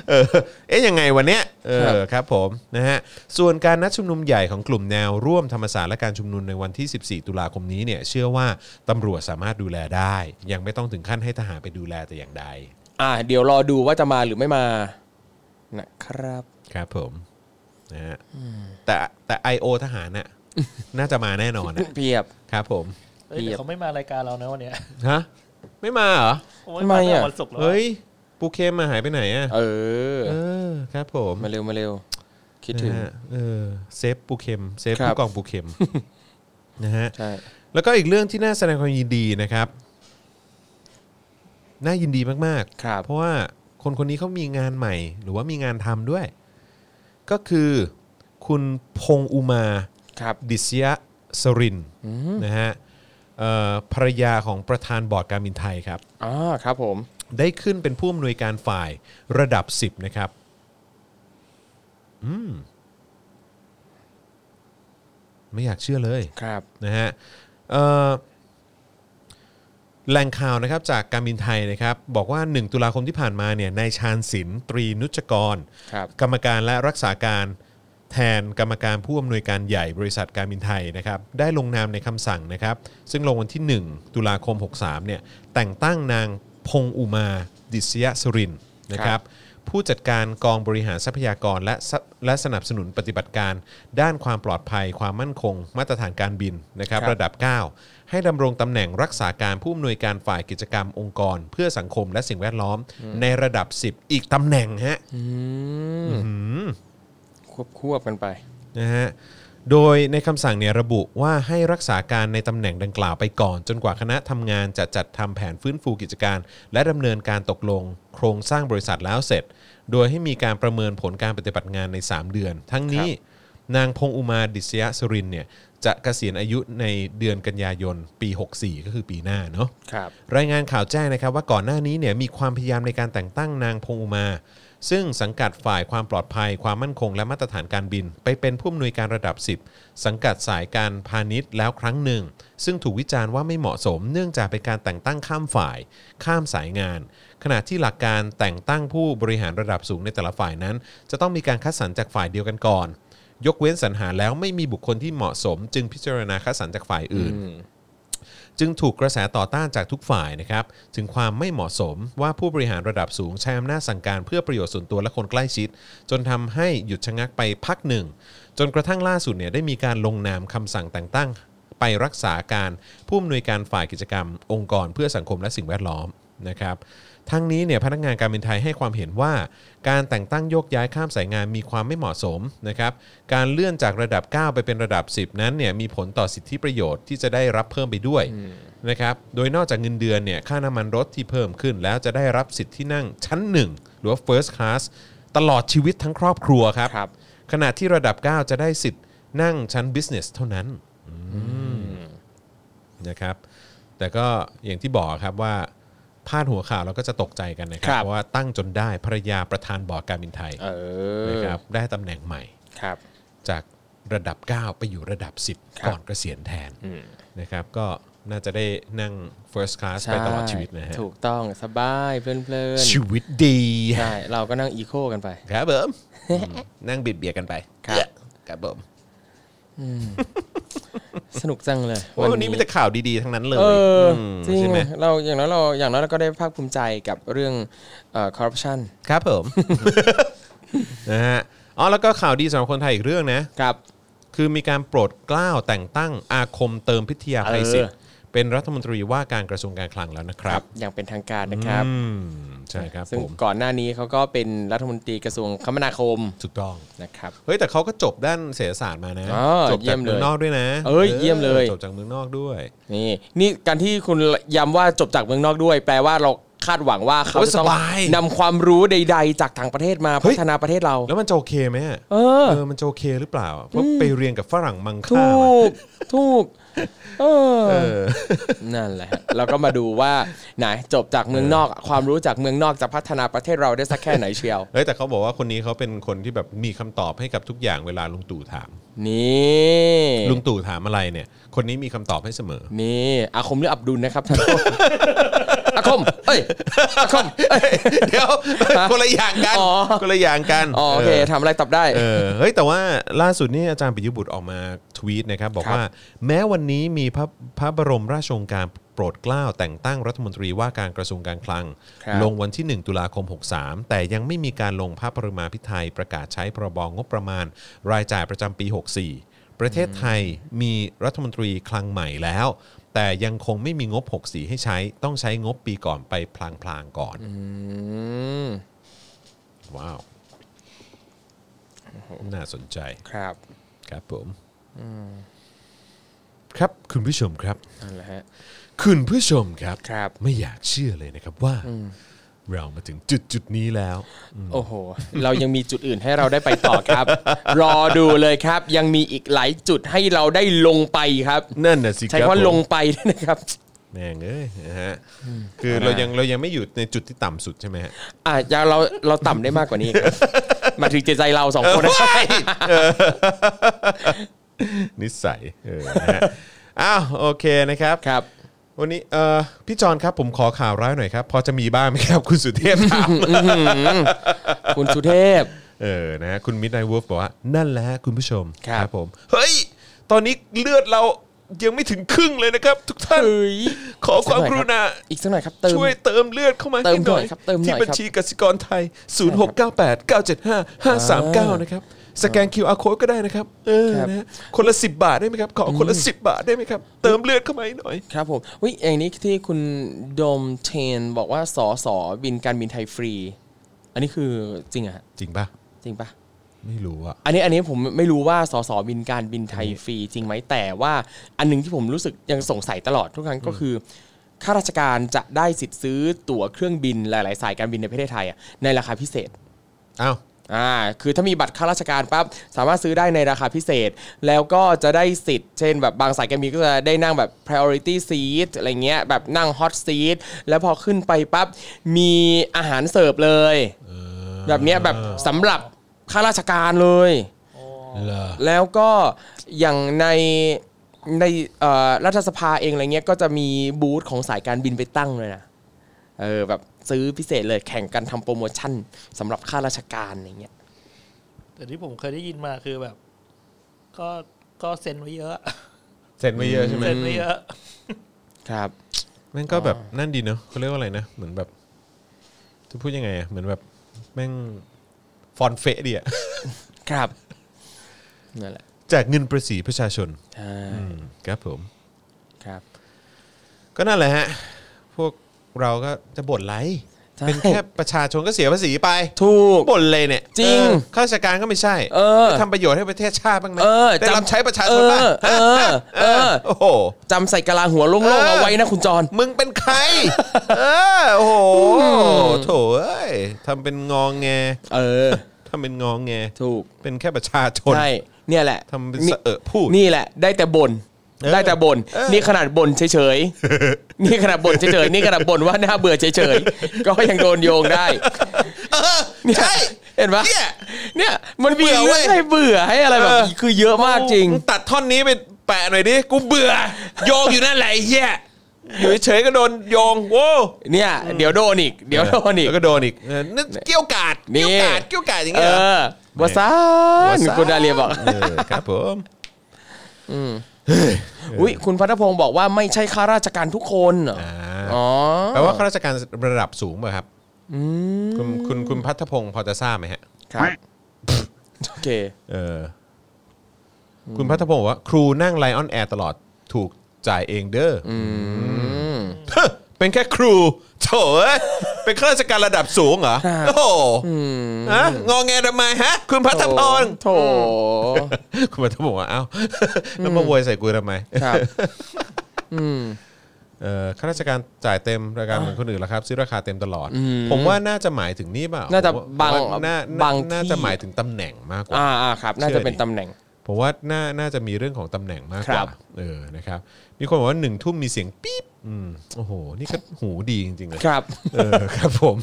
เออ เอ๊ะยังไงวันเนี้ยเอ
ครั
อบ ครับผมนะฮะส่วนการนัดชุมนุมใหญ่ของกลุ่มแนวร่วมธรรมศาสตร์และการชุมนุมในวันที่ 14 ตุลาคมนี้เนี่ยเชื่อว่าตำรวจสามารถดูแลได้ ยังไม่ต้องถึงขั้นให้ทหารไปดูแลแต่อย่างใด
อ่า เดี๋ยวรอดูว่าจะมาหรือไม่มานะครับ
ครับผมนะฮะแต่แต่ IO ทหารน่ะน่าจะมาแน่นอนนะ
เพียบ
ครับผม
เอ้ย
เปรียบ
แต่เขาไม่มารายการเรานะวันเนี้ย
ฮะ ไม่มาเหรอ
โยา
ทำไมอะ
ตั้งแต่วันศุกร์แล้วอะ
เฮ้ย ปูเค็มมาหายไปไหนอ่ะ
เออ
เออ ครับผม
มาเร็วมาเร็ว คิดถึง
นะฮะเออเซฟปูเค็มเซฟ
ครั
ผู้
บ
กองปูเค็มนะฮะ
ใช่
แล้วก็อีกเรื่องที่น่าแสดงความยินดีนะครับ น่ายินดีมาก
ครั
ๆ
บ
เพราะว่าคนคนนี้เขามีงานใหม่ หรือว่ามีงานทำด้วย ก็คือคุณพงอุมา
ครับ
ดิษยสรินทร์นะฮะเอ่อภรรยาของประธานบอร์ดการบินไทยครับ
อ่าครับผม
ได้ขึ้นเป็นผู้อำนวยการฝ่ายระดับ 10 นะครับ อืม ไม่อยากเชื่อเลย
ครับ
นะฮะเอ่อแหล่งข่าวนะครับจากการบินไทยนะครับ บอกว่า 1 ตุลาคมที่ผ่านมาเนี่ยนายชาญศิลป์ตรีนุชกร
ครับ
กรรมการและรักษาการแทนกรรมการผู้อำนวยการใหญ่บริษัทการบินไทยนะครับ ได้ลงนามในคำสั่งนะครับ ซึ่งลงวันที่ 1 ตุลาคม 63เนี่ยแต่งตั้งนางพงอุมาดิษยสรินทร์นะครับ ผู้จัดการกองบริหารทรัพยากรและสและสนับสนุนปฏิบัติการ ด้านความปลอดภัย ความมั่นคง มาตรฐานการบินนะครับ
ครับ
ระดับ 9 ให้ดำรงตำแหน่งรักษาการผู้อำนวยการฝ่ายกิจกรรมองค์กร เพื่อสังคมและสิ่งแวดล้อม ในระดับ 10 อีกตำแหน่งฮะ
อืมควบควบกันไป
นะฮะ โดยในคำสั่งเนี่ยระบุว่าให้รักษาการในตำแหน่งดังกล่าวไปก่อน จนกว่าคณะทำงานจะจัดทำแผนฟื้นฟูกิจการ และดำเนินการตกลง โครงสร้างบริษัทแล้วเสร็จ โดยให้มีการประเมินผลการปฏิบัติงานใน 3 เดือน ทั้งนี้นางพงอุมาดิษยสรินเนี่ยจะเกษียณอายุในเดือนกันยายนปี 64 ก็คือปีหน้าเนาะ
ครับ
รายงานข่าวแจ้งนะครับว่าก่อนหน้านี้เนี่ยมีความพยายามในการแต่งตั้งนางพงอุมา ซึ่งสังกัดฝ่ายความปลอดภัย ความมั่นคง และมาตรฐานการบิน ไปเป็นผู้อำนวยการระดับ 10 สังกัดสายการพาณิชย์แล้วครั้งหนึ่ง ซึ่งถูกวิจารณ์ว่าไม่เหมาะสม เนื่องจากเป็นการแต่งตั้งข้ามฝ่าย ข้ามสายงาน ขณะที่หลักการแต่งตั้งผู้บริหารระดับสูงในแต่ละฝ่ายนั้น จะต้องมีการคัดสรรจากฝ่ายเดียวกันก่อน ยกเว้นสรรหาแล้วไม่มีบุคคลที่เหมาะสม จึงพิจารณาคัดสรรจากฝ่ายอื่น จึงถูกกระแสต่อต้านจากทุกฝ่ายนะครับ ถึงความไม่เหมาะสมว่าผู้บริหารระดับสูงใช้อำนาจสั่งการเพื่อประโยชน์ส่วนตัวและคนใกล้ชิด จนทำให้หยุดชะงักไปพักหนึ่ง จนกระทั่งล่าสุดเนี่ยได้มีการลงนามคำสั่งแต่งตั้ง ไปรักษาการผู้อำนวยการฝ่ายกิจกรรม องค์กรเพื่อสังคมและสิ่งแวดล้อมนะครับทั้งนี้เนี่ยพนักงานการบินไทยให้ความเห็นว่า การแต่งตั้งโยกย้ายข้ามสายงานมีความไม่เหมาะสมนะครับการเลื่อนจากระดับ 9 ไปเป็นระดับ 10 นั้นเนี่ยมีผลต่อสิทธิประโยชน์ที่จะได้รับเพิ่มไปด้วยนะครับโดยนอกจากเงินเดือนเนี่ยค่าน้ำมันรถที่เพิ่มขึ้น แล้วจะได้รับสิทธิที่นั่งชั้น 1 หรือว่า first class ตลอดชีวิตทั้งครอบครัวครับ
ครับ
ขณะที่ระดับ 9 จะได้สิทธิ์นั่งชั้น business เท่านั้นนะครับ แต่ก็อย่างที่บอกครับว่าพาดหัวข่าวเราก็จะตกใจกันนะครั
ครับ บ
เพราะว่าตั้งจนได้ภรรยาประธานบอร์ดการบินไทย
เออ
นะครับได้ตำแหน่งใหม่
ครับ
จากระดับ 9 ไปอยู่ระดับ
ค
10
รับ
ก่อนเกษียณแทนนะครับ ก็น่าจะได้นั่ง first class ไปตลอดชีวิตนะฮะ
ใช่ถูกต้องสบายเพลินเพลิน
ชีวิตดี
ใช่เราก็นั่งอีโคกันไป
ครับผมอืมนั่งบิดเบียดกันไป
ครับ
ครับผม
สนุกจังเลย
โอ้ยวันนี้มีแต่ข่าวดีๆทั้งนั้นเลย
เอออ
ม
จริง
ใช่ไหม
เราอย่างน้อยเราอย่างน้อยเราก็ได้ภาคภูมิใจกับเรื่องคอร์รัปชัน
ครับ ผม นะฮะอ๋อแล้วก็ข่าวดีสำหรับคนไทยอีกเรื่องนะ
ครับ
คือมีการโปรดเกล้าวแต่งตั้งอาคมเติมพิทยาภัยศิษ
เอ
ฐ์
อ
เป็นรัฐมนตรีว่าการกระทรวงการคลังแล้วนะครับ
อย่างเป็นทางการนะครับ
อืมใช่ครับ
ซึ่ง
ผม
ก่อนหน้านี้เขาก็เป็นรัฐมนตรีกระทรวงคมนาคม
ถูกต้อง
นะครับ
เฮ้ยแต่เขาก็จบด้านเศรษฐศาสตร์มานะ
อ๋อ
จบ
เยี่
จาก
ยมเลย
เมืองนอกด้วยนะ
เอ้ยเยี่ยมเลย
จบจากเมืองนอกด้วย
นี่นี่การที่คุณย้ำว่าจบจากเมืองนอกด้วย แปลว่าเราคาดหวังว่าเขา
โอ้ย
จะต้อง
สบาย
นำความรู้ใด ๆ จากต่างประเทศมา
เฮ้
พั
ย
ฒนาประเทศเรา
แล้วมันจะโอเคไหมอะ
เออ
เออมันจะโอเคหรือเปล่าเพราะไปเรียนกับฝรั่งมังค่า
ถู
มาก
ถูก เออ
เออ
นั่นแหละฮะเราก็มาดูว่าไหนจบจากเมืองนอกความรู้จากเมืองนอกจะพัฒนาประเทศเราได้สักแค่ไหนเชียว
เฮ้ยแต่เขาบอกว่าคนนี้เขาเป็นคนที่แบบมีคำตอบให้กับทุกอย่างเวลาลุงตู่ถาม
นี่
ลุงตู่ถามอะไรเนี่ย คนนี้มีคำตอบให้เสมอ
นี่อาคมหรืออับดุลนะครับ ท่านผู้ชมอาคม เอ้ยอาคมเอ้ย
เดี๋ยวคนละอย่างกัน
อ๋อ
คนละอย่างกัน
อ๋อโอเคทำอะไรตอบได้
เออเฮ้ยแต่ว่าล่าสุดนี่อาจารย์ปิยบุตรออกมาทวีตนะครับ บอก
ครับ
ว่าแม้วันนี้มีพระพระบรมราชโองการโปรดเกล้าแต่งตั้งรัฐมนตรีว่าการกระทรวงการคลัง
ครับ
ลงวันที่ 1 ตุลาคม 63 แต่ยังไม่มีการลงพระปริมาพิไทยประกาศใช้พรบงบประมาณ รายจ่ายประจำปี 64 ประเทศไทยมีรัฐมนตรีคลังใหม่แล้ว แต่ยังคงไม่มีงบ 64 ให้ใช้ ต้องใช้งบปีก่อนไปพลางๆก่อน
อืม
ว้าว น่าสนใจ
ครับ
ครับผมครับคุณผู้ชมครับ
นั่นแหละฮะ
คุณผู้ชมครับ
ครับ
ไม่อยากเชื่อเลยนะครับว่า เรามาถึงจุดจุดๆนี้แล้ว
โอ้โห เรายังมีจุดอื่นให้เราได้ไปต่อ ครับ รอดูเลยครับ ยังมีอีกหลายจุดให้เราได้ลงไปครับ
นั่นน่ะสิค
ใช้
รับ
คำว่า
ผม
ลงไปด้วยนะครับ
แม่งเอ้ยนะฮะคือเรายังเรายังไม่อยู่ในจุดที่ต่ำสุดใช่ไหมฮะ
อ่ะอย่าเราเราต่ำได้มากกว่า นี้ครับ มาถึงจิตใจเราสองคนนะ
นิสัยเออนะฮะอ้าวโอเคนะครับ
ครับ
วันนี้เอ่อพี่จอนครับผมขอข่าวร้ายหน่อยครับพอจะมีบ้างไหมครับ คุณสุเทพถาม
คุณสุเทพ
เออ นะฮะคุณมิดไนวูฟบอกว่า นั่นแหละฮะคุณผู้ชม
ครับ
ผม เฮ้ย ตอนนี้เลือดเรายังไม่ถึงครึ่งเลยนะครับ ทุกท่าน
เอ้ย
ขอความกรุณา
อีกสักหน่อยครับเติม
ช่วยเติมเลือดเข้ามา
เติ
ให้
ม
หน่อย
หน่อยครับเติมหน่อย
ที่บัญ
ครับ
ชีกสิกรไทย 0698 975 539 นะครับ สแกน QR code ก็ได้นะครับ เออ
ครับ
นะฮะคนละ 10 บาทได้ไหมครับ ขอคนละ 10 บาทได้ไหมครับ เติมเลือดเข้ามาให้หน่อย
ครับผมวิอย่างนี้ที่คุณโดมเทนบอกว่าสอสอบินการบินไทยฟรี อันนี้คือจริงอะฮะ
จริงป่ะ
จริงปะ
ไม่รู้อะ
อันนี้อันนี้ผมไม่รู้ว่าสสบินการบินไทยฟรีจริงไหมแต่ว่าอันหนึงที่ผมรู้สึกยังสงสัยตลอดทุกครั้งก็คือข้าราชการจะได้สิทธิ์ซื้อตั๋วเครื่องบินหลาย ๆ สายการบินในประเทศไทยอะในราคาพิเศษ
อ้าว
อ่า คือถ้ามีบัตรข้าราชการปั๊บสามารถซื้อได้ในราคาพิเศษ แล้วก็จะได้สิทธิ์ เช่นแบบบางสายการบินก็จะได้นั่งแบบ priority seat อะไรเงี้ย แบบนั่ง hot seat แล้วพอขึ้นไปปั๊บ มีอาหารเสิร์ฟเลย แบบเนี้ยแบบสำหรับข้าราชการเลย
เหรอ
แล้วก็อย่างในในเอ่อรัฐสภาเองอะไรเงี้ยก็จะมีบูธของสายการบินไปตั้งเลยนะเออแบบซื้อพิเศษเลยแข่งกันทำโปรโมชั่นสำหรับข้าราชการอะไรเงี้ย
แต่ที่ผมเคยได้ยินมาคือแบบ ก็ก็เซ็นไว้เยอะ
เซ็นไม่เยอะใช่ไหม
เซ็นไว้เยอะ
ครับ
แม่งก็แบบนั่นดีเนาะเขาเรียกว่าอะไรนะ เหมือนแบบ จะพูดยังไงอะเหมือนแบบแม่งฟอนเฟะดี อะ
ครับนั่นแหละ
จากเงินภาษีประชาชน
ใช่
อืมครับผม
ครับ
ก็นั่นแหละฮะ พวกเราก็จะบ่นไร
ใช่
เป็นแค่ประชาชนก็เสียภาษีไป
ถูก
บ่นเลยเนี่ย
จริง
เออข้าราชการก็ไม่ใช่
เออ
ทำประโยชน์ให้ประเทศชาติบ้างไหม
เออ
ได้รับ
จำ
ใช้ประชาชนบ้าง
เออเออเออ
โอ้โห
จำใส่กะลาหัวโล่งๆเอาไว้นะคุณจร
มึงเป็นใค ร เออ โอ้โห โถเอ้ยทำเป็นงองแง
เออ
ทำเป็นงองแง
ถูก
เป็นแค่ประชาชน
ใช่เนี่ยแหละ
ทำเป็นสะเอะพูด
นี่แหละ ได้แต่บ่น
เออ
ได้แต่บ่น
เออ
นี่ขนาดบ่นเฉยๆ นี่ขนาดบ่นเฉยๆนี่ขนาดบ่นว่าน่าเบื่อเฉยๆ ก็ยังโดนโยงได้
เออ
เนี่ย
ใช่
เห็นปะ
เนี่ย
เนี่ยมันมี
เบื่อเว้
เรื่อยงให้เบื่อให้อะไรแบบ
เออ
คือเยอะมากจริง
มึตัดท่อนนี้ไปแปะหน่อยดิ กูเบื่อ โยงอยู่นั่นแหละไอ้เหี้ยอยู่เฉยๆก็โดนโยงโว้
เนี่ย เดี๋ยวโดนอีกเดี๋ยวโดนอีก
แล้วก็โดนอีกเออนึกเกี้ยวกาด
นี่
เกี้ยวกาดเกี้ยวกาดอย่าง
เอ
เงี้ยเหรอ
อวาซา
ว่
น
ซะ
คุณดาเลียบอก
เออครับผม
อุ้ยคุณพัฒพงศ์บอกว่าไม่ใช่ข้าราชการทุกคนเหรอ
อ่า
อ๋อ
แปลว่าข้าราชการระดับสูงป่ะครับคุณคุณคุณพัฒพงศ์พอจะทราบไหมฮะ
ครับ โอเค
เอออคุณพัฒพงศ์บอกว่า ครูนั่งไลออนแอร์ตลอดถูกจ่ายเองเด้ออเฮ้อ เป็นแค่ครูโถเอ้ยเป็นข้าราชการระดับสูงเหรอ โอ้โหฮะงอแงทำไมฮะ คุณพัฒพงศ์
โถ
คุณพัฒพงศ์บอกว่าเอ้า แล้วมาโวยใส่กูทำไม
ครับ
เออข้าราชการจ่ายเต็มราคาเหมือนคนอื่นแล้วครับ ซื้อราคาเต็มตลอด ผมว่าน่าจะหมายถึงนี่เปล่า
น่าจะ
ผมว่
บาง
ผมว่น่
บางที่
น่าจะหมายถึงตำแหน่งมากกว่า
อ่าอ่าครับ น่าจะเป็นตำแหน่ง
ผมว่าน่าน่าจะมีเรื่องของตำแหน่งมากก
ครั
ว่า
บ
เออนะครับ มีคนบอกว่าหนึ่งทุ่มมีเสียงปี๊บอืมโอ้โห นี่ก็หูดีจริงๆเลย
ครับ
เออครับผม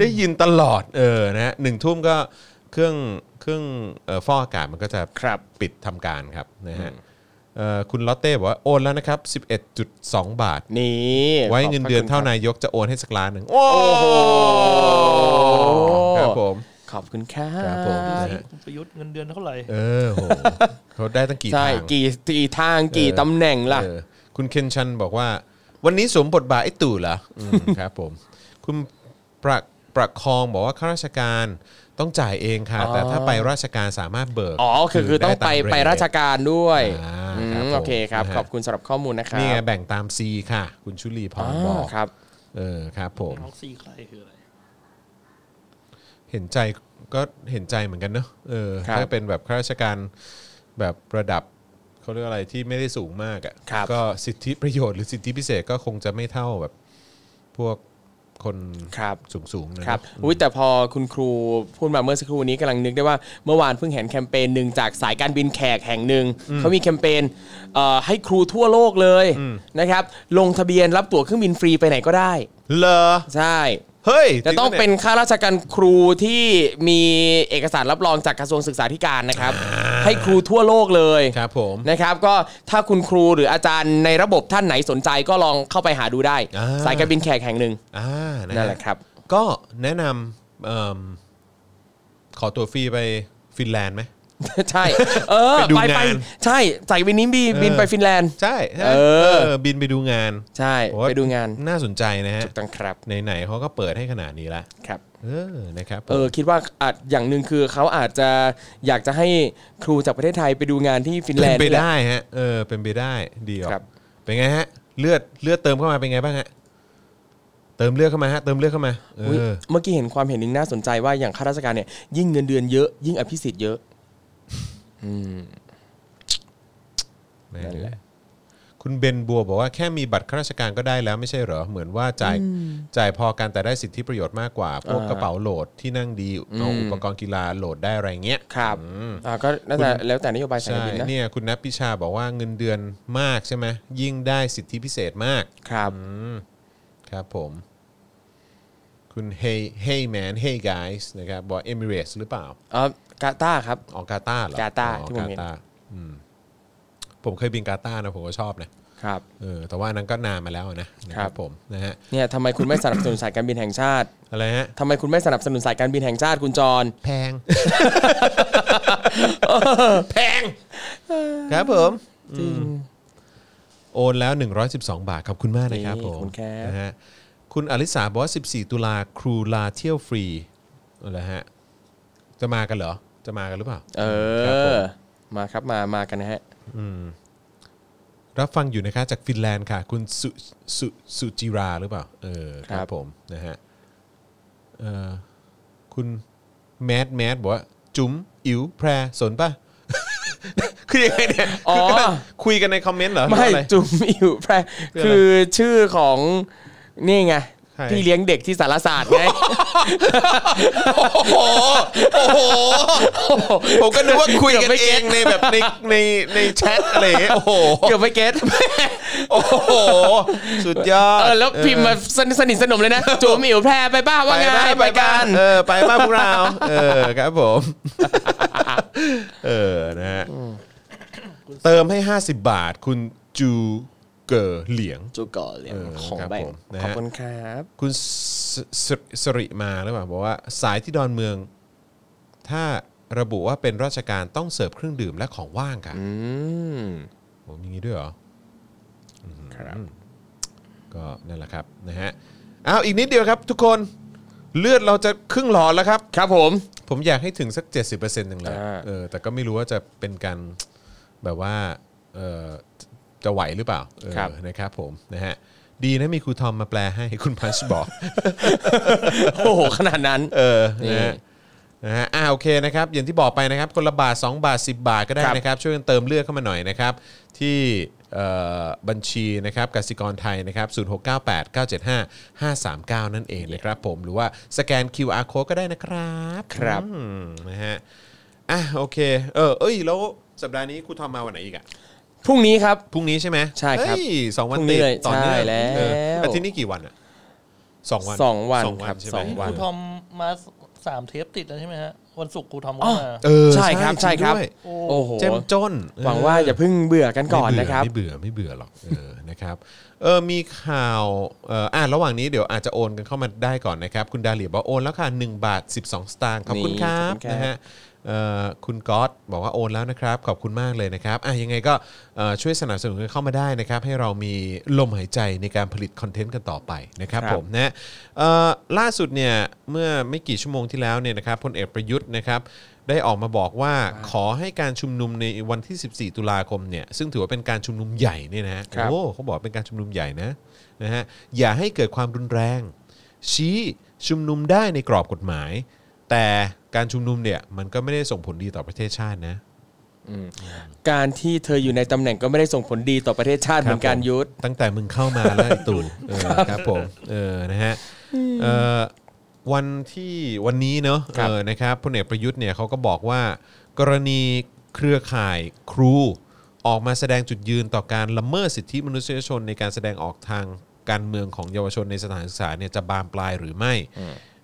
ได้ยินตลอดเออนะฮะหนึ่งทุ่มก็เครื่องเครื่องเอ่อฟอกอากาศมันก็จะ
ครับ
ปิดทำการครับนะฮะเอ่อคุณลอตเต้บอกว่าโอนแล้วนะครับ 11.2 บาท
นี่
ไว้เงินเดือนเท่า
ขบคุณครับ
นายกจะโอนให้สักล้านหนึ่งโอ้โหครับผม
ขอบคุณครับ
ครับผม นะฮะ
คุณประยุทธ์เงินเดือนเท่าไหร่
เออโหเขาได้ตั้งกี่
ใช่
ทาง
กี่กี่ทางกี่ตำแหน่งล่ะ
เออคุณเคนชันบอกว่า วันนี้สวมบทบาทไอ้ตู่เหรออืม ครับผม คุณประประคองบอกว่าข้าราชการต้องจ่ายเองค่ะ
อ๋อ
แต่ถ้าไปราชการสามารถเบิก
อ๋อคือคือต้องไป
ด้ม
ไปราชการด้วย
อ่า
อืม
ครับผม
โอเคครับ
นะฮะ
ขอบคุณสำหรับข้อมูลนะครับ
นี่ไงแบ่งตามซีค่ะ คุณชุลีพ
อ๋อ
รบอก
ครับ
เออครับ ผม
น้องซีใครคืออะไร
เห็นใจก็เห็นใจเหมือนกันเนอะเออ
ครับ
ถ้าเป็นแบบข้าราชการแบบระดับเขาเรียกอะไรที่ไม่ได้สูงมาก
ครั
อะ่ะ
บ
ก็สิทธิประโยชน์หรือสิทธิพิเศษก็คงจะไม่เท่าแบบพวกคน
ครับ
สูงสูงๆนะ
ครับอุ้ยแต่พอคุณครูพูดมาเมื่อสักครู่นี้กำลังนึกได้ว่าเมื่อวานเพิ่งเห็นแคมเปญหนึ่งจากสายการบินแขกแห่งหนึ่งเขามีแคมเปญเอ่อให้ครูทั่วโลกเลยนะครับลงทะเบียนรับตั๋วเครื่องบินฟรีไปไหนก็ได้
เหรอ
ใช่
เฮ้ย
แต่ต้อง
จ
เป็
ริ
น
ง
ข้าราชการครูที่มีเอกสารรับรองจากกระทรวงศึกษาธิการนะครับ ให้ครูทั่วโลกเลย
ปะเนี่ยครับผม
นะครับก็ถ้าคุณครูหรืออาจารย์ในระบบท่านไหนสนใจก็ลองเข้าไปหาดูได้ สายการบินแขกแห่งหนึ่ง
อ่านั่น
นั่น
แห
แห
ละ
ละ
ค
ครับ รับ
ก็แนะนำเอิ่มขอตัวฟรีไปฟินแลนด์ไหม
ใช่ เออ
ไปดู
ไปไป
งาน
ใช่สายบินนี้บิน
เออ
บินไปฟินแลนด์
ใช่ใช่
เออ
บินไปดูงาน
ใช่
ผมว่
ไปดูงาน
น่าสนใจนะฮะ
ถูกต้องครับ
ไหนๆเขาก็เปิดให้ขนาดนี้ละ
ครับ
เออนะครับผม
เออ คิดว่าอาจอย่างหนึ่งคือเขาอาจจะอยากจะให้ครูจากประเทศไทยไปดูงานที่ฟินแล
เป็น
นด์
ไป
นี่แหละ
ได้ฮะเออเป็นไปได้ดีออก
ครับ
เป็นไงฮะ เลือดเลือดเติมเข้ามาเป็นไงบ้างฮะ เติมเลือดเข้ามาฮะเติมเลือดเข้ามาเอ
อุ๊ย
อ
เมื่อกี้เห็นความเห็นหนึ่งน่าสนใจว่าอย่างข้าราชการเนี่ยยิ่งเงินเดือนเยอะยิ่งอภิสิทธิ์เยอะ
แม่งเลยคุณเบนบัวบอกว่าแค่มีบัตรข้าราชการก็ได้แล้วไม่ใช่เหรอ เหมือนว่าจ่ายจ่ายพอกันแต่ได้สิทธิประโยชน์มากกว่า พวก
อ่าก
ระเป๋าโหลดที่นั่งดีเอา
อืม
อุปกรณ์กีฬาโหลดได้อะไรเงี้ย
ครับ
อืม
อ่าก็น่าจะแล้วแต่นโยบายสาย
ใช่
การบินนะ
เนี่ยคุณนัทพิชาบอกว่าเงินเดือนมากใช่ไหมยิ่งได้สิทธิพิเศษมาก
ครับ
อืมครับผม คุณ Hey Hey Man Hey Guys นะครับบอก Emirates หรือเปล่า
เออกาตาร์ครับ
ออกกาตาร์เหรอก
าตาร์
อ๋อ
ที่ผมเห็น
กาตาร์อืมผมเคยบินกาตาร์นะผมก็ชอบนะ
ครับ
เออแต่ว่าอันนั้นก็นานมาแล้วนะนะค
ครั
รับบ ผมนะฮะ
เนี่ยทำไมคุณไม่สนับสนุนสายการบินแห่งชาติ
อะไรฮะ
ทำไมคุณไม่สนับสนุนสายการบินแห่งชาติคุณจร
แพ ง แพง ครับผมอืมโอนแล้ว 112 บาทขอบคุณมากนะครับ
นี่
ผม
ขอบคุณครับ
นะฮะคุณอลิสาบอกว่า 14 ตุลาครูลาเที่ยวฟรีอะไรฮะ จะมากันเหรอ จะมากันหรือเปล่า
เอ
ครับผ
อ
ม
มาครับมามากันนะฮะ
รับฟังอยู่นะคะจากฟินแลนด์ค่ะ คุณสุสุสุจิราหรือเปล่า เออค
ครั
รับบ ผมนะฮะเออคุณแมดแมดบอกว่า จุ๋มอิ๋วแพรสนป่ะ คือยังไงเนี่ย
อ๋อ
คืกำลังคุยกันในคอมเมนต์เหรอหรือ
ไม่
อะไร
จุ่มอิ๋วแพร
คืออะไร
คือชื่อของนี่ไง
ใคร
พี่เลี้ยงเด็กที่สารศาสตร์ไง
โอ้โห ผมก็นึ กว่าคุยกัน
เกือบไม่
เอ
เก็
ง
ต
ในแบบในในในแชทอะไรอย่างเงี้ยโอ้โห
เกือบไม่เก็ต
โอ้โห สุดยอด
เออแล้วพิมพ์มาสนิทสนิทสนมเลยนะจุ่มอิ๋วแพรไปป้าว่าไง
บ้
ไปกัน
เออไปบ้านพวกเราเออครับผม เออนะฮะเติมให้ 50 บาท คุณจูเกอเหลียง
จุกก่อเลี้ยง
เออ
ของ
ครับ
แบ่ง
ผมนะฮะ
ขอบคุณครับ
คุณสสสริมาหรือเปล่าบอกว่าสายที่ดอนเมือง ถ้าระบุว่าเป็นราชการต้องเสิร์ฟเครื่องดื่มและของว่างค่ะ
อืม
ผมอย่างนี้ด้วยเหรอ
ครับ
ก็นั่นแหละครับนะฮะอ้าวอีกนิดเดียวครับ ทุกคนเลือดเราจะครึ่งหลอดแล้วครับ
ครับผม
ผมอยากให้ถึงสัก 70%หนึ่งแหละ
อ่า
เออแต่ก็ไม่รู้ว่าจะเป็นการแบบว่าเออจะไหวหรือเปล่าเออนะครับผมนะฮะดีนะมีครูทอมมาแปลให้คุณพัชบอก
โอ้โหขนาดนั้น
เออ
นี่
นะฮะนะฮะอ่าโอเคนะครับอย่างที่บอกไปนะครับ คนละบาท 2 บาท 10 บาทก็ได้
ครับ
นะครับ ช่วยกันเติมเลือดเข้ามาหน่อยนะครับ ที่เอ่อบัญชีนะครับกสิกรไทยนะครับ 0698 975 539 นั่นเองนะครับผมหรือว่าสแกน QR code ก็ได้นะครับ
ครับ
อืมนะฮะอ่ะโอเคเออเอ้ย แล้วสัปดาห์นี้ครูทอมมาวันไหนอีกอะ
พรุ่งนี้ครับ
พรุ่งนี้ใช่ไหม
ใช่ครับ
เฮ้ยสองวัน
พรุ่งนี้
ติด
เลย
ต่อเนื่อง
ใช่แล้ว
เอออาทิตย์นี้กี่วันอะสองวัน
สองวัน
สองวั
ครั
น
บ
ใช่
ส
ไห
อง
ม
วั
ครู
น
ทอมมาสามเทปติดแล้วใช่ไหมฮะ วันศุกร์ครูทอมก็มา
เออ
ใช่ครับใช่ครับ
จงด้วย
โอ้โห
เจ้มจน
หวังว่าอย่าเพิ่งเบื่อกันก่อนนะครับ
ไม่เบื่อไม่เบื่อไม่เบื่อหรอกเออนะครับเออมีข่าวเอ่ออ่าระหว่างนี้เดี๋ยวอาจจะโอนกันเข้ามาได้ก่อนนะครับ คุณดาเลียบอกว่าโอนแล้วค่ะ1บาท 12 สตางค์ขอบคุณ
นี่
ครับ
ขอบคุณครับ
นะฮะเอ่อคุณก๊อตบอกว่าโอนแล้วนะครับ ขอบคุณมากเลยนะครับอ่ะยังไงก็เอ่อช่วยสนับสนุนกันเข้ามาได้นะครับ ให้เรามีลมหายใจในการผลิตคอนเทนต์กันต่อไปนะครับผม ผมนะเอ่อล่าสุดเนี่ยเมื่อไม่กี่ชั่วโมงที่แล้วเนี่ยนะครับพลเอกประยุทธ์นะครับได้ออกมาบอกว่าขอให้การชุมนุมในวันที่ 14 ตุลาคมเนี่ยซึ่งถือว่าเป็นการชุมนุมใหญ่เนี่ยนะฮะ
ครับ
โอ้เขาบอกเป็นการชุมนุมใหญ่นะนะฮะอย่าให้เกิดความรุนแรง ชี้ชุมนุมได้ในกรอบกฎหมาย แต่การชุมนุมเนี่ยมันก็ไม่ได้ส่งผลดีต่อประเทศชาตินะ
การที่เธออยู่ในตำแหน่งก็ไม่ได้ส่งผลดีต่อประเทศชาติเหมือนกัน
ครับผ
ยุทธ
ตั้งแต่มึงเข้ามาแล้วไอ้ตู่เออครับผมเออนะฮะเอ่อวันที่วันนี้เนอะ
ครับ
เออนะครับพลเอกประยุทธ์เนี่ยเขาก็บอกว่า กรณีเครือข่ายครูออกมาแสดงจุดยืนต่อการละเมิดสิทธิมนุษยชนในการแสดงออกทางการเมืองของเยาวชนในสถานศึกษาเนี่ยจะบานปลายหรือไม่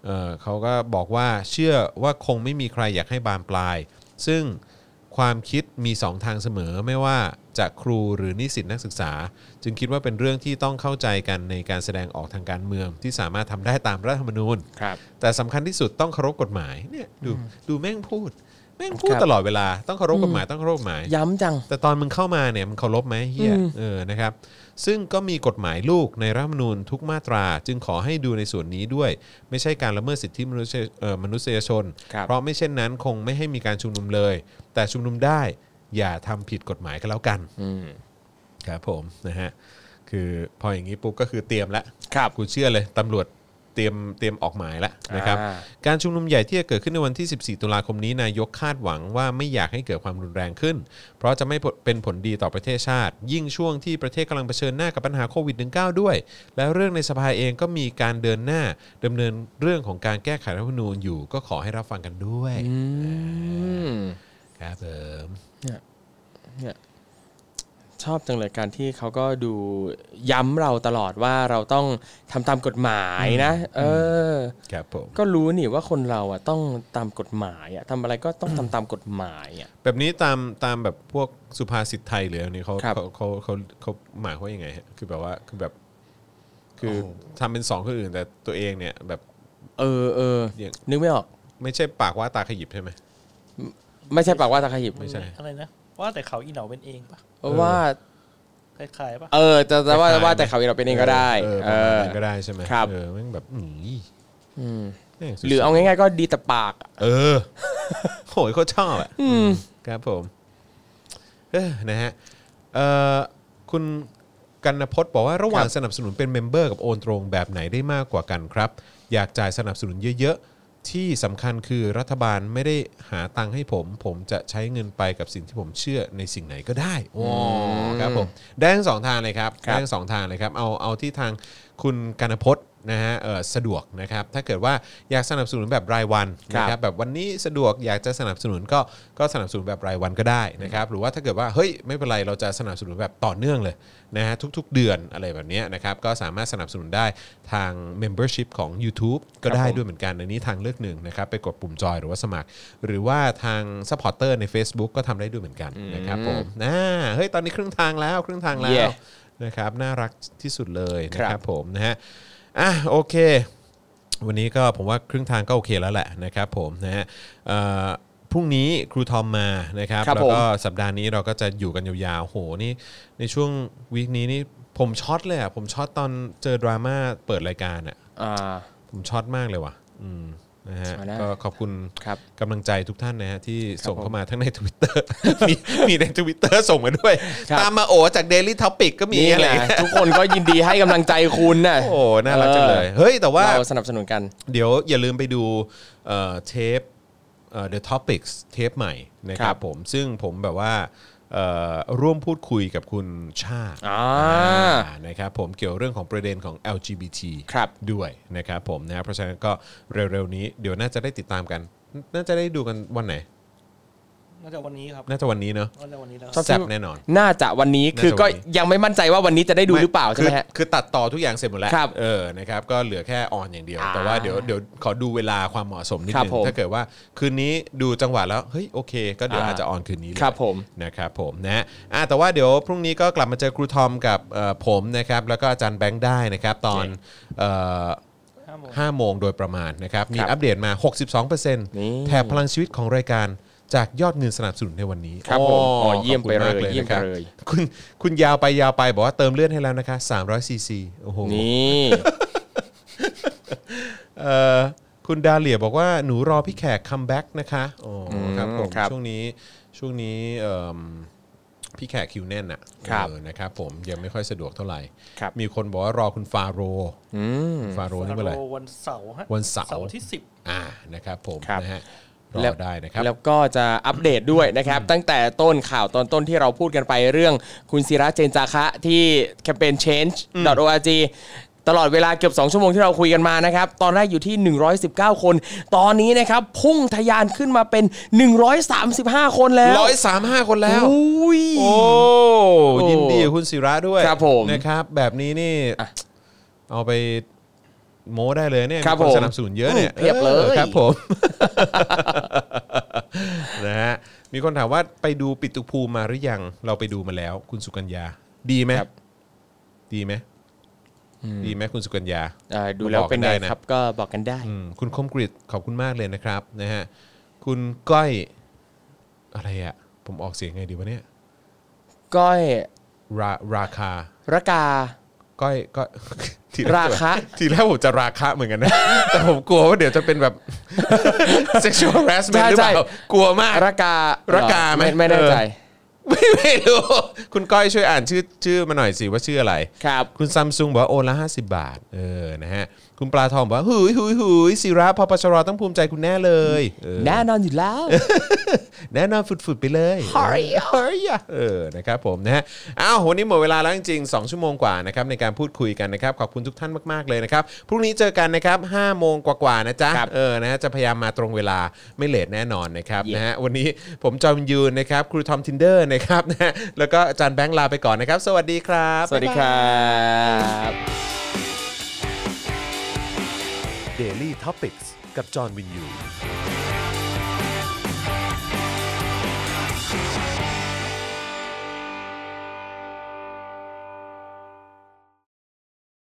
เออเขาก็บอกว่าเชื่อว่าคงไม่มีใครอยากให้บานปลาย ซึ่ง ความคิดมี 2 ทางเสมอไม่ว่าจะครูหรือนิสิตนักศึกษา จึงคิดว่าเป็นเรื่องที่ต้องเข้าใจกันในการแสดงออกทางการเมือง ที่สามารถทำได้ตามรัฐธรรมนูญ
ครับ
แต่สำคัญที่สุดต้องเคารพกฎหมายเนี่ยดูดูแม่งพูด แม่งพูด
ครับ
ตลอดเวลาต้องเคารพกฎหมายต้องเคารพกฎหมาย
ย้ำจัง
แต่ตอนมึงเข้ามาเนี่ยมึงเคารพไหมเฮียเออนะครับซึ่งก็มีกฎหมายลูกในรัฐธรรมนูญทุกมาตรา จึงขอให้ดูในส่วนนี้ด้วย ไม่ใช่การละเมิดสิทธิมนุษยเอ่อมนุษยชน
ครับ
เพราะไม่เช่นนั้นคงไม่ให้มีการชุมนุมเลย แต่ชุมนุมได้อย่าทำผิดกฎหมายก็แล้วกัน
อืม
ครับผมนะฮะ คือพออย่างนี้ปุ๊บก็คือเตรียมแล้ว
ครับ
กูเชื่อเลยตำรวจเตรียมเตรียมออกหมายแล้วนะครับ
อ่า
การชุมนุมใหญ่ที่จะเกิดขึ้นในวันที่ 14 ตุลาคมนี้นายกคาดหวังว่าไม่อยากให้เกิดความรุนแรงขึ้น เพราะจะไม่เป็นผลดีต่อประเทศชาติ ยิ่งช่วงที่ประเทศกำลังเผชิญหน้ากับปัญหาโควิด -19 ด้วย และเรื่องในสภาเองก็มีการเดินหน้าดำเนินเรื่องของการแก้ไขรัฐธรรมนูญอยู่ ก็ขอให้รับฟังกันด้วย
อืม
ครับผม
เนี่ยชอบจังเลยการที่เขาก็ดูย้ำเราตลอดว่าเราต้องทำตามกฎหมายนะ เออ
ครับผม
ก็รู้นี่ว่าคนเราอ่ะต้องตามกฎหมายอ่ะทำอะไรก็ต้องทำตามกฎหมายอ่ะ
แบบนี้ตามตามแบบพวกสุภาษิตไทยหรืออะไรนี้เขา
ครับ
เขาเขาเขาเขาหมายความว่ายังไงฮะคือแบบว่าคือแบบคือทำเป็นสองคนอื่นแต่ตัวเองเนี่ยแบบ
เออเออ
เนี่ย
นึกไม่ออก
ไม่ใช่ปากว่าตาขยิบใช่ไหม
ไม่ใช่ปากว่าตะขยิบ
ไม่ใช่
อะไรนะ ว่าแต่เขาอีเหนาเป็นเองปะ
ว่า
คล้ายๆปะ
เออจะจะว่า
คล้ายๆ
ว่าแต่เขาวเราเป็นเองก็ได้
เออ
เอ
ประมาณ
อ
นั้นก็ได้ใช่ไหม
ครับ
เออแม่งแบบอืมแม่งสุด
หรือเอาง่ายๆก็ดีแต่ปาก
เออโหยโคตรชอบอ่ะครับผมเออนะฮะเอ่อคุณกันณพจน์บอกว่าระหว่างสนับสนุนเป็นเมมเบอร์กับโอนตรงแบบไหนได้มากกว่ากันครับ อยากจ่ายสนับสนุนเยอะ ๆ ที่สำคัญคือรัฐบาลไม่ได้หาตังค์ให้ผม ผมจะใช้เงินไปกับสิ่งที่ผมเชื่อในสิ่งไหนก็ได้โอ้ครับผมได้ทั้งสองทางเลยครับได้ทั้งสองทางเลยครับเอาเอาที่ทาง คุณกานพจน์นะฮะเอ่อสะดวกนะครับ ถ้าเกิดว่าอยากสนับสนุนแบบรายวันนะครับแบบวันนี้สะดวกอยากจะสนับสนุนก็ก็สนับสนุนแบบรายวันก็ได้นะครับ หรือว่าถ้าเกิดว่าเฮ้ยไม่เป็นไรเราจะสนับสนุนแบบต่อเนื่องเลยนะฮะทุกๆ เดือนอะไรแบบเนี้ยนะครับก็สามารถสนับสนุนได้ทาง Membership ของ YouTube ก็ได้ด้วยเหมือนกันอันนี้ทางเลือกหนึ่งนะครับไปกดปุ่มจอยหรือว่าสมัคร หรือว่าทางซัพพอร์เตอร์ใน Facebook ก็ทำได้ด้วยเหมือนกันนะครับผมอ่าเฮ้ยตอนนี้ครึ่งทางแล้วครึ่งทางแล้ว นะครับน่ารักที่สุดเลยนะครับผมนะฮะอ่ะโอเค วันนี้ก็ผมว่าครึ่งทางก็โอเคแล้วแหละนะครับผมนะฮะเอ่อพรุ่งนี้ครูทอมมานะครับ
ครับ
แล้วก็
ผม
สัปดาห์นี้เราก็จะอยู่กันยาวๆโหนี่ในช่วงวีคนี้นี่ผมช็อตเลยอ่ะผมช็อตตอนเจอดราม่าเปิดรายการอ่ะ
อ่า
ผมช็อตมากเลยว่ะอืมนะฮะ
เอานะ
ก็ขอบคุณ
ครับ
กำลังใจทุกท่านนะฮะที่ส่ง
ผม
เข้ามาทั้งใน Twitter มีมีใน Twitter ส่งมาด้วย
ครับ
ตามมาโอจาก Daily Topic ก็มี
นี่
อะไร
แหละทุกคนก็ยินดีให้กำลังใจคุณน่ะ
โอ้ น่ารักจังเลย เฮ้ย แต่ว่า
เราสนับสนุนกัน
เดี๋ยวอย่าลืมไปดูเอ่อเทปเอ่อ The Topics เทปใหม่นะค
ครั
รับบ ผม ซึ่งผมแบบว่าเอ่อร่วมพูดคุยกับคุณชา
อ่า
อ่านะครับผมเกี่ยวเรื่องของประเด็นของ LGBT
ครับ
ด้วยนะครับผมนะเพราะฉะนั้นก็เร็วๆนี้เดี๋ยวน่าจะได้ติดตามกัน น่าจะได้ดูกันวันไหน
น่าจะวันนี้ครับ
น่าจะวันนี้เนาะ
น่าจะวันนี้แล้ว
ชอบ
แซ่บแน่นอน
น่าจะวันนี้คือ
น่าจะ
ก็
วันนี้
ยังไม่มั่นใจว่าวันนี้จะได้ดูหรือเปล่าใช่ไหม
คือ
ฮะ
คือตัดต่อทุกอย่างเสร็จหมดแล้ว
ครับ
เออนะครับก็เหลือแค่ออนอย่างเดียว
อ่า
แต่ว่าเดี๋ยวเดี๋ยวขอดูเวลาความเหมาะสมนิด
ครั
นึ
บ
ง
ผม
ถ้าเกิดว่าคืนนี้ดูจังหวะแล้วเฮ้ยโอเค ก็เดี๋ยว
อ่า
อาจจะออนคืนนี้เลย
ครับผม
นะครับผมนะอ่ะแต่ว่าเดี๋ยวพรุ่งนี้ก็กลับมาเจอครูทอมกับเอ่อผมนะครับแล้วก็อาจารย์แบงค์ได้นะครับตอนเอ่อ
ห้า
5
โมง
โมงโดยประมาณนะครับ มี
ครับ
อัปเดตมา 62%แถบพลังชีวิตของรายการจากยอดเงินสนับสนุนในวันนี้
ครับผม
โ
อ๋อเยี่ยมไป
ขอบคุณาก
เลยเยี่ยม
นะครับ
ไปเลย
คุณคุณยาวไปยาวไปบอกว่าเติมเลือดให้แล้วนะคะ300ซีซีโอ้โห
นี่
เอ่อคุณดาเลียบอกว่าหนูรอพี่แขกคัมแบ็กนะคะโอ้ครับผม
ครับ
ช่วงนี้ช่วงนี้เอิ่มพี่แขกคิวแน่นอะ
ครับ
เออนะครับผมยังไม่ค่อยสะดวกเท่าไหร่
ครับ
มีคนบอกว่ารอคุณฟาโรห์
อืม
ฟาโรห์นี่เป็นอะไร
ฟาโรห์วันเสาร์ฮะ
วันเสาร์
ที่สิบ
อ่านะครับผม
ครับ
นะฮะรอได้นะครับ
แล้วก็จะอัปเดตด้วยนะครับ ตั้งแต่ต้นข่าวตอนต้นที่เราพูดกันไปเรื่องคุณศิระเจนจาคะที่แคมเปญ change.org ตลอดเวลาเกือบ 2 ชั่วโมงที่เราคุยกันมานะครับ ตอนแรกอยู่ที่ 119 คน ตอนนี้นะครับ พุ่งทะยานขึ้นมาเป็น 135 คนแล้ว
ร้อยสามห้าคนแล้ว
อุ้ย
โอ้ ยินดีกับคุณศิระด้วย
ครับผม
นะครับ แบบนี้นี่
อ่ะ
เอาไปโม้ได้เลยเนี่ย
ครับ
น
ผม
สนับสนุนเยอะเนี่ย
อืมเพียบเลย
ออครับผม นะฮะ มีคนถามว่าไปดูปิตุภูมิมาหรือยัง เราไปดูมาแล้ว คุณสุกัญญา ดีไหมดีไหมดีไหมคุณสุกัญญา
เอ่อดูแล้ว
มาบอก
เป็น
กั
ไง
ด้ะ
ครับก็บอกกันได้
อืมคุณคมกริตขอบคุณมากเลยนะครับนะฮะคุณก้อยอะไรอะผมออกเสียงไงดีวะเนี่ย
ก้อย
ราราคา
ระกา
ก้อยก้อย ทีแก
ราคะ
ทีแรกผมจะราคะเหมือนกันนะ แต่ผมกลัวว่าเดี๋ยวจะเป็นแบบ sexual harassment หรือเปล่ากลัวมาก
ระการ
ะกาไหม
ไม่แน่ใจ
เออ ไม่ไม่รู้ คุณก้อยช่วยอ่านชื่อชื่อมาหน่อยสิว่าชื่ออะไร
ครับ
คุณซัมซุงบอกว่าโอนละ 50 บาท เออ นะฮะ คุณปลาทองบอกว่าหุยหุยหุยศิระพปชรต้องภูมิใจคุณแน่เลยเออ
แน่นอนอยู่แล้ว
แน่นอนฝุดๆไปเลย
Hurry
เฮ้ยอ่ะเออ นะครับผมนะฮะอ้าววันนี้หมดเวลาแล้วจริงๆ 2 ชั่วโมงกว่านะครับในการพูดคุยกันนะครับ ขอบคุณทุกท่านมาก ๆ เลยนะครับ พรุ่งนี้เจอกันนะครับ5โมงกว่าๆ นะจ๊ะ เออ นะฮะ จะพยายามมาตรงเวลาไม่เลทแน่นอนนะครับ นะฮะ วันนี้ผมจอมยูนนะครับ ครูทอมทินเดอร์นะครับนะฮะแล้วก็อาจารย์แบงค์ลาไปก่อนนะครับ สวัสดีครับ
สวัสดีครับ
Daily t o p i c กกับจอห์นวินยู